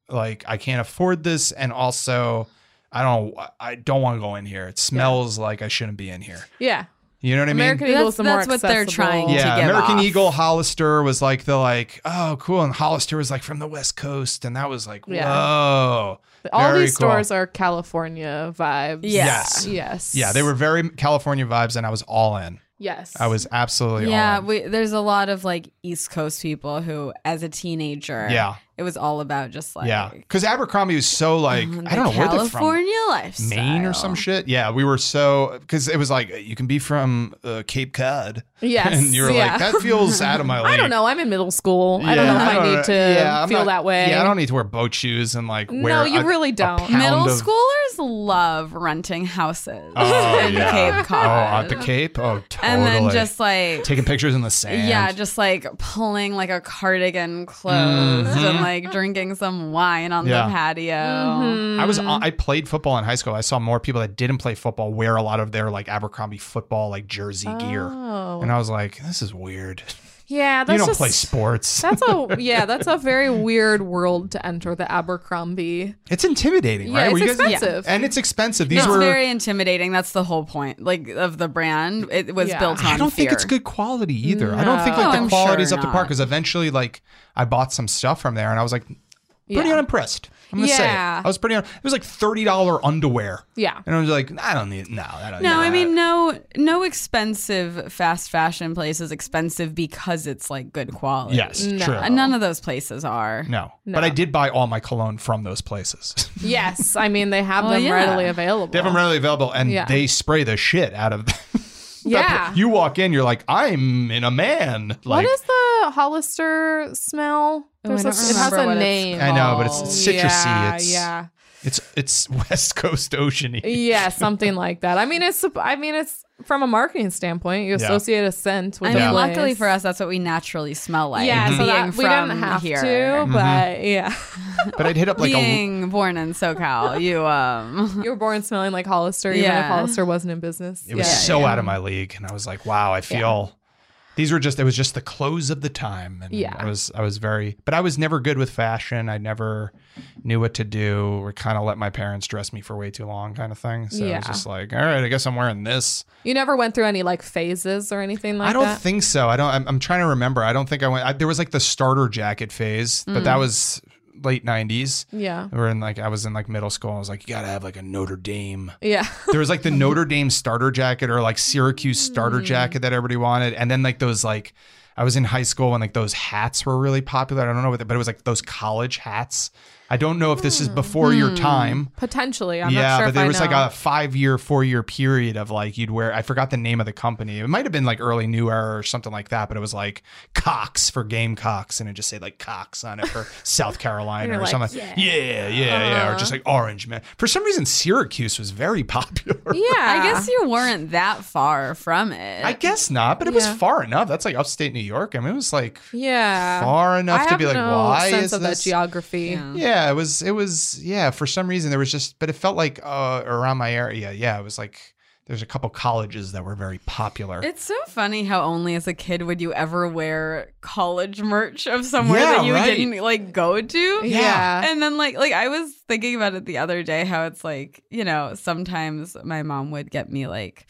Speaker 4: like I can't afford this, and also I don't. I don't want to go in here. It smells like I shouldn't be in here.
Speaker 3: Yeah,
Speaker 4: You know what I mean?
Speaker 3: American
Speaker 2: That's-
Speaker 3: Eagle's the more
Speaker 2: that's what they're
Speaker 3: accessible-
Speaker 2: trying to
Speaker 4: yeah,
Speaker 2: give
Speaker 4: American
Speaker 2: off.
Speaker 4: Eagle Hollister was like the like oh cool, and Hollister was like from the West Coast, and that was like
Speaker 3: Yeah.
Speaker 4: whoa.
Speaker 3: All
Speaker 4: Very
Speaker 3: these
Speaker 4: cool.
Speaker 3: stores are California vibes.
Speaker 2: Yeah.
Speaker 4: Yes.
Speaker 3: Yes.
Speaker 4: Yeah, they were very California vibes, and I was all in.
Speaker 3: Yes.
Speaker 4: I was absolutely
Speaker 2: Yeah,
Speaker 4: all in.
Speaker 2: we, there's a lot of like East Coast people who, as a teenager,
Speaker 4: Yeah.
Speaker 2: it was all about just like
Speaker 4: yeah, because Abercrombie was so like
Speaker 3: Mm-hmm,
Speaker 2: mm,
Speaker 4: I don't know
Speaker 2: the
Speaker 4: where they're from.
Speaker 2: California lifestyle,
Speaker 4: Maine or some shit. Yeah, we were so because it was like you can be from uh, Cape Cod,
Speaker 3: Yes.
Speaker 4: and you were
Speaker 3: yeah.
Speaker 4: like that feels out of my league.
Speaker 3: I don't know. I'm in middle school. I don't know if I, need to
Speaker 4: yeah, I'm
Speaker 3: feel
Speaker 4: not-
Speaker 3: that way.
Speaker 4: Yeah, I don't need to wear boat shoes and like
Speaker 3: No,
Speaker 4: wear.
Speaker 3: you
Speaker 4: a-
Speaker 3: really
Speaker 4: a
Speaker 3: don't.
Speaker 4: pound
Speaker 2: Middle
Speaker 4: of-
Speaker 2: schoolers love renting houses
Speaker 4: Oh,
Speaker 2: in
Speaker 4: yeah.
Speaker 2: Cape Cod.
Speaker 4: Oh, at the Cape? Oh, totally.
Speaker 2: and then just like
Speaker 4: taking pictures in the sand.
Speaker 2: yeah, just like pulling like a cardigan closed and like drinking some wine on
Speaker 4: Mm-hmm. Yeah.
Speaker 2: the patio.
Speaker 3: Mm-hmm.
Speaker 4: I was
Speaker 2: mm.
Speaker 4: on, I played football in high school. I saw more people that didn't play football wear a lot of their like Abercrombie football like jersey gear.
Speaker 3: Oh.
Speaker 4: And I was like, this is weird.
Speaker 3: yeah. That's
Speaker 4: you don't
Speaker 3: just,
Speaker 4: play sports.
Speaker 3: That's a yeah. That's a very weird world to enter. The Abercrombie.
Speaker 4: It's intimidating,
Speaker 3: Yeah,
Speaker 4: right?
Speaker 3: it's
Speaker 4: Were you guys-
Speaker 3: expensive.
Speaker 4: And it's expensive. These
Speaker 2: it's
Speaker 4: were
Speaker 2: very intimidating. That's the whole point, like of the brand. It was
Speaker 3: Yeah.
Speaker 2: built on.
Speaker 4: I don't think it's
Speaker 2: fear.
Speaker 4: good quality either. I don't think
Speaker 2: No.
Speaker 4: like
Speaker 2: No,
Speaker 4: the
Speaker 2: I'm
Speaker 4: quality's
Speaker 2: sure
Speaker 4: up to
Speaker 2: not.
Speaker 4: par because eventually like I bought some stuff from there and I was like pretty
Speaker 3: Yeah.
Speaker 4: unimpressed. I'm gonna say it.
Speaker 3: Yeah.
Speaker 4: I was pretty. Un- it was like thirty dollar underwear.
Speaker 3: Yeah.
Speaker 4: and I was like, I don't need no. I don't
Speaker 2: No,
Speaker 4: need
Speaker 2: I
Speaker 4: that.
Speaker 2: mean no no expensive fast fashion place is expensive because it's like good quality.
Speaker 4: Yes, true.
Speaker 2: And none of those places are.
Speaker 4: No. But I did buy all my cologne from those places.
Speaker 3: Yes. I mean, they have
Speaker 4: Oh,
Speaker 2: Well,
Speaker 3: them
Speaker 2: yeah.
Speaker 3: readily available.
Speaker 4: they have them readily available and
Speaker 3: Yeah.
Speaker 4: they spray the shit out of them.
Speaker 3: Yeah.
Speaker 4: you walk in, you're like, I'm in a man.
Speaker 3: What
Speaker 4: Like,
Speaker 3: is the Hollister smell?
Speaker 2: Oh,
Speaker 3: There's
Speaker 2: I
Speaker 3: a-
Speaker 2: don't
Speaker 3: it has
Speaker 2: remember
Speaker 3: a
Speaker 2: what it's
Speaker 3: name.
Speaker 4: I know, but it's
Speaker 2: called?
Speaker 4: citrusy.
Speaker 3: Yeah,
Speaker 4: it's,
Speaker 3: yeah.
Speaker 4: it's it's West Coast oceany.
Speaker 3: yeah, something like that. I mean, it's I mean, it's from a marketing standpoint, you
Speaker 4: Yeah.
Speaker 3: associate a scent with.
Speaker 2: I
Speaker 3: a
Speaker 2: mean,
Speaker 3: place.
Speaker 2: luckily for us, that's what we naturally smell like.
Speaker 3: yeah, so
Speaker 2: being
Speaker 3: that,
Speaker 2: from
Speaker 3: we didn't have
Speaker 2: here.
Speaker 4: Mm-hmm.
Speaker 3: to, but yeah,
Speaker 4: But I'd hit up like a
Speaker 2: being born in SoCal, you um,
Speaker 3: you were born smelling like Hollister, even if
Speaker 2: Yeah.
Speaker 3: Hollister wasn't in business.
Speaker 4: it was
Speaker 3: yeah.
Speaker 4: so out of my league. And I was like, wow, I feel these were just it was just the clothes of the time. And
Speaker 3: Yeah.
Speaker 4: I was I was very but I was never good with fashion. I never knew what to do. Or kinda let my parents dress me for way too long kind of thing. So it
Speaker 3: Yeah.
Speaker 4: was just like, all right, I guess I'm wearing this.
Speaker 3: You never went through any like phases or anything like
Speaker 4: I don't
Speaker 3: that.
Speaker 4: think so. I don't. I'm, I'm trying to remember. I don't think I went. I, there was like the starter jacket phase, but that was late
Speaker 3: Mm.
Speaker 4: '90s.
Speaker 3: Yeah.
Speaker 4: We're in like I was in like middle school. I was like, you gotta have like a Notre Dame.
Speaker 3: Yeah.
Speaker 4: There was like the Notre Dame starter jacket or like Syracuse
Speaker 3: Mm.
Speaker 4: starter jacket that everybody wanted, and then like those like I was in high school when like those hats were really popular. I don't know what, they- but it was like those college hats. I don't know if this is before your time.
Speaker 3: Potentially. Hmm. I'm
Speaker 4: yeah,
Speaker 3: not sure
Speaker 4: but
Speaker 3: if
Speaker 4: there
Speaker 3: I
Speaker 4: was
Speaker 3: know.
Speaker 4: like a five year, four year period of like you'd wear. I forgot the name of the company. It might have been like early New Era or something like that, but it was like Cox for Gamecocks, and it just said like Cox on it for South Carolina or
Speaker 3: You're like, Uh-huh.
Speaker 4: something. Yeah, yeah, yeah, or just like Orange Man. For some reason, Syracuse was very popular.
Speaker 3: Yeah.
Speaker 2: I guess you weren't that far from it.
Speaker 4: I guess not, but it
Speaker 3: Yeah.
Speaker 4: was far enough. That's like upstate New York. I mean, it was like
Speaker 3: Yeah.
Speaker 4: far
Speaker 3: I
Speaker 4: enough
Speaker 3: have
Speaker 4: to be like,
Speaker 3: no
Speaker 4: why
Speaker 3: sense
Speaker 4: is
Speaker 3: of
Speaker 4: this?
Speaker 3: that geography.
Speaker 2: Yeah.
Speaker 4: Yeah, it was. It was. Yeah, for some reason there was just, but it felt like uh, around my area. Yeah, it was like there's a couple colleges that were very popular.
Speaker 2: It's so funny how only as a kid would you ever wear college merch of somewhere
Speaker 4: Yeah,
Speaker 2: that you
Speaker 4: right.
Speaker 2: didn't like go to.
Speaker 4: Yeah.
Speaker 2: And then like like I was thinking about it the other day how it's like, you know, sometimes my mom would get me like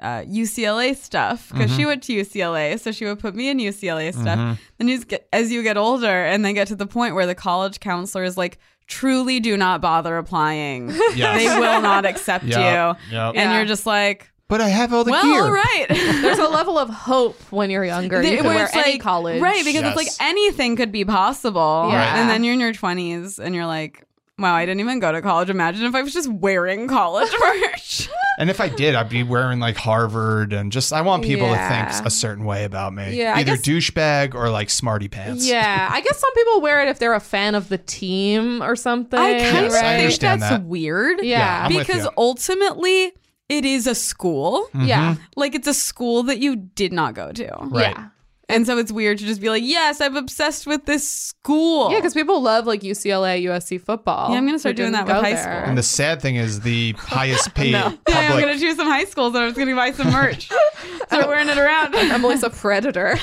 Speaker 2: uh, UCLA stuff because
Speaker 4: Mm-hmm.
Speaker 2: she went to UCLA, so she would put me in UCLA stuff. And you just get, as you get older, and then get to the point where the college counselor is like, "Truly, do not bother applying.
Speaker 4: Yes.
Speaker 2: They will not accept
Speaker 4: Yep,
Speaker 2: you."
Speaker 4: yep.
Speaker 2: And
Speaker 3: Yeah.
Speaker 2: you're just like,
Speaker 4: but I have all the
Speaker 2: "Well,
Speaker 4: gear.
Speaker 2: all right."
Speaker 3: There's a level of hope when you're younger.
Speaker 2: They-
Speaker 3: you can
Speaker 2: where
Speaker 3: wear
Speaker 2: it's
Speaker 3: any
Speaker 2: like-
Speaker 3: college.
Speaker 2: Right, because it's
Speaker 4: Yes.
Speaker 2: like anything could be possible.
Speaker 3: Yeah.
Speaker 2: And then you're in your 20s and you're like, wow, I didn't even go to college. Imagine if I was just wearing college merch.
Speaker 4: And if I did, I'd be wearing like Harvard and just. I want people to
Speaker 3: Yeah.
Speaker 4: think a certain way about me.
Speaker 3: Yeah, I
Speaker 4: either
Speaker 3: guess-
Speaker 4: douchebag or like smarty pants.
Speaker 3: Yeah, I guess some people wear it if they're a fan of the team or something.
Speaker 2: I kind of
Speaker 4: Yes, I
Speaker 3: right?
Speaker 2: think
Speaker 4: understand
Speaker 2: that's
Speaker 4: that.
Speaker 2: weird.
Speaker 4: Yeah,
Speaker 3: Yeah,
Speaker 4: I'm with Hmm.
Speaker 2: Because
Speaker 4: you.
Speaker 2: ultimately, it is a school.
Speaker 4: Mm-hmm.
Speaker 3: yeah,
Speaker 2: Like, it's a school that you did not go to.
Speaker 4: Right.
Speaker 3: yeah,
Speaker 2: And so it's weird to just be like, yes, I'm obsessed with this
Speaker 4: Oh.
Speaker 2: school.
Speaker 3: yeah. Because people love like UCLA, USC football.
Speaker 2: Yeah, I'm gonna
Speaker 3: who
Speaker 2: start doing
Speaker 3: didn't
Speaker 2: that with
Speaker 3: go
Speaker 2: high
Speaker 3: there.
Speaker 2: school.
Speaker 4: And the sad thing is the highest paid
Speaker 2: Today I'm
Speaker 4: public.
Speaker 2: going to choose some high schools and I was going to buy some merch. so we're wearing it around.
Speaker 3: Emily's a predator.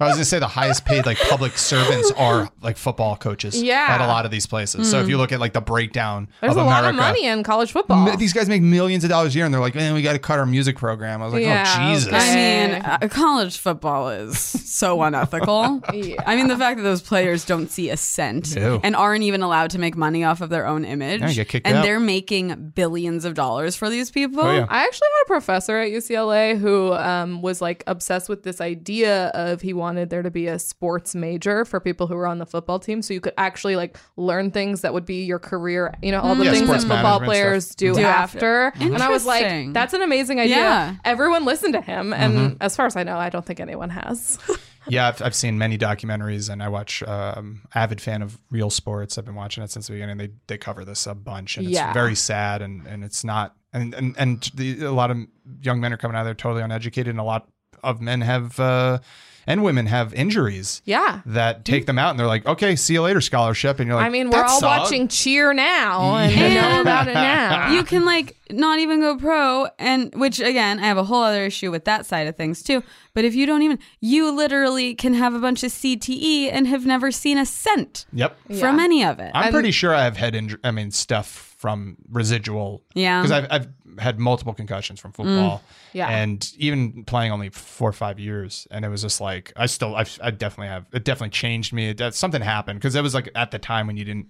Speaker 4: I was gonna say the highest paid like public servants are like football coaches.
Speaker 3: Yeah. Hmm.
Speaker 4: At a lot of these places. So if you look at like the breakdown
Speaker 3: There's
Speaker 4: of
Speaker 3: a
Speaker 4: America,
Speaker 3: lot of money in college football.
Speaker 4: M- These guys make millions of dollars a year, and they're like, "Man, we got to cut our music program." I was like,
Speaker 3: Yeah,
Speaker 4: "Oh Jesus!"
Speaker 3: okay.
Speaker 2: I mean,
Speaker 3: Yeah.
Speaker 2: uh, college football is so unethical. I mean, the fact that those players don't see a cent
Speaker 4: No.
Speaker 2: and aren't even allowed to make money off of their own image,
Speaker 4: Yeah, you get kicked
Speaker 2: and
Speaker 4: out.
Speaker 2: they're making billions of dollars for these people.
Speaker 4: Oh, yeah.
Speaker 3: I actually had a professor at UCLA who um, was like obsessed with this idea of he wanted there to be a sports major for people who were on the football team, so you could actually like learn things that would be your career. You know, all the
Speaker 4: Mm. Yeah,
Speaker 3: things that
Speaker 4: sports
Speaker 3: football
Speaker 4: management
Speaker 3: players do,
Speaker 2: Do
Speaker 3: after.
Speaker 2: after.
Speaker 3: And I was like,
Speaker 2: Interesting.
Speaker 3: that's an amazing idea.
Speaker 2: Yeah.
Speaker 3: Everyone listened to him, and
Speaker 4: Mm-hmm.
Speaker 3: as far as I know, I don't think anyone has.
Speaker 4: Yeah, I've, I've seen many documentaries, and I watch. Um, avid fan of Real Sports. I've been watching it since the beginning. They they cover this a bunch, and it's
Speaker 3: Yeah.
Speaker 4: very sad, and and it's not. And and and the, a lot of young men are coming out. They're totally uneducated, and a lot of men have uh, and women have injuries.
Speaker 3: yeah.
Speaker 4: That take them out and they're like, okay, see you later, scholarship. And you're like,
Speaker 3: I mean, we're
Speaker 4: "That
Speaker 3: all
Speaker 4: sucked."
Speaker 3: watching Cheer now and we
Speaker 2: Yeah.
Speaker 3: know about it now.
Speaker 4: Ah.
Speaker 2: You can like not even go pro, and which again, I have a whole other issue with that side of things too. But if you don't even, you literally can have a bunch of CTE and have never seen a cent
Speaker 4: Yep.
Speaker 2: from any of it.
Speaker 4: I'm pretty sure I have head injury. I mean, stuff from residual.
Speaker 2: Yeah.
Speaker 4: Because I've, I've had multiple concussions from football.
Speaker 3: Mm. Yeah.
Speaker 4: And even playing only four or five years, and it was just like I still, I've, I definitely have. It definitely changed me. It, def- something happened because it was like at the time when you didn't,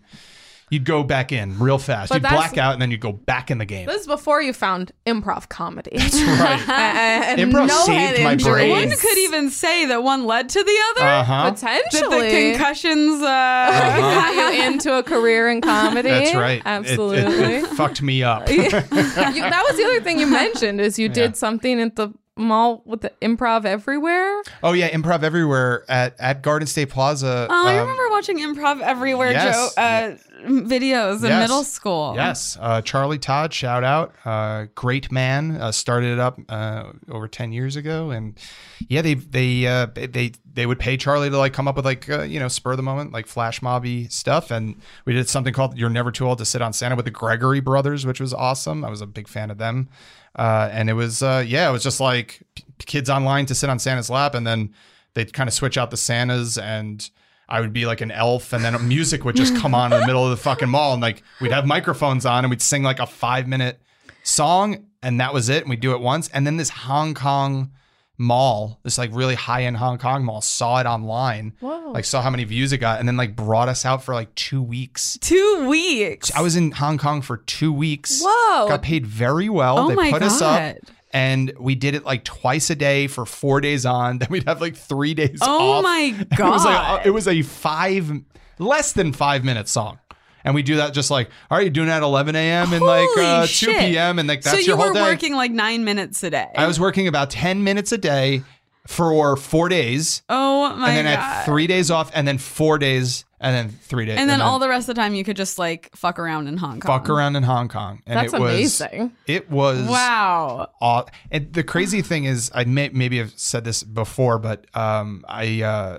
Speaker 4: you'd go back in real fast.
Speaker 3: But
Speaker 4: you'd
Speaker 3: that's-
Speaker 4: black out and then you'd go back in the game.
Speaker 3: This is before you found improv comedy.
Speaker 4: right.
Speaker 3: and
Speaker 4: Improv
Speaker 3: no
Speaker 4: saved
Speaker 3: head
Speaker 4: my
Speaker 3: injuries.
Speaker 4: brain.
Speaker 2: One could even say that one led to the other.
Speaker 4: Uh huh.
Speaker 2: That
Speaker 3: potentially
Speaker 2: the concussions. Uh,
Speaker 3: got
Speaker 4: Uh-huh.
Speaker 3: you into a career in comedy.
Speaker 4: That's right. It- it-
Speaker 3: Absolutely.
Speaker 4: it fucked me up.
Speaker 3: You- that was the other thing you mentioned is you did something at the mall with the improv everywhere.
Speaker 4: oh yeah, improv everywhere at at Garden State Plaza.
Speaker 2: Oh, I
Speaker 4: um,
Speaker 2: remember watching improv everywhere
Speaker 4: yes.
Speaker 2: Joe, uh, videos in
Speaker 4: Yes.
Speaker 2: middle school.
Speaker 4: Yes, uh, Charlie Todd, shout out, uh, great man. Uh, started it up uh, over ten years ago, and yeah, they they uh, they they would pay Charlie to like come up with like uh, you know spur of the moment like flash mobby stuff, and we did something called "You're Never Too Old to Sit on Santa" with the Gregory Brothers, which was awesome. I was a big fan of them, uh, and it was uh, yeah, it was just like p- kids online to sit on Santa's lap, and then they'd kind of switch out the Santas and. I would be like an elf, and then music would just come on in the middle of the fucking mall, and like we'd have microphones on, and we'd sing like a five minute song, and that was it, and we'd do it once, and then this Hong Kong mall, this like really high end Hong Kong mall, saw it online,
Speaker 3: Whoa.
Speaker 4: like saw how many views it got, and then like brought us out for like two weeks.
Speaker 2: Two weeks.
Speaker 4: I was in Hong Kong for two weeks.
Speaker 2: Whoa.
Speaker 4: Got paid very well.
Speaker 2: Oh
Speaker 4: they
Speaker 2: my
Speaker 4: put us up.
Speaker 2: God.
Speaker 4: And we did it like twice a day for four days on. Then we'd have like three days
Speaker 2: Oh
Speaker 4: off.
Speaker 2: my
Speaker 4: It was,
Speaker 2: God.
Speaker 4: like, uh, it was a five, less than five minute song. And we do that just like, all right, you're doing it at 11 a.m. and like
Speaker 2: Holy
Speaker 4: uh, 2
Speaker 2: shit.
Speaker 4: p.m. And like that's
Speaker 2: so you
Speaker 4: your whole
Speaker 2: were
Speaker 4: day.
Speaker 2: working like nine minutes a day.
Speaker 4: I was working about 10 minutes a day for four days.
Speaker 2: oh my
Speaker 4: and then I
Speaker 2: god.
Speaker 4: had three days off and then four days and then three days.
Speaker 2: and then all the rest of the time you could just like fuck around in Hong Kong.
Speaker 4: fuck around in Hong Kong. And
Speaker 3: That's
Speaker 4: it was,
Speaker 3: amazing.
Speaker 4: It was
Speaker 2: Wow.
Speaker 4: aw- and the crazy thing is, I may, maybe have said this before, but um, I uh,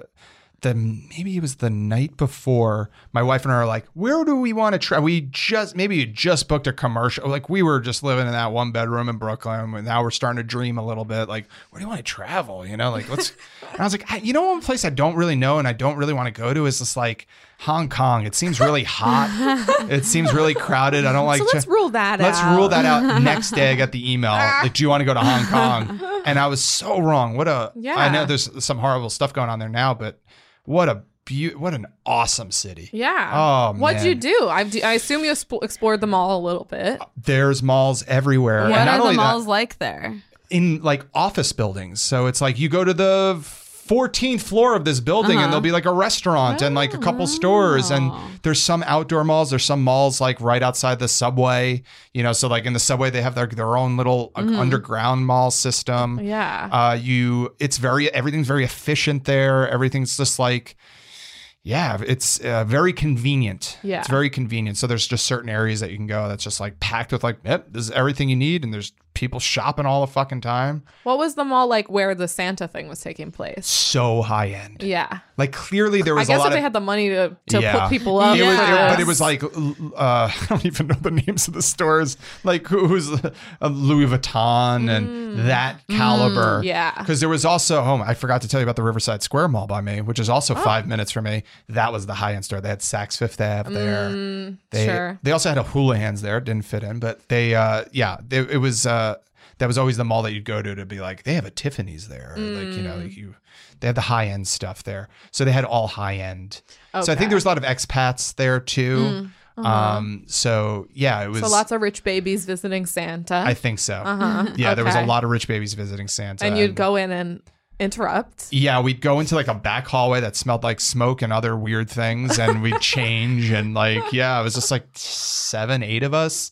Speaker 4: the maybe it was the night before. My wife and I are like, where do we want to try? We just maybe you just booked a commercial. Like we were just living in that one bedroom in Brooklyn, and now we're starting to dream a little bit. Like, where do you want to travel? You know, like let's. and I was like, I, you know, one place I don't really know and I don't really want to go to is just like Hong Kong. It seems really hot. it seems really crowded. I don't like.
Speaker 3: so let's
Speaker 4: to-
Speaker 3: rule that
Speaker 4: Let's
Speaker 3: out.
Speaker 4: rule that out. Next day, I got the email like, "Do you want to go to Hong Kong?" And I was so wrong. What a
Speaker 3: Yeah.
Speaker 4: I know there's some horrible stuff going on there now, but what a beaut, what an awesome city.
Speaker 3: Yeah.
Speaker 4: Oh,
Speaker 3: What'd
Speaker 4: man. Uh,
Speaker 3: you do? I, do- I assume you expo- explored the mall a little bit.
Speaker 4: There's malls everywhere.
Speaker 2: What
Speaker 4: and not
Speaker 2: are the
Speaker 4: only
Speaker 2: malls
Speaker 4: that,
Speaker 2: like there?
Speaker 4: in like office buildings? So it's like you go to the 14th floor of this building
Speaker 2: Uh-huh.
Speaker 4: and there'll be like a restaurant and like a
Speaker 2: Oh.
Speaker 4: couple stores and there's some outdoor malls there's some malls like right outside the subway you know so like in the subway they have their, their own little like,
Speaker 2: Mm-hmm.
Speaker 4: underground mall system
Speaker 3: Yeah.
Speaker 4: Uh, you, it's very everything's very efficient there. Everything's just like, yeah, it's uh, very convenient.
Speaker 3: Yeah.
Speaker 4: it's very convenient. So there's just certain areas that you can go that's just like packed with like, yep, this is everything you need, and there's people shopping all the fucking time.
Speaker 3: what was the mall like where the Santa thing was taking place?
Speaker 4: So high end.
Speaker 3: Yeah.
Speaker 4: Like clearly there
Speaker 3: I
Speaker 4: was a
Speaker 3: guess
Speaker 4: lot
Speaker 3: if
Speaker 4: of.
Speaker 3: they had the money to, to
Speaker 4: Yeah.
Speaker 3: put people up.
Speaker 4: It was,
Speaker 3: for
Speaker 4: it-
Speaker 3: this.
Speaker 4: but it was like l- l- uh, I don't even know the names of the stores, like who, who's uh, Louis Vuitton and that caliber.
Speaker 3: Mm. yeah.
Speaker 4: because there was also home. I forgot to tell you about the Riverside Square Mall by me, which is
Speaker 3: Oh.
Speaker 4: also five minutes from me. That was the high end store. They had Saks Fifth Ave there.
Speaker 3: Mm.
Speaker 4: they
Speaker 3: sure.
Speaker 4: they also had a Hula Hands there. It Didn't fit in, but they uh, yeah, they, it was uh, that was always the mall that you'd go to to be like they have a Tiffany's there, or like you know
Speaker 3: Mm.
Speaker 4: you. They had the high end stuff there, so they had all high end. So I think there was a lot of expats there too. Um, so yeah, it was.
Speaker 3: Mm. Uh-huh. so lots of rich babies visiting Santa.
Speaker 4: I think so. Yeah, there was a
Speaker 3: Okay.
Speaker 4: lot of rich babies visiting Santa,
Speaker 3: and you'd go in and interrupt.
Speaker 4: Yeah, we'd go into like a back hallway that smelled like smoke and other weird things, and we'd change and like yeah, it was just like seven, eight of us,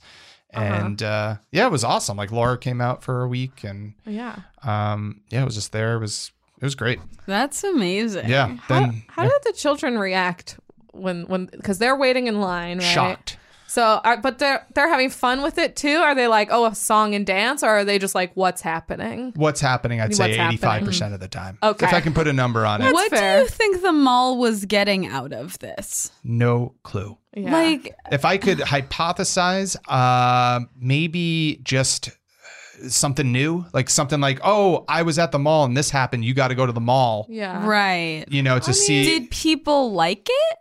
Speaker 3: Uh-huh.
Speaker 4: and uh, yeah, it was awesome. Like Laura came out for a week, and
Speaker 3: Yeah.
Speaker 4: um, yeah, it was just there. It was it was great.
Speaker 2: That's amazing.
Speaker 4: Yeah, then
Speaker 3: How did the children react when when because they're waiting in line, right?
Speaker 4: shocked.
Speaker 3: So, are, but they're they're having fun with it too. Are they like, oh, a song and dance, or are they just like, what's happening?
Speaker 4: What's happening? I'd say
Speaker 3: What's happening?
Speaker 4: eighty-five percent of the time.
Speaker 3: Okay.
Speaker 4: if I can put a number on it,
Speaker 3: That's
Speaker 2: What
Speaker 3: fair.
Speaker 2: do you think the mall was getting out of this?
Speaker 4: no clue.
Speaker 3: Yeah.
Speaker 2: Like,
Speaker 4: if I could hypothesize, uh, maybe just uh, something new, like something like, oh, I was at the mall and this happened. You got to go to the mall,
Speaker 3: yeah,
Speaker 2: right.
Speaker 4: you know, to see.
Speaker 2: Did people like it?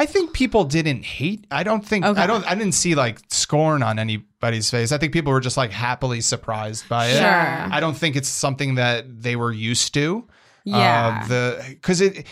Speaker 4: I think people didn't hate. I don't think
Speaker 2: Okay.
Speaker 4: I don't. I didn't see like scorn on anybody's face. I think people were just like happily surprised by it.
Speaker 2: Sure.
Speaker 4: I don't think it's something that they were used to.
Speaker 2: Yeah.
Speaker 4: Uh, the because it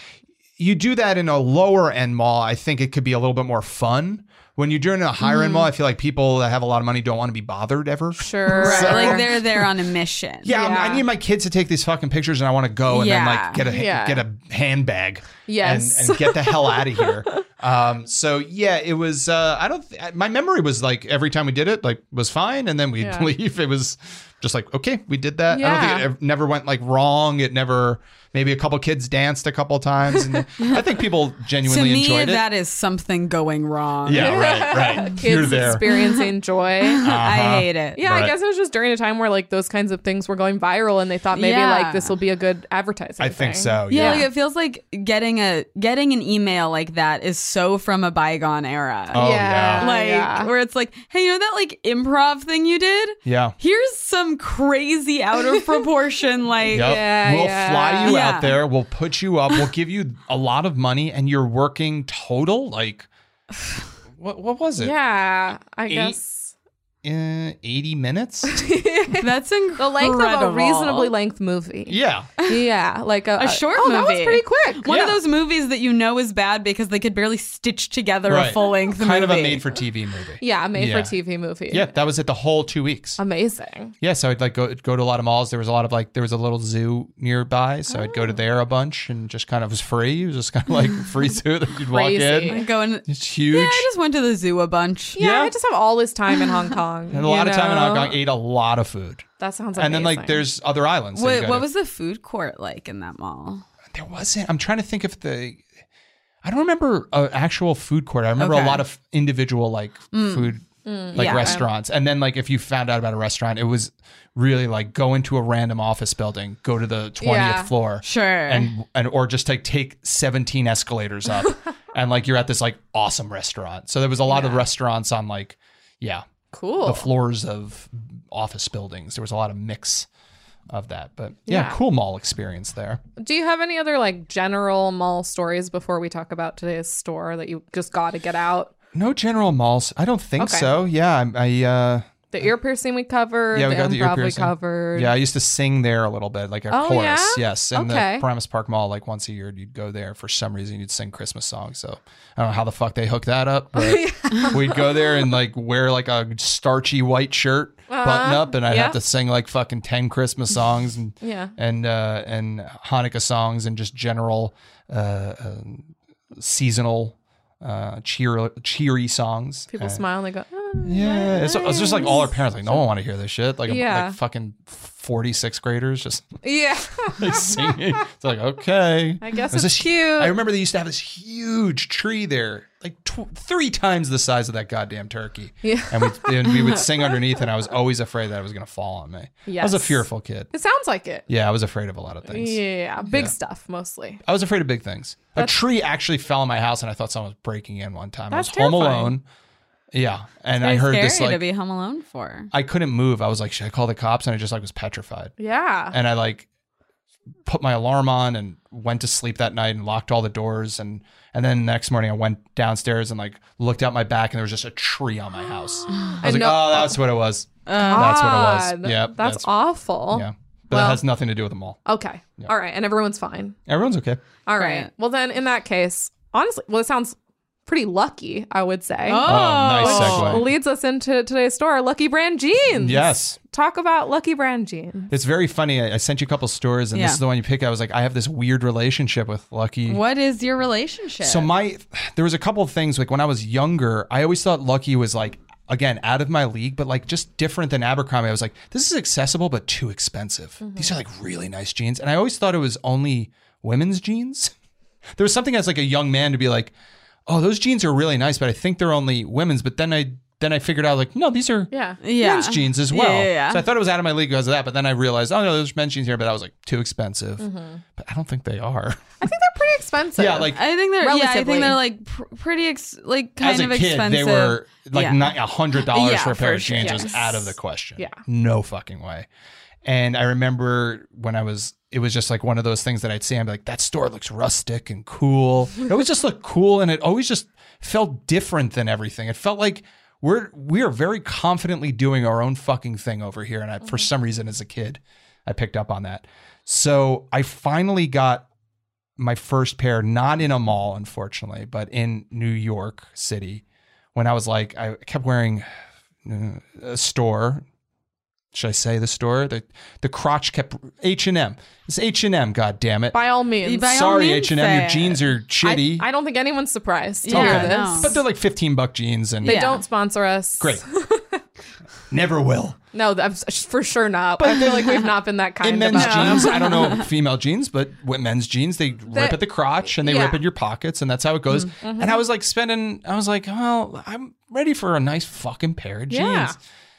Speaker 4: you do that in a lower end mall, I think it could be a little bit more fun. When you're doing a higher
Speaker 2: Mm-hmm.
Speaker 4: end mall, I feel like people that have a lot of money don't want to be bothered ever.
Speaker 3: Sure.
Speaker 2: Right.
Speaker 4: So-
Speaker 2: Like they're there on a mission.
Speaker 4: Yeah, I'm- I
Speaker 3: Yeah.
Speaker 4: need my kids to take these fucking pictures, and I want to go and then
Speaker 2: Yeah.
Speaker 4: like get a
Speaker 3: Yeah.
Speaker 4: get a handbag.
Speaker 3: Yes.
Speaker 4: and, and get the hell out of here. Um, so yeah, it was. Uh, I don't. Th- my memory was like every time we did it, like was fine, and then we'd
Speaker 3: Yeah.
Speaker 4: leave. It was just like okay, we did that. I don't think
Speaker 3: Yeah.
Speaker 4: it ev- never went like wrong. It never. Maybe a couple kids danced a couple times, and I think people
Speaker 2: To
Speaker 4: genuinely
Speaker 2: me,
Speaker 4: enjoyed it.
Speaker 2: that is something going wrong.
Speaker 4: yeah, right, right.
Speaker 3: Kids
Speaker 4: You're there. Uh,
Speaker 3: experiencing joy.
Speaker 4: Uh-huh.
Speaker 2: I hate it.
Speaker 3: Yeah,
Speaker 4: Right.
Speaker 3: I guess it was just during a time where like those kinds of things were going viral, and they thought maybe
Speaker 2: Yeah.
Speaker 3: like this will be a good advertising.
Speaker 4: I think
Speaker 3: thing.
Speaker 4: so.
Speaker 2: Yeah,
Speaker 4: Yeah.
Speaker 2: like it feels like getting a getting an email like that is so from a bygone era.
Speaker 4: Oh yeah.
Speaker 3: Yeah.
Speaker 2: like where it's like, hey, you know that like improv thing you did?
Speaker 4: Yeah.
Speaker 2: Here's some crazy out of proportion like
Speaker 4: Yep.
Speaker 3: Yeah,
Speaker 4: we'll
Speaker 3: yeah.
Speaker 4: fly you
Speaker 2: Yeah.
Speaker 4: out there. We'll put you up. We'll give you a lot of money, and you're working total like what? What was it?
Speaker 3: Yeah, I
Speaker 4: Eight-
Speaker 3: guess
Speaker 4: uh, 80 minutes.
Speaker 2: That's incredible.
Speaker 3: The length of a reasonably length movie.
Speaker 4: yeah.
Speaker 3: Yeah, like a,
Speaker 2: A short
Speaker 3: oh, that was
Speaker 2: movie.
Speaker 3: pretty quick.
Speaker 2: One of
Speaker 4: Yeah.
Speaker 2: those movies that you know is bad because they could barely stitch together a
Speaker 4: Right.
Speaker 2: full length movie.
Speaker 4: Kind of a made for TV movie.
Speaker 3: Yeah, Um, a made
Speaker 4: Yeah.
Speaker 3: for TV movie.
Speaker 4: Yeah, that was it the whole two weeks.
Speaker 3: amazing.
Speaker 4: yeah, so I'd like go go to a lot of malls. There was a lot of like there was a little zoo nearby, so I'd go
Speaker 3: Oh.
Speaker 4: to there a bunch and just kind of it was free. It was just kind of like free zoo that you'd walk
Speaker 3: Crazy.
Speaker 4: in.
Speaker 2: I'm going.
Speaker 4: It's huge.
Speaker 2: I just went to the zoo a bunch.
Speaker 3: Yeah,
Speaker 4: Yeah.
Speaker 3: I just have all this time in Hong Kong.
Speaker 4: Had a lot
Speaker 3: you
Speaker 4: of time in Hong
Speaker 3: know?
Speaker 4: Kong. Ate a lot of food.
Speaker 3: That sounds amazing.
Speaker 4: And then like there's other islands. that you
Speaker 2: What,
Speaker 4: go
Speaker 2: what
Speaker 4: to.
Speaker 2: was the food court like in that mall?
Speaker 4: there wasn't. I'm trying to think if the. I don't remember an actual food court. I remember
Speaker 2: Okay.
Speaker 4: a lot of individual like food. Like
Speaker 2: yeah.
Speaker 4: restaurants, and then like if you found out about a restaurant, it was really like go into a random office building, go to the twentieth
Speaker 3: Yeah.
Speaker 4: floor,
Speaker 2: Sure.
Speaker 4: and and or just like take 17 escalators up and like you're at this like awesome restaurant so there was a lot of restaurants on like yeah
Speaker 3: cool.
Speaker 4: the floors of office buildings there was a lot of mix of that but yeah,
Speaker 3: Yeah.
Speaker 4: cool mall experience there
Speaker 3: Do you have any other like general mall stories before we talk about today's store that you just got to get out?
Speaker 4: no general malls i don't think
Speaker 3: Okay.
Speaker 4: so yeah i, I uh
Speaker 3: The ear piercing we covered.
Speaker 4: Yeah, we
Speaker 3: the
Speaker 4: got the ear
Speaker 3: improv we
Speaker 4: piercing.
Speaker 3: covered.
Speaker 4: yeah i used to sing there a little bit like a
Speaker 3: Oh,
Speaker 4: chorus
Speaker 3: yeah?
Speaker 4: yes in
Speaker 3: Okay.
Speaker 4: the promise park mall like once a year you'd go there for some reason you'd sing christmas songs so i don't know how the fuck they hooked that
Speaker 3: Oh,
Speaker 4: up but We'd go there and like wear like a starchy white shirt, button up, and I'd
Speaker 3: Uh-huh. yeah.
Speaker 4: have to sing like fucking ten Christmas songs and
Speaker 3: Yeah.
Speaker 4: and uh, and Hanukkah songs and just general uh, uh, seasonal uh, cheer cheery songs.
Speaker 3: People
Speaker 4: Uh,
Speaker 3: smile and they go, "Ah."
Speaker 4: Yeah, it's, it's just like all our parents like no one want to hear this shit. Like,
Speaker 3: Yeah.
Speaker 4: like fucking forty sixth graders just
Speaker 3: yeah.
Speaker 4: like singing. It's like okay,
Speaker 3: I guess
Speaker 4: There's
Speaker 3: it's
Speaker 4: this-
Speaker 3: cute.
Speaker 4: I remember they used to have this huge tree there, like tw- three times the size of that goddamn turkey.
Speaker 3: Yeah.
Speaker 4: And we, and we would sing underneath, and I was always afraid that it was going to fall on me. I was a
Speaker 3: Yes.
Speaker 4: fearful kid.
Speaker 3: it sounds like it.
Speaker 4: Yeah, I was afraid of a lot of things.
Speaker 3: Yeah. Big
Speaker 4: Yeah.
Speaker 3: stuff mostly.
Speaker 4: I was afraid of big things. a tree actually fell on my house, and I thought someone was breaking in one time. I was
Speaker 3: That's
Speaker 4: home
Speaker 3: terrifying.
Speaker 4: alone. Yeah, and I
Speaker 2: Very
Speaker 4: heard this
Speaker 2: scary to
Speaker 4: like
Speaker 2: be home alone for.
Speaker 4: I couldn't move. I was like, should I call the cops? And I just like was petrified
Speaker 3: Yeah.
Speaker 4: and I like put my alarm on and went to sleep that night and locked all the doors and and then the next morning I went downstairs and like looked out my back and there was just a tree on my house. I was
Speaker 3: I
Speaker 4: like,
Speaker 3: know-
Speaker 4: oh, that's what it was. that's what it
Speaker 3: God,
Speaker 4: was. Yeah,
Speaker 3: That's, awful.
Speaker 4: yeah, but
Speaker 3: Well-
Speaker 4: that has nothing to do with the mall.
Speaker 3: Okay. All right. And everyone's fine.
Speaker 4: Everyone's okay.
Speaker 3: All right.
Speaker 2: Right.
Speaker 3: Well, then in that case, honestly, well, it sounds pretty lucky, I would say.
Speaker 2: Oh,
Speaker 4: nice segue.
Speaker 3: Leads us into today's store, Lucky Brand Jeans.
Speaker 4: Yes.
Speaker 3: Talk about Lucky Brand Jeans.
Speaker 4: It's very funny. I, I sent you a couple stores, and
Speaker 2: Yeah.
Speaker 4: this is the one you pick. I was like, I have this weird relationship with Lucky.
Speaker 2: What is your relationship?
Speaker 4: So my there was a couple of things like when I was younger, I always thought Lucky was like again out of my league, but like just different than Abercrombie. I was like, this is accessible but too expensive.
Speaker 2: Mm-hmm.
Speaker 4: These are like really nice jeans, and I always thought it was only women's jeans. There was something as like a young man to be like, oh, those jeans are really nice, but I think they're only women's. But then I then I figured out like, no, these are
Speaker 3: Yeah.
Speaker 2: yeah.
Speaker 4: men's jeans as well.
Speaker 2: Yeah, yeah, yeah.
Speaker 4: So I thought it was out of my league because of that, but then I realized, oh no, there's men's jeans here, but that was like too expensive.
Speaker 2: Mm-hmm.
Speaker 4: But I don't think they are.
Speaker 3: I think they're pretty expensive.
Speaker 4: yeah, like
Speaker 2: I think they're yeah. I
Speaker 3: Relatively.
Speaker 2: think they're like pr- pretty ex- like kind
Speaker 4: as a
Speaker 2: of
Speaker 4: kid,
Speaker 2: expensive.
Speaker 4: they were like
Speaker 2: Yeah.
Speaker 4: not a hundred dollars
Speaker 2: Yeah,
Speaker 4: for a pair
Speaker 2: for
Speaker 4: of
Speaker 2: sure.
Speaker 4: jeans was
Speaker 3: Yes.
Speaker 4: out of the question.
Speaker 3: Yeah.
Speaker 4: no fucking way. And I remember when I was, it was just like one of those things that I'd see. I'm like, that store looks rustic and cool. It always just looked cool, and it always just felt different than everything. It felt like we're we are very confidently doing our own fucking thing over here. And I,
Speaker 2: Mm-hmm.
Speaker 4: for some reason, as a kid, I picked up on that. So I finally got my first pair, not in a mall, unfortunately, but in New York City when I was like, I kept wearing uh, a store. Should I say the store? The the crotch kept H and M. It's H and M. God damn it!
Speaker 3: by all means.
Speaker 2: By all
Speaker 4: Sorry,
Speaker 2: means,
Speaker 4: H and M. Your
Speaker 2: say
Speaker 4: jeans are shitty.
Speaker 3: I don't think anyone's surprised to
Speaker 2: Yeah,
Speaker 3: hear
Speaker 2: Okay.
Speaker 3: this.
Speaker 4: but they're like fifteen buck jeans, and
Speaker 3: they
Speaker 2: Yeah.
Speaker 3: don't sponsor us.
Speaker 4: great. Never will.
Speaker 3: No, that's for sure not. I feel like we've not been that kind uh,
Speaker 4: In men's
Speaker 3: about it.
Speaker 4: jeans, I don't know female jeans, but with men's jeans, they rip at the crotch and they rip
Speaker 3: yeah. Mm-hmm.
Speaker 4: at your pockets, and that's how it goes. And I was like spending, I was like, well, I'm ready for a nice fucking pair of jeans.
Speaker 3: Yeah.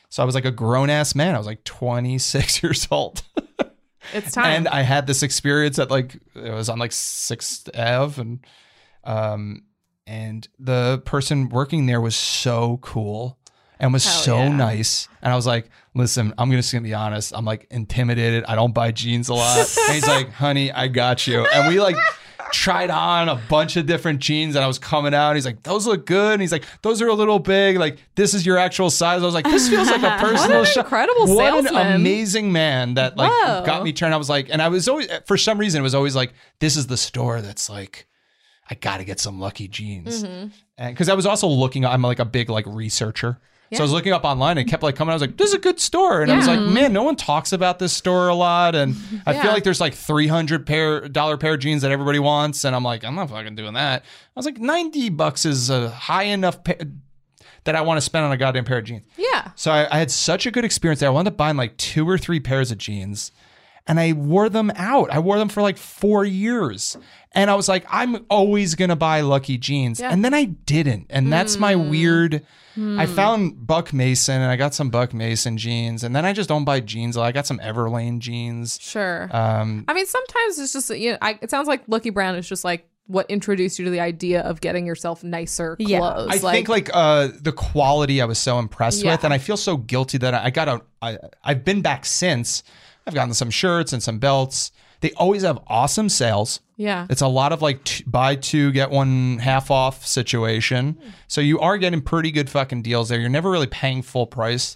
Speaker 4: So I was like a grown ass man. I was like 26 years old.
Speaker 3: It's time.
Speaker 4: and I had this experience at like it was on like Sixth Ave, and um, and the person working there was so cool and was
Speaker 3: Hell
Speaker 4: so
Speaker 3: yeah.
Speaker 4: nice, and I was like, "Listen, I'm gonna just gonna be honest. I'm like intimidated. I don't buy jeans a lot." and he's like, "Honey, I got you," and we like. tried on a bunch of different jeans and I was coming out. He's like, those look good. And he's like, those are a little big. Like, this is your actual size. I was like, this feels like a personal shop.
Speaker 3: incredible
Speaker 4: What an
Speaker 3: salesman.
Speaker 4: amazing man that like
Speaker 3: Whoa.
Speaker 4: got me turned. I was like, and I was always, for some reason, it was always like, this is the store that's like, I got to get some lucky jeans. And because I was also looking, I'm like a big like researcher. So I was looking up online and it kept like coming. I was like, "This is a good store," and I was like, "Man, no one talks about this store a lot." And I feel like there's like 300 pair dollar pair of jeans that everybody wants, and I'm like, "I'm not fucking doing that." I was like, "90 bucks is a high enough pa- that I want to spend on a goddamn pair of jeans."
Speaker 3: Yeah.
Speaker 4: So I, I had such a good experience there. I wound up buying like two or three pairs of jeans and I wore them out. I wore them for like four years. And I was like, I'm always going to buy lucky jeans. And then I didn't. And that's my weird. I found Buck Mason and I got some Buck Mason jeans. And then I just don't buy jeans. Like I got some Everlane jeans.
Speaker 3: Sure.
Speaker 4: Um,
Speaker 3: I mean, sometimes it's just you know, I, it sounds like Lucky Brown is just like what introduced you to the idea of getting yourself nicer clothes.
Speaker 2: Yeah.
Speaker 4: I think like uh, the quality I was so impressed
Speaker 3: Yeah.
Speaker 4: with, and I feel so guilty that I, I got a. I, I've been back since. I've gotten some shirts and some belts. They always have awesome sales.
Speaker 3: yeah,
Speaker 4: It's a lot of like t- buy two get one half off situation.
Speaker 3: Hmm.
Speaker 4: So you are getting pretty good fucking deals there. You're never really paying full price.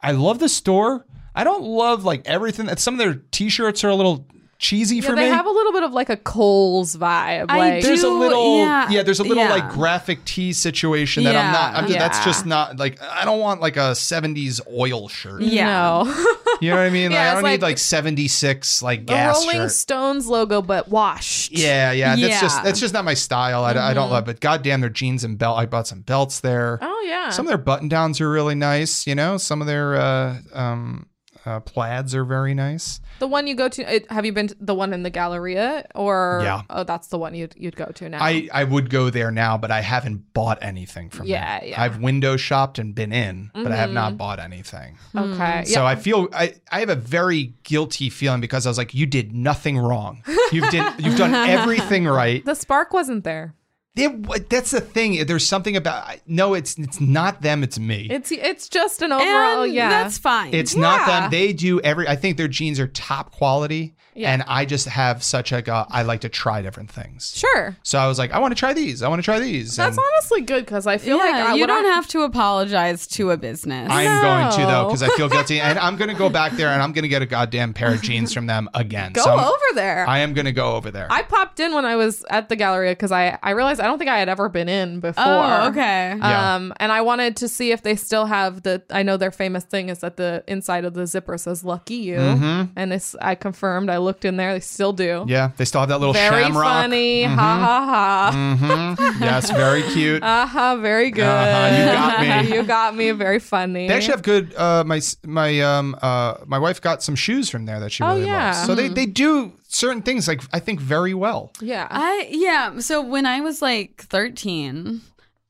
Speaker 4: I love the store. I don't love like everything. Some of their t-shirts are a little cheesy
Speaker 3: yeah.
Speaker 4: for
Speaker 3: They
Speaker 4: me.
Speaker 3: have a little bit of like a Coles vibe.
Speaker 2: I
Speaker 3: like,
Speaker 2: do-
Speaker 4: There's a
Speaker 2: Ooh,
Speaker 4: little yeah,
Speaker 2: yeah.
Speaker 4: there's a little
Speaker 2: Yeah.
Speaker 4: like graphic tee situation that I'm
Speaker 2: Yeah.
Speaker 4: not I'm just, that's
Speaker 3: Yeah.
Speaker 4: just not like I don't want like a 70s oil shirt.
Speaker 2: Yeah.
Speaker 3: no.
Speaker 4: You know what I mean? Like,
Speaker 3: Yeah,
Speaker 4: I
Speaker 3: it's
Speaker 4: don't
Speaker 3: like
Speaker 4: need like 76 like
Speaker 3: the
Speaker 4: gas
Speaker 3: Rolling
Speaker 4: shirt.
Speaker 3: Stones logo, but washed.
Speaker 4: yeah, yeah, that's
Speaker 2: Yeah.
Speaker 4: just that's just not my style. I, I
Speaker 3: Mm-hmm.
Speaker 4: don't love it. Goddamn, their jeans and belt. I bought some belts there.
Speaker 3: Oh yeah.
Speaker 4: Some of their button downs are really nice. You know, some of their uh, um, uh, plaids are very nice.
Speaker 3: the one you go to. It, have you been to the one in the Galleria or?
Speaker 4: Yeah.
Speaker 3: Oh, that's the one you'd you'd go to now.
Speaker 4: I, I would go there now, but I haven't bought anything from
Speaker 3: Yeah,
Speaker 4: them.
Speaker 3: yeah. Mm-hmm.
Speaker 4: I've window shopped and been in, but I have not bought anything.
Speaker 3: Hmm. okay.
Speaker 4: Mm, So I feel I, I have a very guilty feeling because I was like, you did nothing wrong. You've did you've done everything right.
Speaker 3: the spark wasn't there.
Speaker 4: It- that's the thing. There's something about no. It's it's not them. It's me.
Speaker 3: It's it's just an overall.
Speaker 2: And
Speaker 3: yeah.
Speaker 2: that's fine.
Speaker 4: It's not
Speaker 3: Yeah.
Speaker 4: them. They do every. I think their jeans are top quality,
Speaker 3: Yeah.
Speaker 4: and I just have such like a. I like to try different things.
Speaker 3: sure.
Speaker 4: So I was like, I want to try these. I want to try these.
Speaker 3: That's
Speaker 4: and
Speaker 3: honestly good because I feel
Speaker 2: yeah,
Speaker 3: like I,
Speaker 2: you
Speaker 3: when
Speaker 2: don't
Speaker 3: I-
Speaker 2: have to apologize to a business.
Speaker 4: I'm going to though
Speaker 3: No.
Speaker 4: because I feel guilty, and I'm gonna go back there and I'm gonna get a goddamn pair of jeans from them again.
Speaker 3: go
Speaker 4: So I'm-
Speaker 3: Oh, over there.
Speaker 4: I am gonna go over there.
Speaker 3: I popped in when I was at the Galleria because I, I realized I don't think I had ever been in before.
Speaker 2: oh, okay.
Speaker 4: Yeah.
Speaker 3: Um, and I wanted to see if they still have the. I know their famous thing is that the inside of the zipper says "Lucky You," and it's, I confirmed. I looked in there; they still do.
Speaker 4: Mm-hmm. yeah, they still have that little
Speaker 3: Very
Speaker 4: shamrock. Mm-hmm.
Speaker 3: funny. Ha ha ha.
Speaker 4: Mhm. Yes, very cute.
Speaker 3: Aha, very good.
Speaker 4: Uh-huh, you got me.
Speaker 3: Uh, you got me. Very funny.
Speaker 4: They actually have good. Uh, my s- my um uh my wife got some shoes from there that she
Speaker 3: Oh,
Speaker 4: really
Speaker 3: yeah.
Speaker 4: loves. So they they do certain things like I think very well.
Speaker 3: yeah.
Speaker 2: I yeah. So when I was like 13,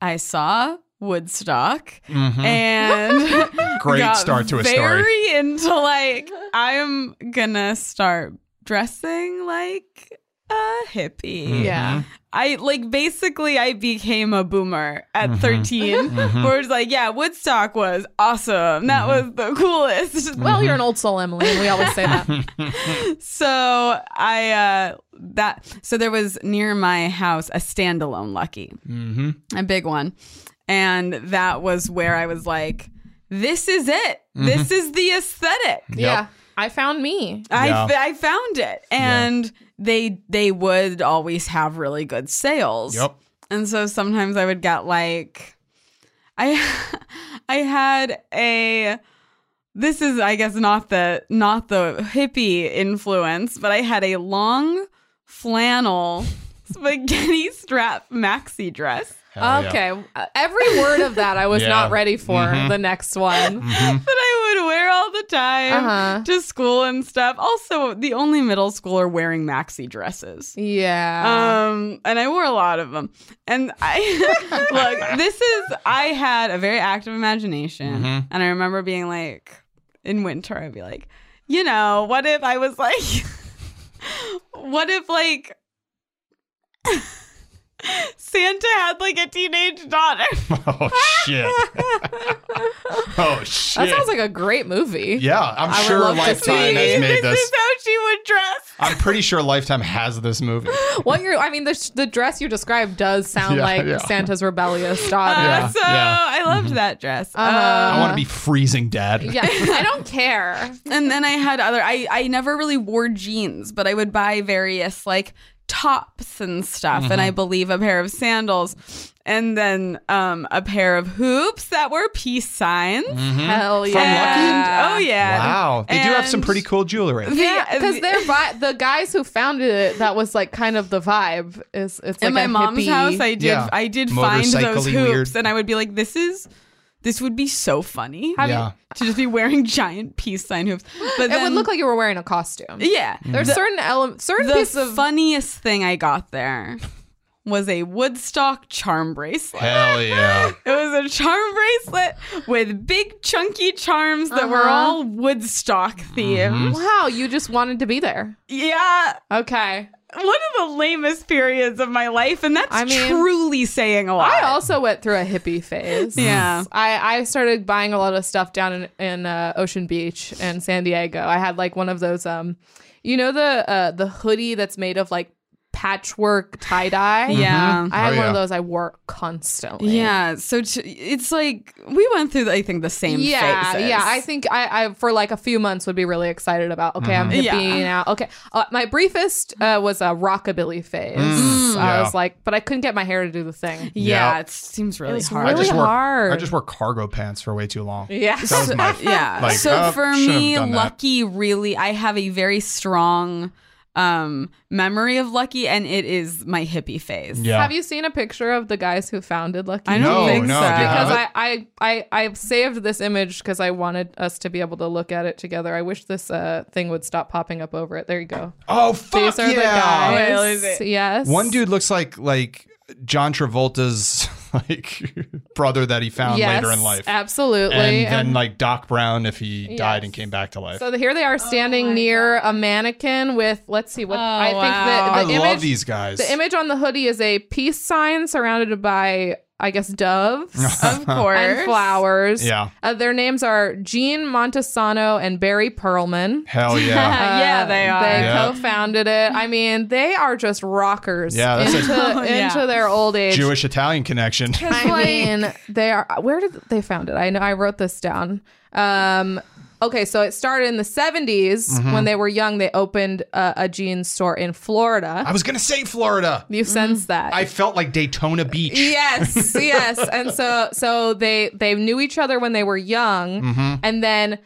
Speaker 2: I saw Woodstock and
Speaker 4: Mm-hmm. Great
Speaker 2: got
Speaker 4: start to a story.
Speaker 2: Very into like I'm gonna start dressing like a hippie.
Speaker 4: Mm-hmm.
Speaker 3: Yeah.
Speaker 2: I like basically I became a boomer
Speaker 4: Mm-hmm.
Speaker 2: at 13 where it's like yeah Woodstock was awesome that
Speaker 4: Mm-hmm.
Speaker 2: was the coolest
Speaker 3: Well, you're an old soul, Emily, and we always say that.
Speaker 2: so I uh that so there was near my house a standalone lucky
Speaker 4: Mm-hmm.
Speaker 2: a big one. And that was where I was like, this is it.
Speaker 4: Mm-hmm.
Speaker 2: This is the aesthetic.
Speaker 3: Yeah. I found me.
Speaker 2: I,
Speaker 4: Yeah.
Speaker 2: f- I found it. And they they would always have really good sales.
Speaker 4: Yep.
Speaker 2: And so sometimes I would get like I I had a this is I guess not the not the hippie influence, but I had a long flannel spaghetti strap maxi dress.
Speaker 4: Hell yeah.
Speaker 3: okay. Uh, Every word of that I was
Speaker 4: Yeah. Mm-hmm.
Speaker 3: not ready for the next one.
Speaker 2: that I would wear all the time
Speaker 3: Uh-huh.
Speaker 2: to school and stuff. Also, the only middle schooler wearing maxi dresses.
Speaker 3: Yeah.
Speaker 4: Uh-huh.
Speaker 2: Um, and I wore a lot of them. And I look, this is I had a very active imagination,
Speaker 4: Mm-hmm.
Speaker 2: and I remember being like, in winter, I'd be like, you know, what if I was like, what if like. Santa had like a teenage daughter.
Speaker 4: Oh shit. oh shit.
Speaker 3: That sounds like a great movie.
Speaker 4: yeah, I'm
Speaker 3: would
Speaker 4: sure
Speaker 3: love to
Speaker 4: Lifetime
Speaker 3: see-
Speaker 4: has
Speaker 2: this
Speaker 4: made this.
Speaker 2: is how she would dress.
Speaker 4: I'm pretty sure Lifetime has this movie.
Speaker 3: What you're, I mean, the, the dress you described does sound
Speaker 4: Yeah,
Speaker 3: like
Speaker 4: yeah.
Speaker 3: Santa's rebellious daughter.
Speaker 4: Yeah,
Speaker 2: Uh, so
Speaker 4: yeah. Mm-hmm.
Speaker 2: I loved that dress.
Speaker 3: Uh,
Speaker 4: I want to be freezing dad.
Speaker 3: Yeah, I don't care.
Speaker 2: and then I had other I I never really wore jeans, but I would buy various like tops and stuff and
Speaker 4: Mm-hmm.
Speaker 2: I believe a pair of sandals and then um a pair of hoops that were peace signs.
Speaker 3: Hell
Speaker 4: Hmm? Lucky?
Speaker 3: yeah.
Speaker 2: And- oh yeah.
Speaker 4: Mm-hmm. Wow, they do have some
Speaker 2: And-
Speaker 4: pretty cool jewelry.
Speaker 3: Yeah,
Speaker 2: Yeah,
Speaker 3: because
Speaker 2: the-
Speaker 3: they're vi- the guys who founded it. That was like kind of the vibe. Is it's
Speaker 2: In
Speaker 3: like
Speaker 2: my
Speaker 3: a
Speaker 2: mom's
Speaker 3: hippie-
Speaker 2: house I did
Speaker 4: Yeah.
Speaker 2: I did find those
Speaker 4: Motorcycle-y
Speaker 2: hoops
Speaker 4: weird.
Speaker 2: and I would be like this is this would be so funny
Speaker 4: Have you- Yeah.
Speaker 2: to just be wearing giant peace sign hoops. But
Speaker 3: it would look like you were wearing a costume.
Speaker 2: yeah.
Speaker 3: There's certain elements, certain
Speaker 2: the
Speaker 3: pieces of
Speaker 2: funniest thing I got there was a Woodstock charm bracelet.
Speaker 4: Hell yeah.
Speaker 2: It was a charm bracelet with big chunky charms that were
Speaker 3: Uh-huh. Mm-hmm.
Speaker 2: all Woodstock themed.
Speaker 3: wow. You just wanted to be there.
Speaker 2: Yeah,
Speaker 3: Okay.
Speaker 2: one of the lamest periods of my life, and that's
Speaker 3: I mean,
Speaker 2: truly saying a lot.
Speaker 3: I also went through a hippie phase.
Speaker 2: Yeah.
Speaker 3: I, I started buying a lot of stuff down in, in uh, Ocean Beach and San Diego. I had like one of those, um, you know, the uh, the hoodie that's made of like patchwork tie dye.
Speaker 2: yeah.
Speaker 3: I had
Speaker 4: Oh,
Speaker 3: one of
Speaker 4: yeah.
Speaker 3: those I wore constantly.
Speaker 2: Yeah, so t- it's like we went through, I think, the same
Speaker 3: yeah,
Speaker 2: phases.
Speaker 3: yeah. I think I, I for like a few months would be really excited about. Okay, I'm
Speaker 2: Mhm. Yeah.
Speaker 3: hippie now. Okay, uh, my briefest uh, was a rockabilly phase. I
Speaker 4: Mm. yeah.
Speaker 3: was like, but I couldn't get my hair to do the thing.
Speaker 2: yeah,
Speaker 4: Yeah.
Speaker 2: it seems really
Speaker 3: was
Speaker 2: hard.
Speaker 4: I
Speaker 3: Really
Speaker 4: just wore
Speaker 3: hard.
Speaker 4: I just wore cargo pants for way too long.
Speaker 3: Yeah,
Speaker 4: That was my
Speaker 2: yeah.
Speaker 4: Like,
Speaker 2: so
Speaker 4: oh,
Speaker 2: for
Speaker 4: shouldn't have
Speaker 2: me,
Speaker 4: done that.
Speaker 2: Lucky really, I have a very strong um memory of Lucky, and it is my hippie phase.
Speaker 4: Yeah.
Speaker 3: Have you seen a picture of the guys who founded Lucky?
Speaker 2: I don't
Speaker 4: No,
Speaker 2: think so.
Speaker 4: no, do you have
Speaker 3: because
Speaker 4: it?
Speaker 3: I, I, I, I saved this image because I wanted us to be able to look at it together. I wish this uh, thing would stop popping up over it. There you go.
Speaker 4: Oh fuck
Speaker 3: These are the
Speaker 4: yeah.
Speaker 2: Oh, Wait,
Speaker 3: guys.
Speaker 2: what is it?
Speaker 3: Yes.
Speaker 4: One dude looks like like John Travolta's like brother that he found
Speaker 3: yes,
Speaker 4: later in life.
Speaker 3: Absolutely.
Speaker 4: And then
Speaker 3: And-
Speaker 4: like Doc Brown if he died and
Speaker 3: Yes.
Speaker 4: came back to life.
Speaker 3: so here they are standing near a mannequin with let's see what
Speaker 2: Oh,
Speaker 3: I think
Speaker 2: wow.
Speaker 4: I
Speaker 3: the, the image
Speaker 4: love these guys.
Speaker 3: the image on the hoodie is a peace sign surrounded by I guess doves. Oh,
Speaker 2: Of course.
Speaker 3: and flowers.
Speaker 4: Yeah.
Speaker 3: Uh, their names are Gene Montesano and Barry Perlman.
Speaker 4: Hell yeah.
Speaker 2: yeah,
Speaker 3: Uh,
Speaker 2: they are.
Speaker 3: They
Speaker 4: Yeah.
Speaker 3: co-founded it. I mean, they are just rockers
Speaker 4: Yeah, that's a-
Speaker 3: into,
Speaker 2: Oh, yeah.
Speaker 3: into their old age.
Speaker 4: Jewish Italian connection.
Speaker 3: I mean, they are. Where did they found it? I know I wrote this down. Um, okay, so it started in the 70s
Speaker 4: Mm-hmm.
Speaker 3: when they were young. They opened uh, a jeans store in Florida.
Speaker 4: I was gonna say Florida.
Speaker 3: You
Speaker 2: Mm-hmm.
Speaker 3: sense that?
Speaker 4: I felt like Daytona Beach.
Speaker 3: yes yes and so so they they knew each other when they were young
Speaker 4: Mm-hmm.
Speaker 3: and then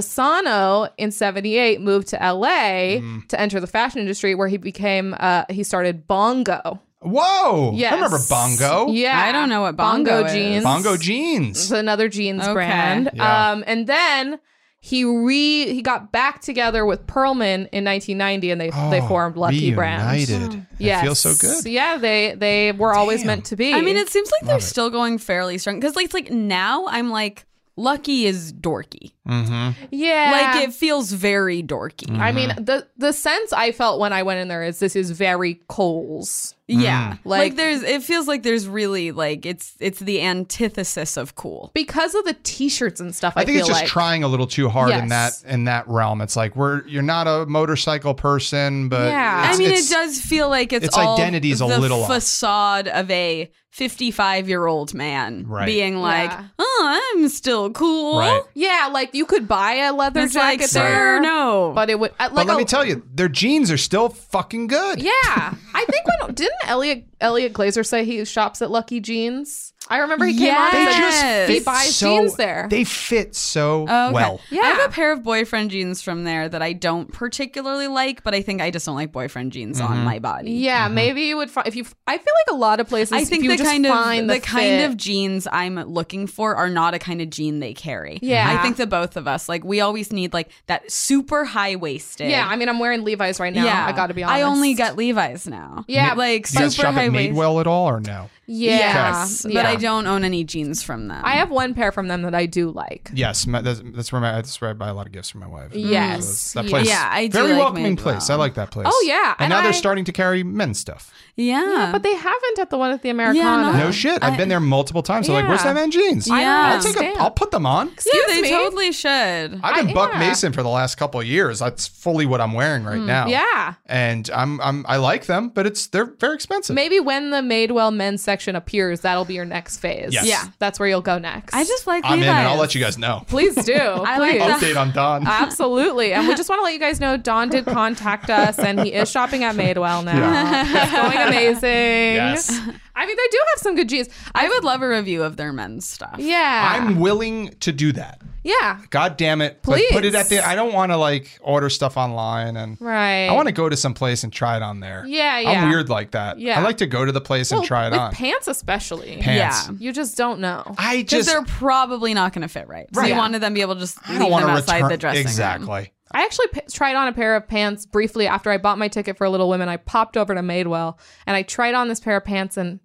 Speaker 3: montesano in 78 moved to la
Speaker 4: Mm-hmm.
Speaker 3: to enter the fashion industry where he became uh he started bongo
Speaker 4: Whoa.
Speaker 3: yes
Speaker 4: I remember Bongo.
Speaker 3: yeah
Speaker 2: I don't know what Bongo is.
Speaker 3: jeans
Speaker 4: Bongo
Speaker 3: it's
Speaker 4: jeans.
Speaker 3: another jeans
Speaker 2: Okay.
Speaker 3: brand
Speaker 4: Yeah.
Speaker 3: um and then he re he got back together with Perlman in 1990 and they they
Speaker 4: Oh,
Speaker 3: formed Lucky Brand.
Speaker 4: Reunited.
Speaker 3: Yeah,
Speaker 4: It feels so good.
Speaker 3: Yeah, they they were always
Speaker 4: Damn.
Speaker 3: meant to be.
Speaker 2: I mean, it seems like they're
Speaker 4: it.
Speaker 2: still going fairly strong because, like, it's like now I'm like, Lucky is dorky.
Speaker 4: Mm-hmm.
Speaker 3: yeah,
Speaker 2: Like, it feels very dorky.
Speaker 3: I mean, the the sense I felt when I went in there is this is very Coles.
Speaker 4: Mm.
Speaker 2: Yeah, like,
Speaker 3: Like-
Speaker 2: there's. It feels like there's really like it's it's the antithesis of cool.
Speaker 3: Because of the t-shirts and stuff, I,
Speaker 4: I think it's
Speaker 3: feel
Speaker 4: just
Speaker 3: like.
Speaker 4: trying a little too hard in that
Speaker 3: Yes.
Speaker 4: in that realm. It's like we're you're not a motorcycle person, but
Speaker 3: Yeah.
Speaker 4: it's-
Speaker 2: I mean, it
Speaker 4: it's-
Speaker 2: does feel like it's
Speaker 4: its
Speaker 2: all
Speaker 4: identity is a
Speaker 2: the
Speaker 4: little off.
Speaker 2: facade of a 55 year old man
Speaker 4: Right.
Speaker 2: being like,
Speaker 3: Yeah.
Speaker 2: "Oh, I'm still cool."
Speaker 4: Right.
Speaker 3: yeah, like you could buy a leather
Speaker 2: It's
Speaker 3: jacket
Speaker 2: like,
Speaker 3: there,
Speaker 2: sir, no.
Speaker 3: but it would. uh,
Speaker 4: But
Speaker 3: Like
Speaker 4: let
Speaker 3: a-
Speaker 4: me tell you, their jeans are still fucking good.
Speaker 3: Yeah, I think when didn't Elliot Elliot Glazer say he shops at Lucky Jeans? I remember he came on.
Speaker 4: They
Speaker 3: and said
Speaker 4: just
Speaker 2: Yes.
Speaker 4: fit
Speaker 3: he buys
Speaker 4: so-
Speaker 3: jeans there.
Speaker 4: They fit so
Speaker 2: Oh, okay.
Speaker 4: well.
Speaker 2: I have
Speaker 3: Yeah.
Speaker 2: a pair of boyfriend jeans from there that I don't particularly like, but I think I just don't like boyfriend jeans
Speaker 4: Mm-hmm.
Speaker 2: on my body.
Speaker 3: yeah, maybe you would find if you. I feel like a lot of places.
Speaker 2: I
Speaker 3: if
Speaker 2: think
Speaker 3: you
Speaker 2: the
Speaker 3: just
Speaker 2: kind of
Speaker 3: find
Speaker 2: the,
Speaker 3: the
Speaker 2: kind
Speaker 3: fit-
Speaker 2: of jeans I'm looking for are not a kind of jean they carry.
Speaker 3: Yeah.
Speaker 2: I think the both of us like we always need like that super high waisted.
Speaker 3: Yeah, I mean, I'm wearing Levi's right now. I got to be honest.
Speaker 2: I only get Levi's now.
Speaker 3: Yeah,
Speaker 2: like
Speaker 4: Do you guys
Speaker 2: super
Speaker 4: shop
Speaker 2: high
Speaker 4: at
Speaker 2: waist.
Speaker 4: Madewell at all or no?
Speaker 3: Yeah.
Speaker 2: Yes,
Speaker 3: Yeah.
Speaker 2: but I don't own any jeans from them.
Speaker 3: I have one pair from them that I do like.
Speaker 4: Yes, my, that's, that's where my that's where I buy a lot of gifts from my wife.
Speaker 3: Yes.
Speaker 4: So that place,
Speaker 2: Yeah, I do
Speaker 4: very
Speaker 2: like
Speaker 4: welcoming
Speaker 2: made
Speaker 4: place.
Speaker 2: well.
Speaker 4: I like that place.
Speaker 3: Oh, yeah,
Speaker 4: and,
Speaker 3: and
Speaker 4: now
Speaker 3: I-
Speaker 4: they're starting to carry men's stuff.
Speaker 2: yeah,
Speaker 3: But they haven't at the one at the Americana.
Speaker 2: no.
Speaker 4: No shit, I've
Speaker 2: I-
Speaker 4: been there multiple times. I'm like, where's
Speaker 3: Uh, Yeah.
Speaker 4: that man jeans?
Speaker 2: I don't
Speaker 4: I'll take
Speaker 3: understand.
Speaker 4: a, I'll put them on.
Speaker 2: yeah,
Speaker 3: Excuse
Speaker 2: they
Speaker 3: me?
Speaker 2: totally should.
Speaker 4: I've been
Speaker 3: I-
Speaker 4: Buck
Speaker 3: yeah. Hmm,
Speaker 4: Mason for the last couple of years. That's fully what I'm wearing right now.
Speaker 3: Yeah.
Speaker 4: and I'm I'm I like them, but it's they're very expensive.
Speaker 3: Maybe when the Madewell men's section appears, that'll be your next phase.
Speaker 4: Yes.
Speaker 2: Yeah.
Speaker 3: That's where you'll go next.
Speaker 2: I just like
Speaker 4: I'm
Speaker 2: Levi's.
Speaker 4: in, and I'll let you guys know.
Speaker 3: please do. I
Speaker 2: like
Speaker 3: please.
Speaker 2: that.
Speaker 4: Update on Don.
Speaker 3: Ah. Absolutely. And we just want to let you guys know Don did contact us and he is shopping at Madewell now. It's going amazing.
Speaker 4: Yes.
Speaker 3: I mean, they do have some good jeans.
Speaker 2: I would love a review of their men's stuff.
Speaker 3: Yeah.
Speaker 4: I'm willing to do that.
Speaker 3: yeah.
Speaker 4: God damn it! But put it at
Speaker 3: Please.
Speaker 4: the. I don't want to like order stuff online and
Speaker 3: Right.
Speaker 4: I want to go to some place and try it on there.
Speaker 3: Yeah, yeah.
Speaker 4: I'm weird like that.
Speaker 3: Yeah.
Speaker 4: I like to go to the place
Speaker 3: Well,
Speaker 4: and try it
Speaker 3: with
Speaker 4: on.
Speaker 3: pants especially.
Speaker 4: Pants.
Speaker 2: Yeah.
Speaker 3: You just don't know.
Speaker 4: I
Speaker 2: Because
Speaker 4: just
Speaker 2: they're probably not going to fit right. So
Speaker 4: Right.
Speaker 2: you wanted them to be able to just
Speaker 4: I
Speaker 2: leave
Speaker 4: don't
Speaker 2: them
Speaker 4: want to
Speaker 2: outside
Speaker 4: return
Speaker 2: the dressing room.
Speaker 4: exactly.
Speaker 3: I actually p- tried on a pair of pants briefly after I bought my ticket for Little Women. I popped over to Madewell and I tried on this pair of pants and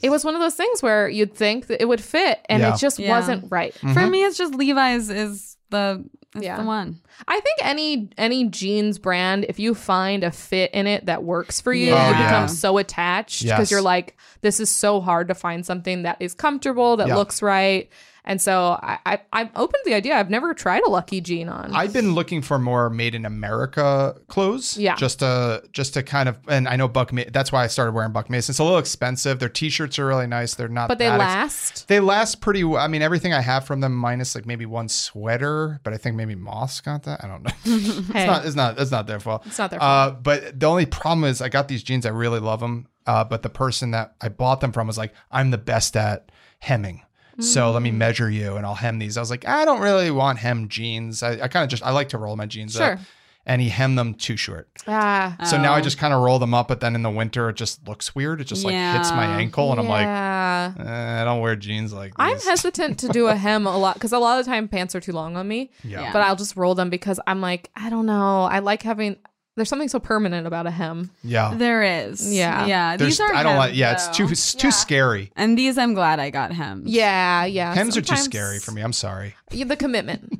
Speaker 3: it was one of those things where you'd think that it would fit and
Speaker 4: Yeah.
Speaker 3: it just
Speaker 2: Yeah.
Speaker 3: wasn't right.
Speaker 4: Mm-hmm.
Speaker 2: For me, it's just Levi's is the is
Speaker 3: Yeah.
Speaker 2: the one.
Speaker 3: I think any any jeans brand, if you find a fit in it that works for you,
Speaker 2: Yeah.
Speaker 3: you
Speaker 2: Oh, yeah.
Speaker 3: become so attached because
Speaker 4: Yes.
Speaker 3: you're like, this is so hard to find something that is comfortable, that
Speaker 4: Yeah.
Speaker 3: looks right. And so I, I I'm open to the idea. I've never tried a lucky jean on.
Speaker 4: I've been looking for more made in America clothes.
Speaker 3: Yeah.
Speaker 4: Just to just to kind of and I know Buck. Ma- that's why I started wearing Buck Mason. It's a little expensive. Their T-shirts are really nice. They're not.
Speaker 3: but they
Speaker 4: that ex-
Speaker 3: last.
Speaker 4: They last pretty well. I mean, everything I have from them, minus like maybe one sweater, but I think maybe Moss got that. I don't know. it's
Speaker 3: Hey.
Speaker 4: not. It's not. It's not their fault.
Speaker 3: It's not their
Speaker 4: fault. Uh, but the only problem is, I got these jeans. I really love them. Uh, but the person that I bought them from was like, "I'm the best at hemming." So
Speaker 3: Mm.
Speaker 4: let me measure you and I'll hem these. I was like, I don't really want hem jeans. I, I kind of just, I like to roll my jeans up.
Speaker 3: Sure.
Speaker 4: And he hemmed them too short.
Speaker 3: Ah.
Speaker 4: So now I just kind of roll them up. But then in the winter, it just looks weird. It just like hits my
Speaker 2: Yeah.
Speaker 4: ankle. And I'm like,
Speaker 3: yeah.
Speaker 4: eh, I don't wear jeans like
Speaker 3: I'm
Speaker 4: these.
Speaker 3: hesitant to do a hem a lot because a lot of the time pants are too long on me.
Speaker 4: Yeah.
Speaker 3: But I'll just roll them because I'm like, I don't know. I like having. There's something so permanent about a hem.
Speaker 4: Yeah.
Speaker 2: There is.
Speaker 3: Yeah.
Speaker 2: Yeah.
Speaker 4: There's,
Speaker 2: these are
Speaker 4: I don't
Speaker 2: hems,
Speaker 4: like. Yeah, it's too
Speaker 2: though.
Speaker 4: it's too scary.
Speaker 2: And these I'm glad I got him.
Speaker 3: Yeah, yeah.
Speaker 4: Hems are too
Speaker 3: sometimes-
Speaker 4: scary for me. I'm sorry.
Speaker 3: Yeah, the commitment.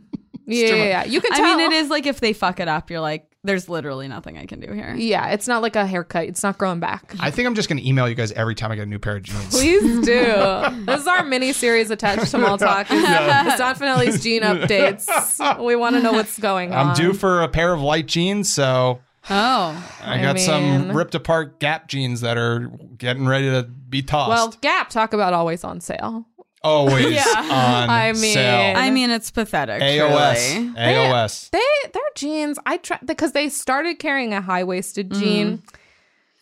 Speaker 3: yeah, yeah, yeah. You can
Speaker 2: I
Speaker 3: tell.
Speaker 2: mean, it is like if they fuck it up, you're like, there's literally nothing I can do here.
Speaker 3: Yeah, it's not like a haircut. It's not growing back.
Speaker 4: I think I'm just gonna email you guys every time I get a new pair of jeans.
Speaker 3: Please do. this is our mini series attached to Mall Talk. It's Don Finelli's gene updates. We want to know what's going on.
Speaker 4: I'm due for a pair of light jeans, so
Speaker 2: Oh.
Speaker 4: I,
Speaker 3: I
Speaker 4: got some
Speaker 3: mean-
Speaker 4: ripped apart Gap jeans that are getting ready to be tossed.
Speaker 3: Well, Gap, talk about always on sale.
Speaker 4: Always
Speaker 2: Yeah.
Speaker 4: on
Speaker 3: I mean-
Speaker 4: sale.
Speaker 2: I mean, it's pathetic.
Speaker 4: AOS,
Speaker 2: truly.
Speaker 4: AOS.
Speaker 3: They their jeans, I try because they started carrying a high waisted jean.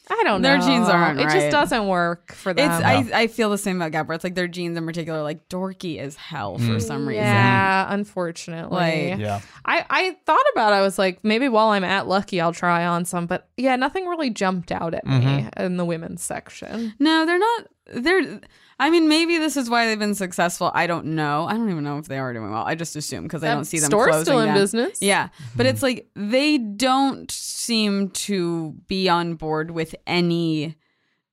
Speaker 3: I don't
Speaker 2: Mm-hmm. Their
Speaker 3: know.
Speaker 2: jeans aren't
Speaker 3: It just
Speaker 2: right.
Speaker 3: doesn't work for them.
Speaker 2: It's I, I feel the same about Gap. Where it's like their jeans in particular, like dorky as hell for some reason.
Speaker 3: yeah, unfortunately.
Speaker 2: Like-
Speaker 4: Yeah,
Speaker 3: I, I thought about it. I was like, maybe while I'm at Lucky, I'll try on some. But yeah, nothing really jumped out at me
Speaker 4: Mm-hmm.
Speaker 3: in the women's section.
Speaker 2: No, they're not. They're. I mean, maybe this is why they've been successful. I don't know. I don't even know if they are doing well. I just assume because I
Speaker 3: That
Speaker 2: don't see them.
Speaker 3: store's
Speaker 2: closing
Speaker 3: still in
Speaker 2: down.
Speaker 3: business.
Speaker 2: Yeah, but it's like they don't seem to be on board with any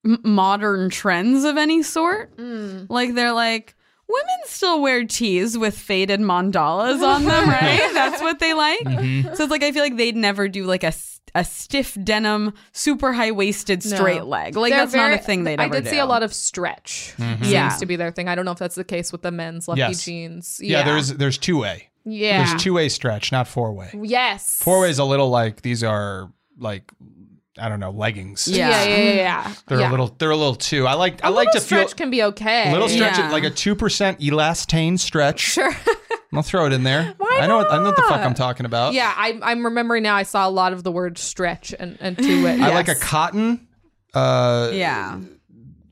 Speaker 2: m- modern trends of any sort.
Speaker 3: Mm.
Speaker 2: Like they're like. Women still wear tees with faded mandalas on them, right? That's what they like.
Speaker 4: Mm-hmm.
Speaker 2: So it's like I feel like they'd never do like a, s- a stiff denim, super high waisted
Speaker 3: No.
Speaker 2: straight leg. Like
Speaker 3: They're
Speaker 2: that's
Speaker 3: very-
Speaker 2: not a thing they'd
Speaker 3: I
Speaker 2: ever
Speaker 3: did
Speaker 2: do.
Speaker 3: see a lot of stretch.
Speaker 2: Yeah.
Speaker 3: Seems to be their thing. I don't know if that's the case with the men's Lucky
Speaker 4: Mm-hmm. Yes.
Speaker 3: jeans.
Speaker 4: yeah. There's there's two way.
Speaker 3: yeah.
Speaker 4: There's two way stretch, not four way.
Speaker 3: Yes.
Speaker 4: Four way is a little like these are like I don't know leggings.
Speaker 2: Yeah.
Speaker 3: Yeah, yeah, yeah, yeah.
Speaker 4: They're
Speaker 3: yeah.
Speaker 4: a little they're a little too. I like I like to
Speaker 3: Little
Speaker 4: feel
Speaker 3: stretch can be okay.
Speaker 4: little stretch,
Speaker 2: Yeah.
Speaker 4: like a two percent elastane stretch.
Speaker 3: Sure.
Speaker 4: I'll throw it in there. I know. What, I know what the fuck I'm
Speaker 3: not?
Speaker 4: talking about.
Speaker 3: yeah, I'm, I'm remembering now. I saw a lot of the word stretch and, and two it.
Speaker 4: I like a
Speaker 3: yes.
Speaker 4: cotton, uh,
Speaker 2: yeah.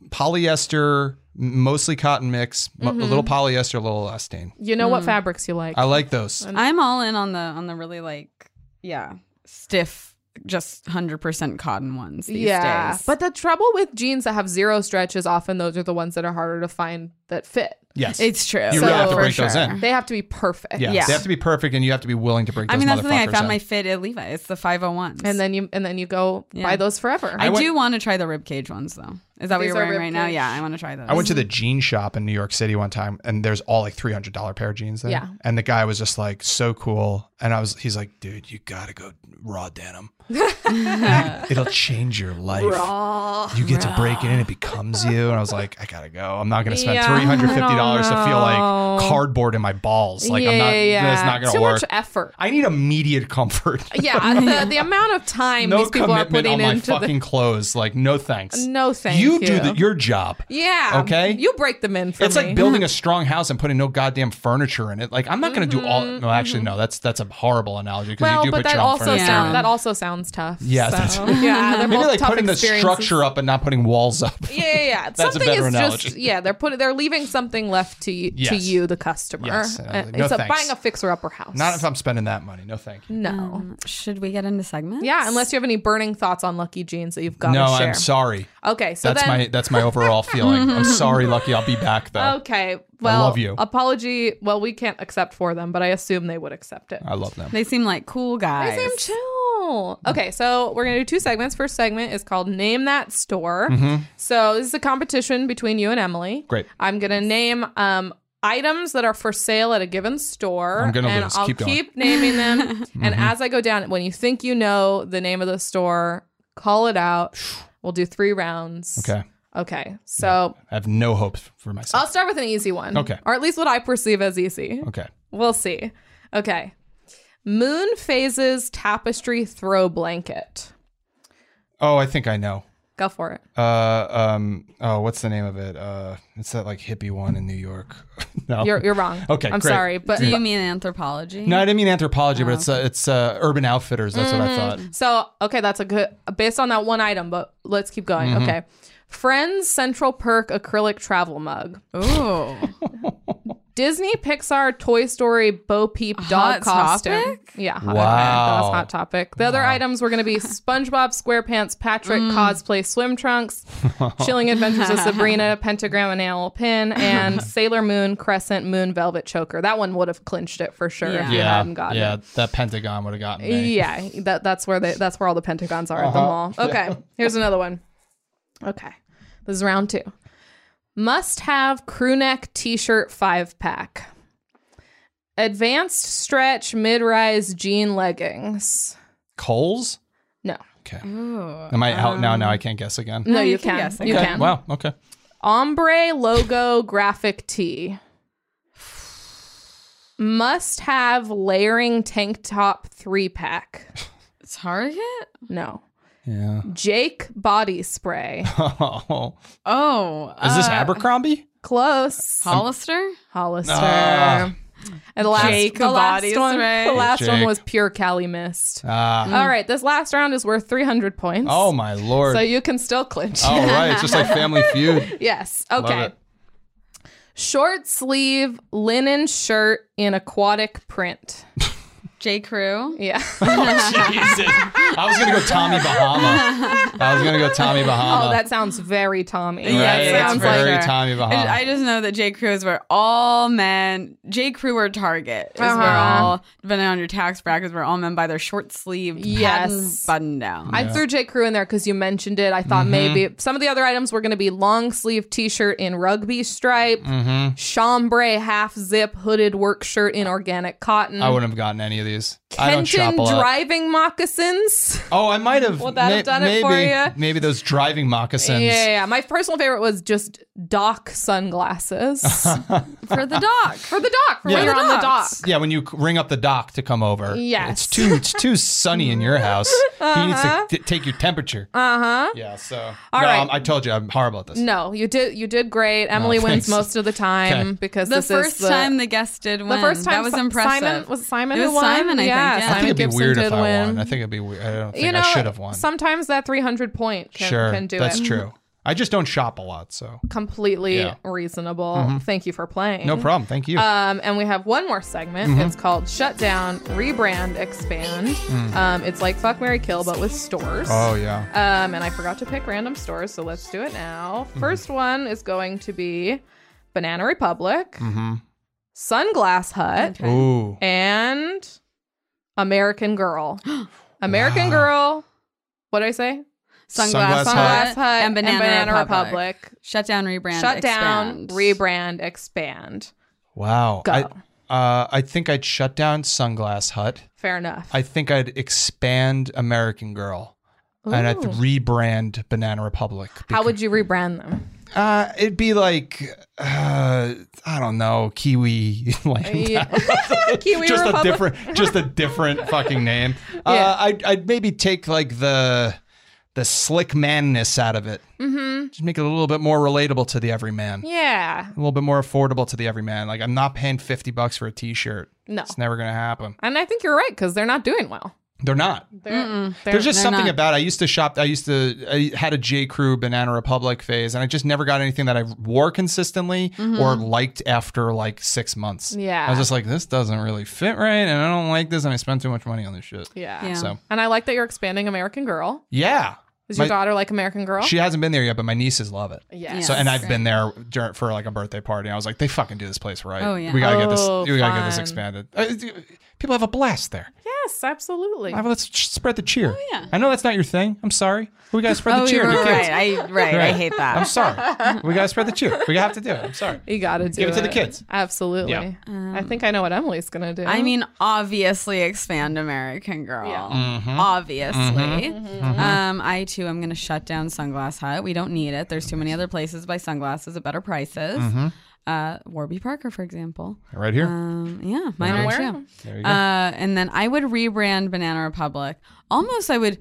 Speaker 4: polyester, m- mostly cotton mix, mo- a little polyester, a little elastane.
Speaker 3: You know what fabrics you like.
Speaker 4: Mm. I like those.
Speaker 3: Mm.
Speaker 2: I'm all in on the on the really like yeah stiff, just hundred percent cotton ones these days.
Speaker 3: But the trouble with jeans that have zero stretch is often those are the ones that are harder to find that fit.
Speaker 2: Mm-hmm.
Speaker 4: Yes,
Speaker 2: it's true.
Speaker 4: you really have to
Speaker 3: so-
Speaker 4: break
Speaker 2: For
Speaker 4: those
Speaker 2: sure.
Speaker 4: in.
Speaker 3: They have to be perfect.
Speaker 4: Yeah.
Speaker 2: Yeah.
Speaker 4: they have to be perfect, and you have to be willing to break. Those
Speaker 2: I mean, that's the thing. I
Speaker 4: motherfuckers
Speaker 2: found
Speaker 4: in.
Speaker 2: my fit at Levi. It's the 501s.
Speaker 3: And then you and then you go
Speaker 2: Yeah.
Speaker 3: buy those forever.
Speaker 2: I,
Speaker 4: went-
Speaker 2: do want to try the rib cage ones though. Is that what
Speaker 3: These
Speaker 2: you're
Speaker 3: are
Speaker 2: wearing
Speaker 3: rib
Speaker 2: right now?
Speaker 3: cage.
Speaker 2: Yeah, I want to try those.
Speaker 4: I went
Speaker 3: Mm-hmm.
Speaker 4: to the jean shop in New York City one time, and there's all like three hundred dollar pair of jeans there.
Speaker 3: Yeah.
Speaker 4: And the guy was just like so cool, and I was he's like, dude, you gotta go raw denim. It'll change your life. You get to break it in, it becomes you. And I was like, I gotta go. I'm not gonna spend
Speaker 3: Yeah,
Speaker 4: three hundred fifty dollars to
Speaker 3: I don't
Speaker 4: feel
Speaker 3: know.
Speaker 4: like cardboard in my balls. Like I'm not. That's not gonna
Speaker 3: Too
Speaker 4: work.
Speaker 3: much effort.
Speaker 4: I need immediate comfort.
Speaker 3: Yeah, the, the amount of time
Speaker 4: no
Speaker 3: these people are
Speaker 4: commitment
Speaker 3: putting
Speaker 4: on my
Speaker 3: into
Speaker 4: fucking clothes. Like no thanks.
Speaker 3: the. No, thank you.
Speaker 4: you do the, your job.
Speaker 3: Yeah.
Speaker 4: Okay?
Speaker 3: You break them in for
Speaker 4: It's
Speaker 3: me.
Speaker 4: like building a strong house and putting no goddamn furniture in it. Like I'm not going to do all. No, actually, no. That's that's a horrible analogy because
Speaker 3: Mm-hmm. well,
Speaker 4: you do
Speaker 3: but
Speaker 4: put
Speaker 3: that
Speaker 4: your own
Speaker 3: also
Speaker 4: furniture.
Speaker 3: sound,
Speaker 2: in.
Speaker 3: that also sounds tough.
Speaker 4: Yeah,
Speaker 3: so.
Speaker 4: that's-
Speaker 3: yeah. They're
Speaker 4: Maybe
Speaker 3: both
Speaker 4: like
Speaker 3: tough
Speaker 4: putting the
Speaker 3: experiences.
Speaker 4: structure up and not putting walls up.
Speaker 3: Yeah, yeah, yeah.
Speaker 4: That's a
Speaker 3: something
Speaker 4: better
Speaker 3: is just
Speaker 4: analogy.
Speaker 3: yeah. They're putting they're leaving something left to you to
Speaker 4: Yes.
Speaker 3: you, the customer.
Speaker 4: Yes, and I was
Speaker 3: Uh,
Speaker 4: like, no
Speaker 3: it's a-
Speaker 4: thanks.
Speaker 3: buying a fixer upper house.
Speaker 4: Not if I'm spending that money. No, thank you.
Speaker 3: no.
Speaker 2: Um, should we get into segments?
Speaker 3: yeah, unless you have any burning thoughts on Lucky Jeans that you've got
Speaker 4: No,
Speaker 3: to share.
Speaker 4: I'm sorry.
Speaker 3: Okay, so
Speaker 4: that's
Speaker 3: then Mm-hmm.
Speaker 4: my that's my overall feeling. I'm sorry, Lucky. I'll be back though.
Speaker 3: okay. Well,
Speaker 4: love you.
Speaker 3: Apology. Well, we can't accept for them, but I assume they would accept it.
Speaker 4: I love them.
Speaker 2: They seem like cool guys.
Speaker 3: Sam, chill. Okay, so we're gonna do two segments. First segment is called Name That Store. So this is a competition between you and Emily.
Speaker 4: Mm-hmm. Great.
Speaker 3: I'm gonna name um items that are for sale at a given store.
Speaker 4: I'm gonna
Speaker 3: and
Speaker 4: lose.
Speaker 3: I'll
Speaker 4: Keep going. Mm-hmm.
Speaker 3: naming them. And as I go down, when you think you know the name of the store, call it out. We'll do three rounds.
Speaker 4: Okay,
Speaker 3: Okay. So
Speaker 4: I have no hope for myself.
Speaker 3: I'll start with an easy one.
Speaker 4: Okay.
Speaker 3: Or at least what I perceive as easy.
Speaker 4: okay,
Speaker 3: We'll see. Okay. Moon phases tapestry throw blanket.
Speaker 4: Oh, I think I know.
Speaker 3: Go for it.
Speaker 4: Uh, um, oh, what's the name of it? Uh, it's that like hippie one in New York. no,
Speaker 3: You're you're wrong.
Speaker 4: Oh. Okay,
Speaker 3: I'm
Speaker 4: great.
Speaker 3: sorry, but
Speaker 2: Do you mean anthropology?
Speaker 4: no, I didn't mean anthropology, but it's
Speaker 3: Oh.
Speaker 4: uh, it's uh, Urban Outfitters. That's
Speaker 3: Mm-hmm.
Speaker 4: what I thought.
Speaker 3: so okay, that's a good based on that one item, but let's keep going.
Speaker 4: Mm-hmm.
Speaker 3: Okay. Friends Central Perk acrylic travel mug.
Speaker 2: Ooh.
Speaker 3: Disney Pixar Toy Story Bo Peep dog
Speaker 2: Hot
Speaker 3: costume.
Speaker 2: topic?
Speaker 3: Yeah, hot
Speaker 4: Wow.
Speaker 3: topic. That was hot topic. The other items were going to be SpongeBob SquarePants Patrick
Speaker 2: Mm.
Speaker 3: cosplay swim trunks, Chilling Adventures of Sabrina Pentagram enamel pin, and Sailor Moon Crescent Moon Velvet choker. That one would have clinched it for sure if
Speaker 2: Yeah.
Speaker 3: you
Speaker 4: Yeah,
Speaker 3: hadn't gotten
Speaker 4: yeah,
Speaker 3: it.
Speaker 4: that Pentagon would have gotten me.
Speaker 3: Yeah, that that's where they that's where all the pentagons are at the mall. Okay, here's another one. Okay, this is round two. Must have crew neck T-shirt five pack. Advanced stretch mid rise jean leggings.
Speaker 4: Coles.
Speaker 3: No,
Speaker 4: Okay.
Speaker 2: Ooh.
Speaker 4: Am I out now? Now I can't guess again.
Speaker 3: no, you,
Speaker 2: you can
Speaker 3: can.
Speaker 2: guess it.
Speaker 3: Mm, You
Speaker 4: okay.
Speaker 3: can.
Speaker 4: Wow. Okay.
Speaker 3: Ombre logo graphic tee. Must have layering tank top three pack.
Speaker 2: Target?
Speaker 3: No.
Speaker 4: Yeah.
Speaker 3: Jake body spray.
Speaker 4: Oh,
Speaker 2: Oh.
Speaker 4: is this
Speaker 2: uh,
Speaker 4: Abercrombie?
Speaker 3: Close.
Speaker 2: Hollister?
Speaker 3: Hollister.
Speaker 4: Ah.
Speaker 3: and the last,
Speaker 2: Jake
Speaker 3: the last
Speaker 2: body
Speaker 3: one,
Speaker 2: spray.
Speaker 3: the last one
Speaker 4: Jake.
Speaker 3: was pure Cali Mist.
Speaker 4: Ah.
Speaker 3: All right, this last round is worth 300 points.
Speaker 4: oh my lord.
Speaker 3: so you can still clinch.
Speaker 4: oh right, it's just like Family Feud.
Speaker 3: Yes.
Speaker 4: Love
Speaker 3: Okay.
Speaker 4: it.
Speaker 3: Short sleeve linen shirt in aquatic print.
Speaker 2: J. Crew?
Speaker 3: Yeah.
Speaker 4: Uh-huh. Jesus. I was gonna go Tommy Bahama. I was gonna go Tommy Bahama.
Speaker 3: oh, that sounds very Tommy.
Speaker 4: Right?
Speaker 2: yeah,
Speaker 3: that
Speaker 2: it
Speaker 4: That's
Speaker 3: sounds like
Speaker 4: very
Speaker 2: her.
Speaker 4: Tommy Bahama.
Speaker 2: I, I just know that J. Crew is where all men, J. Crew or Target is where
Speaker 3: Uh-huh.
Speaker 2: all, depending on your tax brackets, where all men buy their short sleeve
Speaker 3: Yes.
Speaker 2: button down.
Speaker 3: I threw J. Crew in there because you mentioned it. I thought
Speaker 4: Mm-hmm.
Speaker 3: maybe some of the other items were going to be long sleeve t shirt in rugby stripe,
Speaker 4: Mm. Mm-hmm.
Speaker 3: chambray half zip hooded work shirt in organic cotton,
Speaker 4: I wouldn't have gotten any of these. I don't shop
Speaker 3: Kenton
Speaker 4: a lot.
Speaker 3: driving moccasins.
Speaker 4: oh, I might have.
Speaker 3: Would that have done
Speaker 4: maybe,
Speaker 3: it for ya?
Speaker 4: Maybe those driving moccasins.
Speaker 3: Yeah, yeah, yeah. My personal favorite was just dock sunglasses
Speaker 2: for the doc.
Speaker 3: for the dock, for
Speaker 4: Yeah.
Speaker 3: when you're
Speaker 4: For
Speaker 3: on
Speaker 2: the
Speaker 3: the dock.
Speaker 2: docks.
Speaker 4: Yeah, when you c- ring up the doc to come over.
Speaker 3: Yes.
Speaker 4: It's too it's too sunny in your house. He needs to t- take your temperature.
Speaker 3: Uh huh.
Speaker 4: Yeah, so
Speaker 3: All
Speaker 4: no,
Speaker 3: right.
Speaker 4: I'm- I told you I'm horrible at this.
Speaker 3: No, you did. You did great. Emily wins
Speaker 4: Oh, thanks.
Speaker 3: most of the time
Speaker 4: Okay.
Speaker 3: because
Speaker 2: The
Speaker 3: this
Speaker 2: first
Speaker 3: is the,
Speaker 2: time the guest did win.
Speaker 3: the first time
Speaker 2: That was
Speaker 3: Si-
Speaker 2: impressive.
Speaker 3: Simon was it Simon.
Speaker 2: It
Speaker 3: who
Speaker 2: was
Speaker 3: won?
Speaker 2: Simon, I think,
Speaker 3: Yeah,
Speaker 2: yeah.
Speaker 4: I think
Speaker 3: Simon
Speaker 4: it'd be
Speaker 3: Gibson
Speaker 4: weird
Speaker 3: did
Speaker 4: if I
Speaker 3: win.
Speaker 4: won. I think it'd be weird. I don't think
Speaker 3: you know,
Speaker 4: I should have won.
Speaker 3: Sometimes that 300 point can,
Speaker 4: sure,
Speaker 3: can do
Speaker 4: that's
Speaker 3: it.
Speaker 4: true. I just don't shop a lot, so
Speaker 3: Completely
Speaker 4: Yeah. Mm-hmm.
Speaker 3: reasonable. Thank you for playing.
Speaker 4: no Mm-hmm. problem. Thank you.
Speaker 3: Um, and we have one more segment. It's called Shut Down, Rebrand, Expand. Um, it's like Fuck, Mary Kill, but with stores.
Speaker 4: Mm. oh yeah.
Speaker 3: Um, and I forgot to pick random stores, so let's do it now.
Speaker 4: Mm-hmm.
Speaker 3: First one is going to be Banana Republic,
Speaker 4: Mm-hmm.
Speaker 3: Sunglass Hut,
Speaker 2: Okay.
Speaker 4: Ooh.
Speaker 3: and American Girl. American Girl. What did I say?
Speaker 2: Sunglass,
Speaker 4: Sunglass
Speaker 2: Hut,
Speaker 3: Sunglass Hut
Speaker 2: and Banana, Republic.
Speaker 3: Republic.
Speaker 2: Shut down, rebrand,
Speaker 3: Shut down,
Speaker 2: expand.
Speaker 3: rebrand, expand.
Speaker 4: Wow. I,
Speaker 3: Go.
Speaker 4: uh, I think I'd shut down Sunglass Hut.
Speaker 3: Fair enough.
Speaker 4: I think I'd expand American Girl. And I'd
Speaker 3: Ooh.
Speaker 4: rebrand Banana Republic.
Speaker 3: How would you rebrand them?
Speaker 4: Uh, it'd be like uh, I don't know, Kiwi Land.
Speaker 3: Kiwi
Speaker 4: just
Speaker 3: Republic.
Speaker 4: a different, just a different fucking name. Uh, I'd, I'd maybe take like the the slick manness out of it. Mm-hmm. Just make it a little bit more relatable to the everyman.
Speaker 3: yeah.
Speaker 4: A little bit more affordable to the everyman. Like I'm not paying fifty bucks for a T-shirt.
Speaker 3: No.
Speaker 4: It's never gonna happen.
Speaker 3: And I think you're right because they're not doing well.
Speaker 4: They're not.
Speaker 3: They're, they're-
Speaker 4: There's just
Speaker 2: they're
Speaker 4: something
Speaker 2: not.
Speaker 4: about. I used to shop. I used to. I had a J Crew Banana Republic phase, and I just never got anything that I wore consistently or liked after like six months.
Speaker 3: Yeah.
Speaker 4: I was just like, this doesn't really fit right, and I don't like this, and I spent too much money on this shit.
Speaker 3: yeah.
Speaker 2: Yeah.
Speaker 4: So
Speaker 3: And I like that you're expanding American Girl.
Speaker 4: yeah,
Speaker 3: Is your
Speaker 4: My-
Speaker 3: daughter like American Girl?
Speaker 4: she hasn't been there yet, but my nieces love it.
Speaker 3: yeah.
Speaker 2: Yeah.
Speaker 4: So and I've
Speaker 2: Yes.
Speaker 4: been there dur- for like a birthday party. and I was like, they fucking do this place right.
Speaker 2: Oh, yeah.
Speaker 4: we gotta get this.
Speaker 3: Oh,
Speaker 4: We gotta get this
Speaker 3: fun.
Speaker 4: expanded. Uh, People have a blast there.
Speaker 3: Yes, absolutely.
Speaker 4: Uh, Let's sh- spread the cheer.
Speaker 2: yeah.
Speaker 4: I know that's not your thing. I'm sorry. We gotta spread
Speaker 2: Oh,
Speaker 4: the cheer.
Speaker 2: you're
Speaker 4: to the
Speaker 2: right.
Speaker 4: kids.
Speaker 2: I, right. I
Speaker 4: Right.
Speaker 2: hate
Speaker 4: I'm
Speaker 2: that.
Speaker 4: sorry. We gotta spread the cheer. We have to do it. I'm sorry.
Speaker 3: You gotta do
Speaker 4: Give it to the kids.
Speaker 3: Absolutely.
Speaker 4: Yeah.
Speaker 3: I think I know what Emily's gonna do.
Speaker 2: Um, I mean, obviously, expand American Girl.
Speaker 3: Yeah.
Speaker 2: Obviously. Um, I too am going to shut down Sunglass Hut. We don't need it. There's too many other places to buy sunglasses at better prices. Uh, Warby Parker, for example.
Speaker 4: Right here.
Speaker 3: Uh,
Speaker 2: Um, yeah, mine are
Speaker 3: wear
Speaker 2: too.
Speaker 3: them.
Speaker 4: there you go.
Speaker 2: Uh, and then I would rebrand Banana Republic. Almost, I would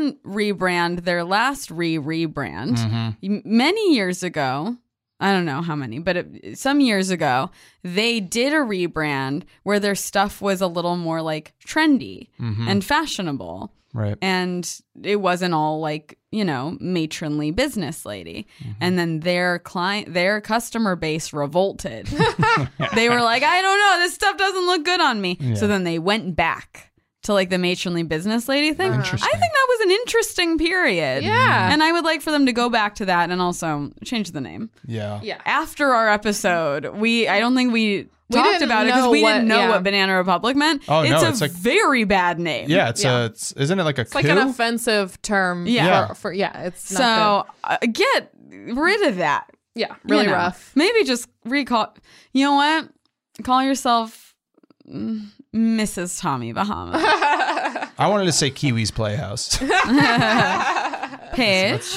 Speaker 2: unrebrand their last re rebrand
Speaker 4: Mm-hmm.
Speaker 2: M- many years ago. I don't know how many, but it, some years ago, they did a rebrand where their stuff was a little more like trendy and fashionable.
Speaker 4: right.
Speaker 2: And it wasn't all like, you know, matronly business lady.
Speaker 4: Mm-hmm.
Speaker 2: And then their client, their customer base revolted. they were like, I don't know, this stuff doesn't look good on me. So then they went back to like the matronly business lady thing. I think
Speaker 4: Interesting.
Speaker 2: that was an interesting period.
Speaker 3: Yeah.
Speaker 2: And I would like for them to go back to that and also change the name.
Speaker 4: yeah.
Speaker 3: yeah.
Speaker 2: After our episode, we I don't think we,
Speaker 3: We
Speaker 2: talked
Speaker 3: didn't
Speaker 2: about it because
Speaker 3: know
Speaker 2: we
Speaker 3: what-
Speaker 2: didn't know
Speaker 3: yeah.
Speaker 2: what Banana Republic meant.
Speaker 4: Oh,
Speaker 2: it's
Speaker 4: no,
Speaker 2: a
Speaker 4: it's like-
Speaker 2: very bad name.
Speaker 4: Yeah. It's
Speaker 3: Yeah.
Speaker 4: a. It's, isn't it like a
Speaker 3: It's like
Speaker 4: coup?
Speaker 3: an offensive term.
Speaker 2: Yeah.
Speaker 3: For, for yeah, it's not
Speaker 2: So uh, get rid of that.
Speaker 3: good. yeah,
Speaker 2: you
Speaker 3: really
Speaker 2: know.
Speaker 3: rough.
Speaker 2: Maybe just recall. You know what? Call yourself mm, Mrs. Tommy Bahama.
Speaker 4: I wanted to say Kiwi's Playhouse.
Speaker 2: Paige,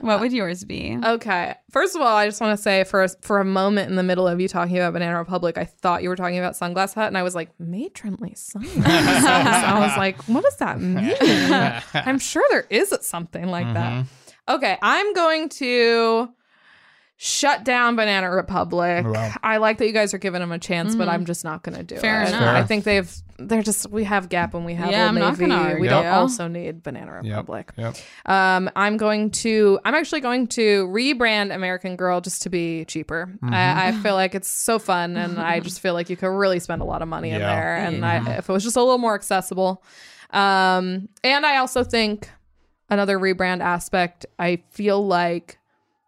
Speaker 2: what would yours be?
Speaker 3: Okay. First of all, I just want to say for a, for a moment in the middle of you talking about Banana Republic, I thought you were talking about Sunglass Hut, and I was like, matronly sunglasses. I was like, what does that mean? I'm sure there is something like that. Okay, I'm going to shut down Banana Republic.
Speaker 4: Wow.
Speaker 3: I like that you guys are giving them a chance, but I'm just not going to do
Speaker 2: Mm. Fair
Speaker 3: it.
Speaker 2: enough.
Speaker 4: Fair.
Speaker 3: I think they've. They're just we have Gap and we have
Speaker 2: Yeah,
Speaker 3: Old
Speaker 2: I'm not
Speaker 3: Navy.
Speaker 2: gonna
Speaker 3: we
Speaker 2: argue.
Speaker 3: don't
Speaker 2: Yep.
Speaker 3: also need Banana
Speaker 4: yep.
Speaker 3: Republic.
Speaker 4: Yep.
Speaker 3: Um, I'm going to. I'm actually going to rebrand American Girl just to be cheaper.
Speaker 4: Mm-hmm.
Speaker 3: I, I feel like it's so fun, and I just feel like you could really spend a lot of money in
Speaker 4: Yeah.
Speaker 3: there.
Speaker 4: Mm-hmm.
Speaker 3: And I, if it was just a little more accessible, um, and I also think another rebrand aspect. I feel like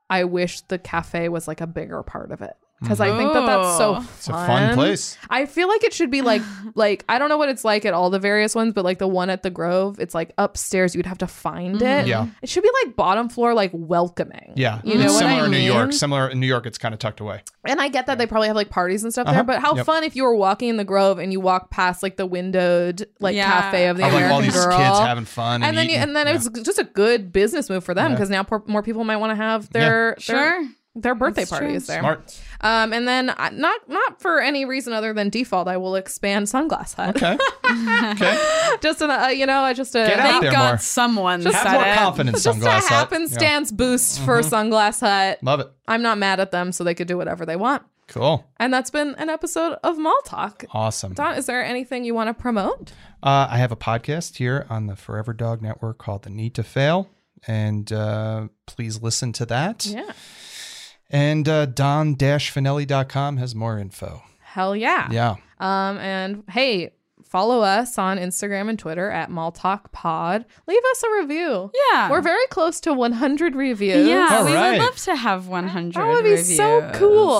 Speaker 3: I wish the cafe was like a bigger part of it because I think that that's so fun.
Speaker 4: It's a fun place.
Speaker 3: I feel like it should be like like I don't know what it's like at all the various ones, but like the one at the Grove, it's like upstairs. You'd have to find
Speaker 2: Mm-hmm.
Speaker 3: it.
Speaker 4: Yeah.
Speaker 3: it should be like bottom floor, like welcoming.
Speaker 4: Yeah.
Speaker 3: you know
Speaker 4: It's
Speaker 3: what
Speaker 4: similar
Speaker 3: I
Speaker 4: in New York.
Speaker 3: mean?
Speaker 4: Similar in New York, it's kind of tucked away.
Speaker 3: And I get that they probably have like parties and stuff
Speaker 4: Uh-huh.
Speaker 3: there, but how
Speaker 4: Yep.
Speaker 3: fun if you were walking in the Grove and you walk past like the windowed like
Speaker 2: Yeah.
Speaker 3: cafe of the
Speaker 4: Of, like
Speaker 3: American
Speaker 4: all these
Speaker 3: Girl.
Speaker 4: kids having fun. And,
Speaker 3: and then you,
Speaker 4: eating.
Speaker 3: and then
Speaker 4: Yeah.
Speaker 3: it's just a good business move for them because now por- more people might want to have their, their
Speaker 2: Sure.
Speaker 3: their birthday
Speaker 2: That's true.
Speaker 3: parties there.
Speaker 4: smart.
Speaker 3: Um, and then I, not not for any reason other than default, I will expand Sunglass Hut.
Speaker 4: Okay. okay.
Speaker 3: just an, uh, you know, I just a
Speaker 4: Get out
Speaker 2: Thank
Speaker 4: there
Speaker 2: God
Speaker 4: more.
Speaker 2: someone
Speaker 4: Have
Speaker 2: said
Speaker 4: more
Speaker 2: it.
Speaker 4: confidence,
Speaker 3: just a
Speaker 4: Sunglass Hut. Yeah. Mm-hmm.
Speaker 3: happenstance boost for Sunglass Hut.
Speaker 4: Love it.
Speaker 3: I'm not mad at them, so they could do whatever they want.
Speaker 4: Cool.
Speaker 3: And that's been an episode of Mall Talk.
Speaker 4: Awesome.
Speaker 3: Don, is there anything you want to promote?
Speaker 4: Uh, I have a podcast here on the Forever Dog Network called The Need to Fail. And uh, please listen to that.
Speaker 3: Yeah.
Speaker 4: And uh, don-finelli.com has more info.
Speaker 3: Hell yeah.
Speaker 4: Yeah.
Speaker 3: Um, and hey, follow us on Instagram and Twitter at Mall Talk Pod. Leave us a review.
Speaker 2: Yeah.
Speaker 3: We're very close to 100 reviews.
Speaker 2: Yeah,
Speaker 4: All
Speaker 2: we
Speaker 4: right.
Speaker 2: would love to have 100.
Speaker 3: That would be so
Speaker 2: reviews.
Speaker 3: cool.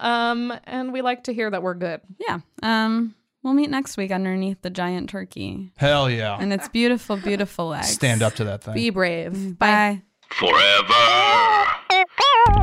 Speaker 3: Um, and we like to hear that we're good.
Speaker 2: Yeah. Um. We'll meet next week underneath the giant turkey
Speaker 4: Hell yeah.
Speaker 2: and its beautiful, beautiful legs.
Speaker 4: Stand up to that thing.
Speaker 3: Be brave.
Speaker 2: Bye.
Speaker 1: Forever.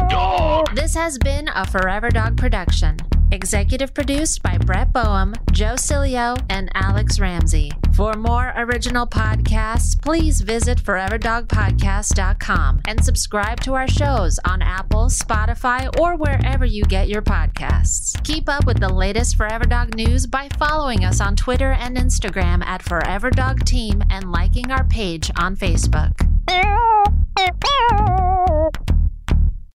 Speaker 1: Dog.
Speaker 5: This has been a Forever Dog production, executive produced by Brett Boehm, Joe Cilio, and Alex Ramsey. For more original podcasts, please visit foreverdogpodcast.com and subscribe to our shows on Apple, Spotify, or wherever you get your podcasts. Keep up with the latest Forever Dog news by following us on Twitter and Instagram at Forever Dog Team and liking our page on Facebook.
Speaker 1: Dog.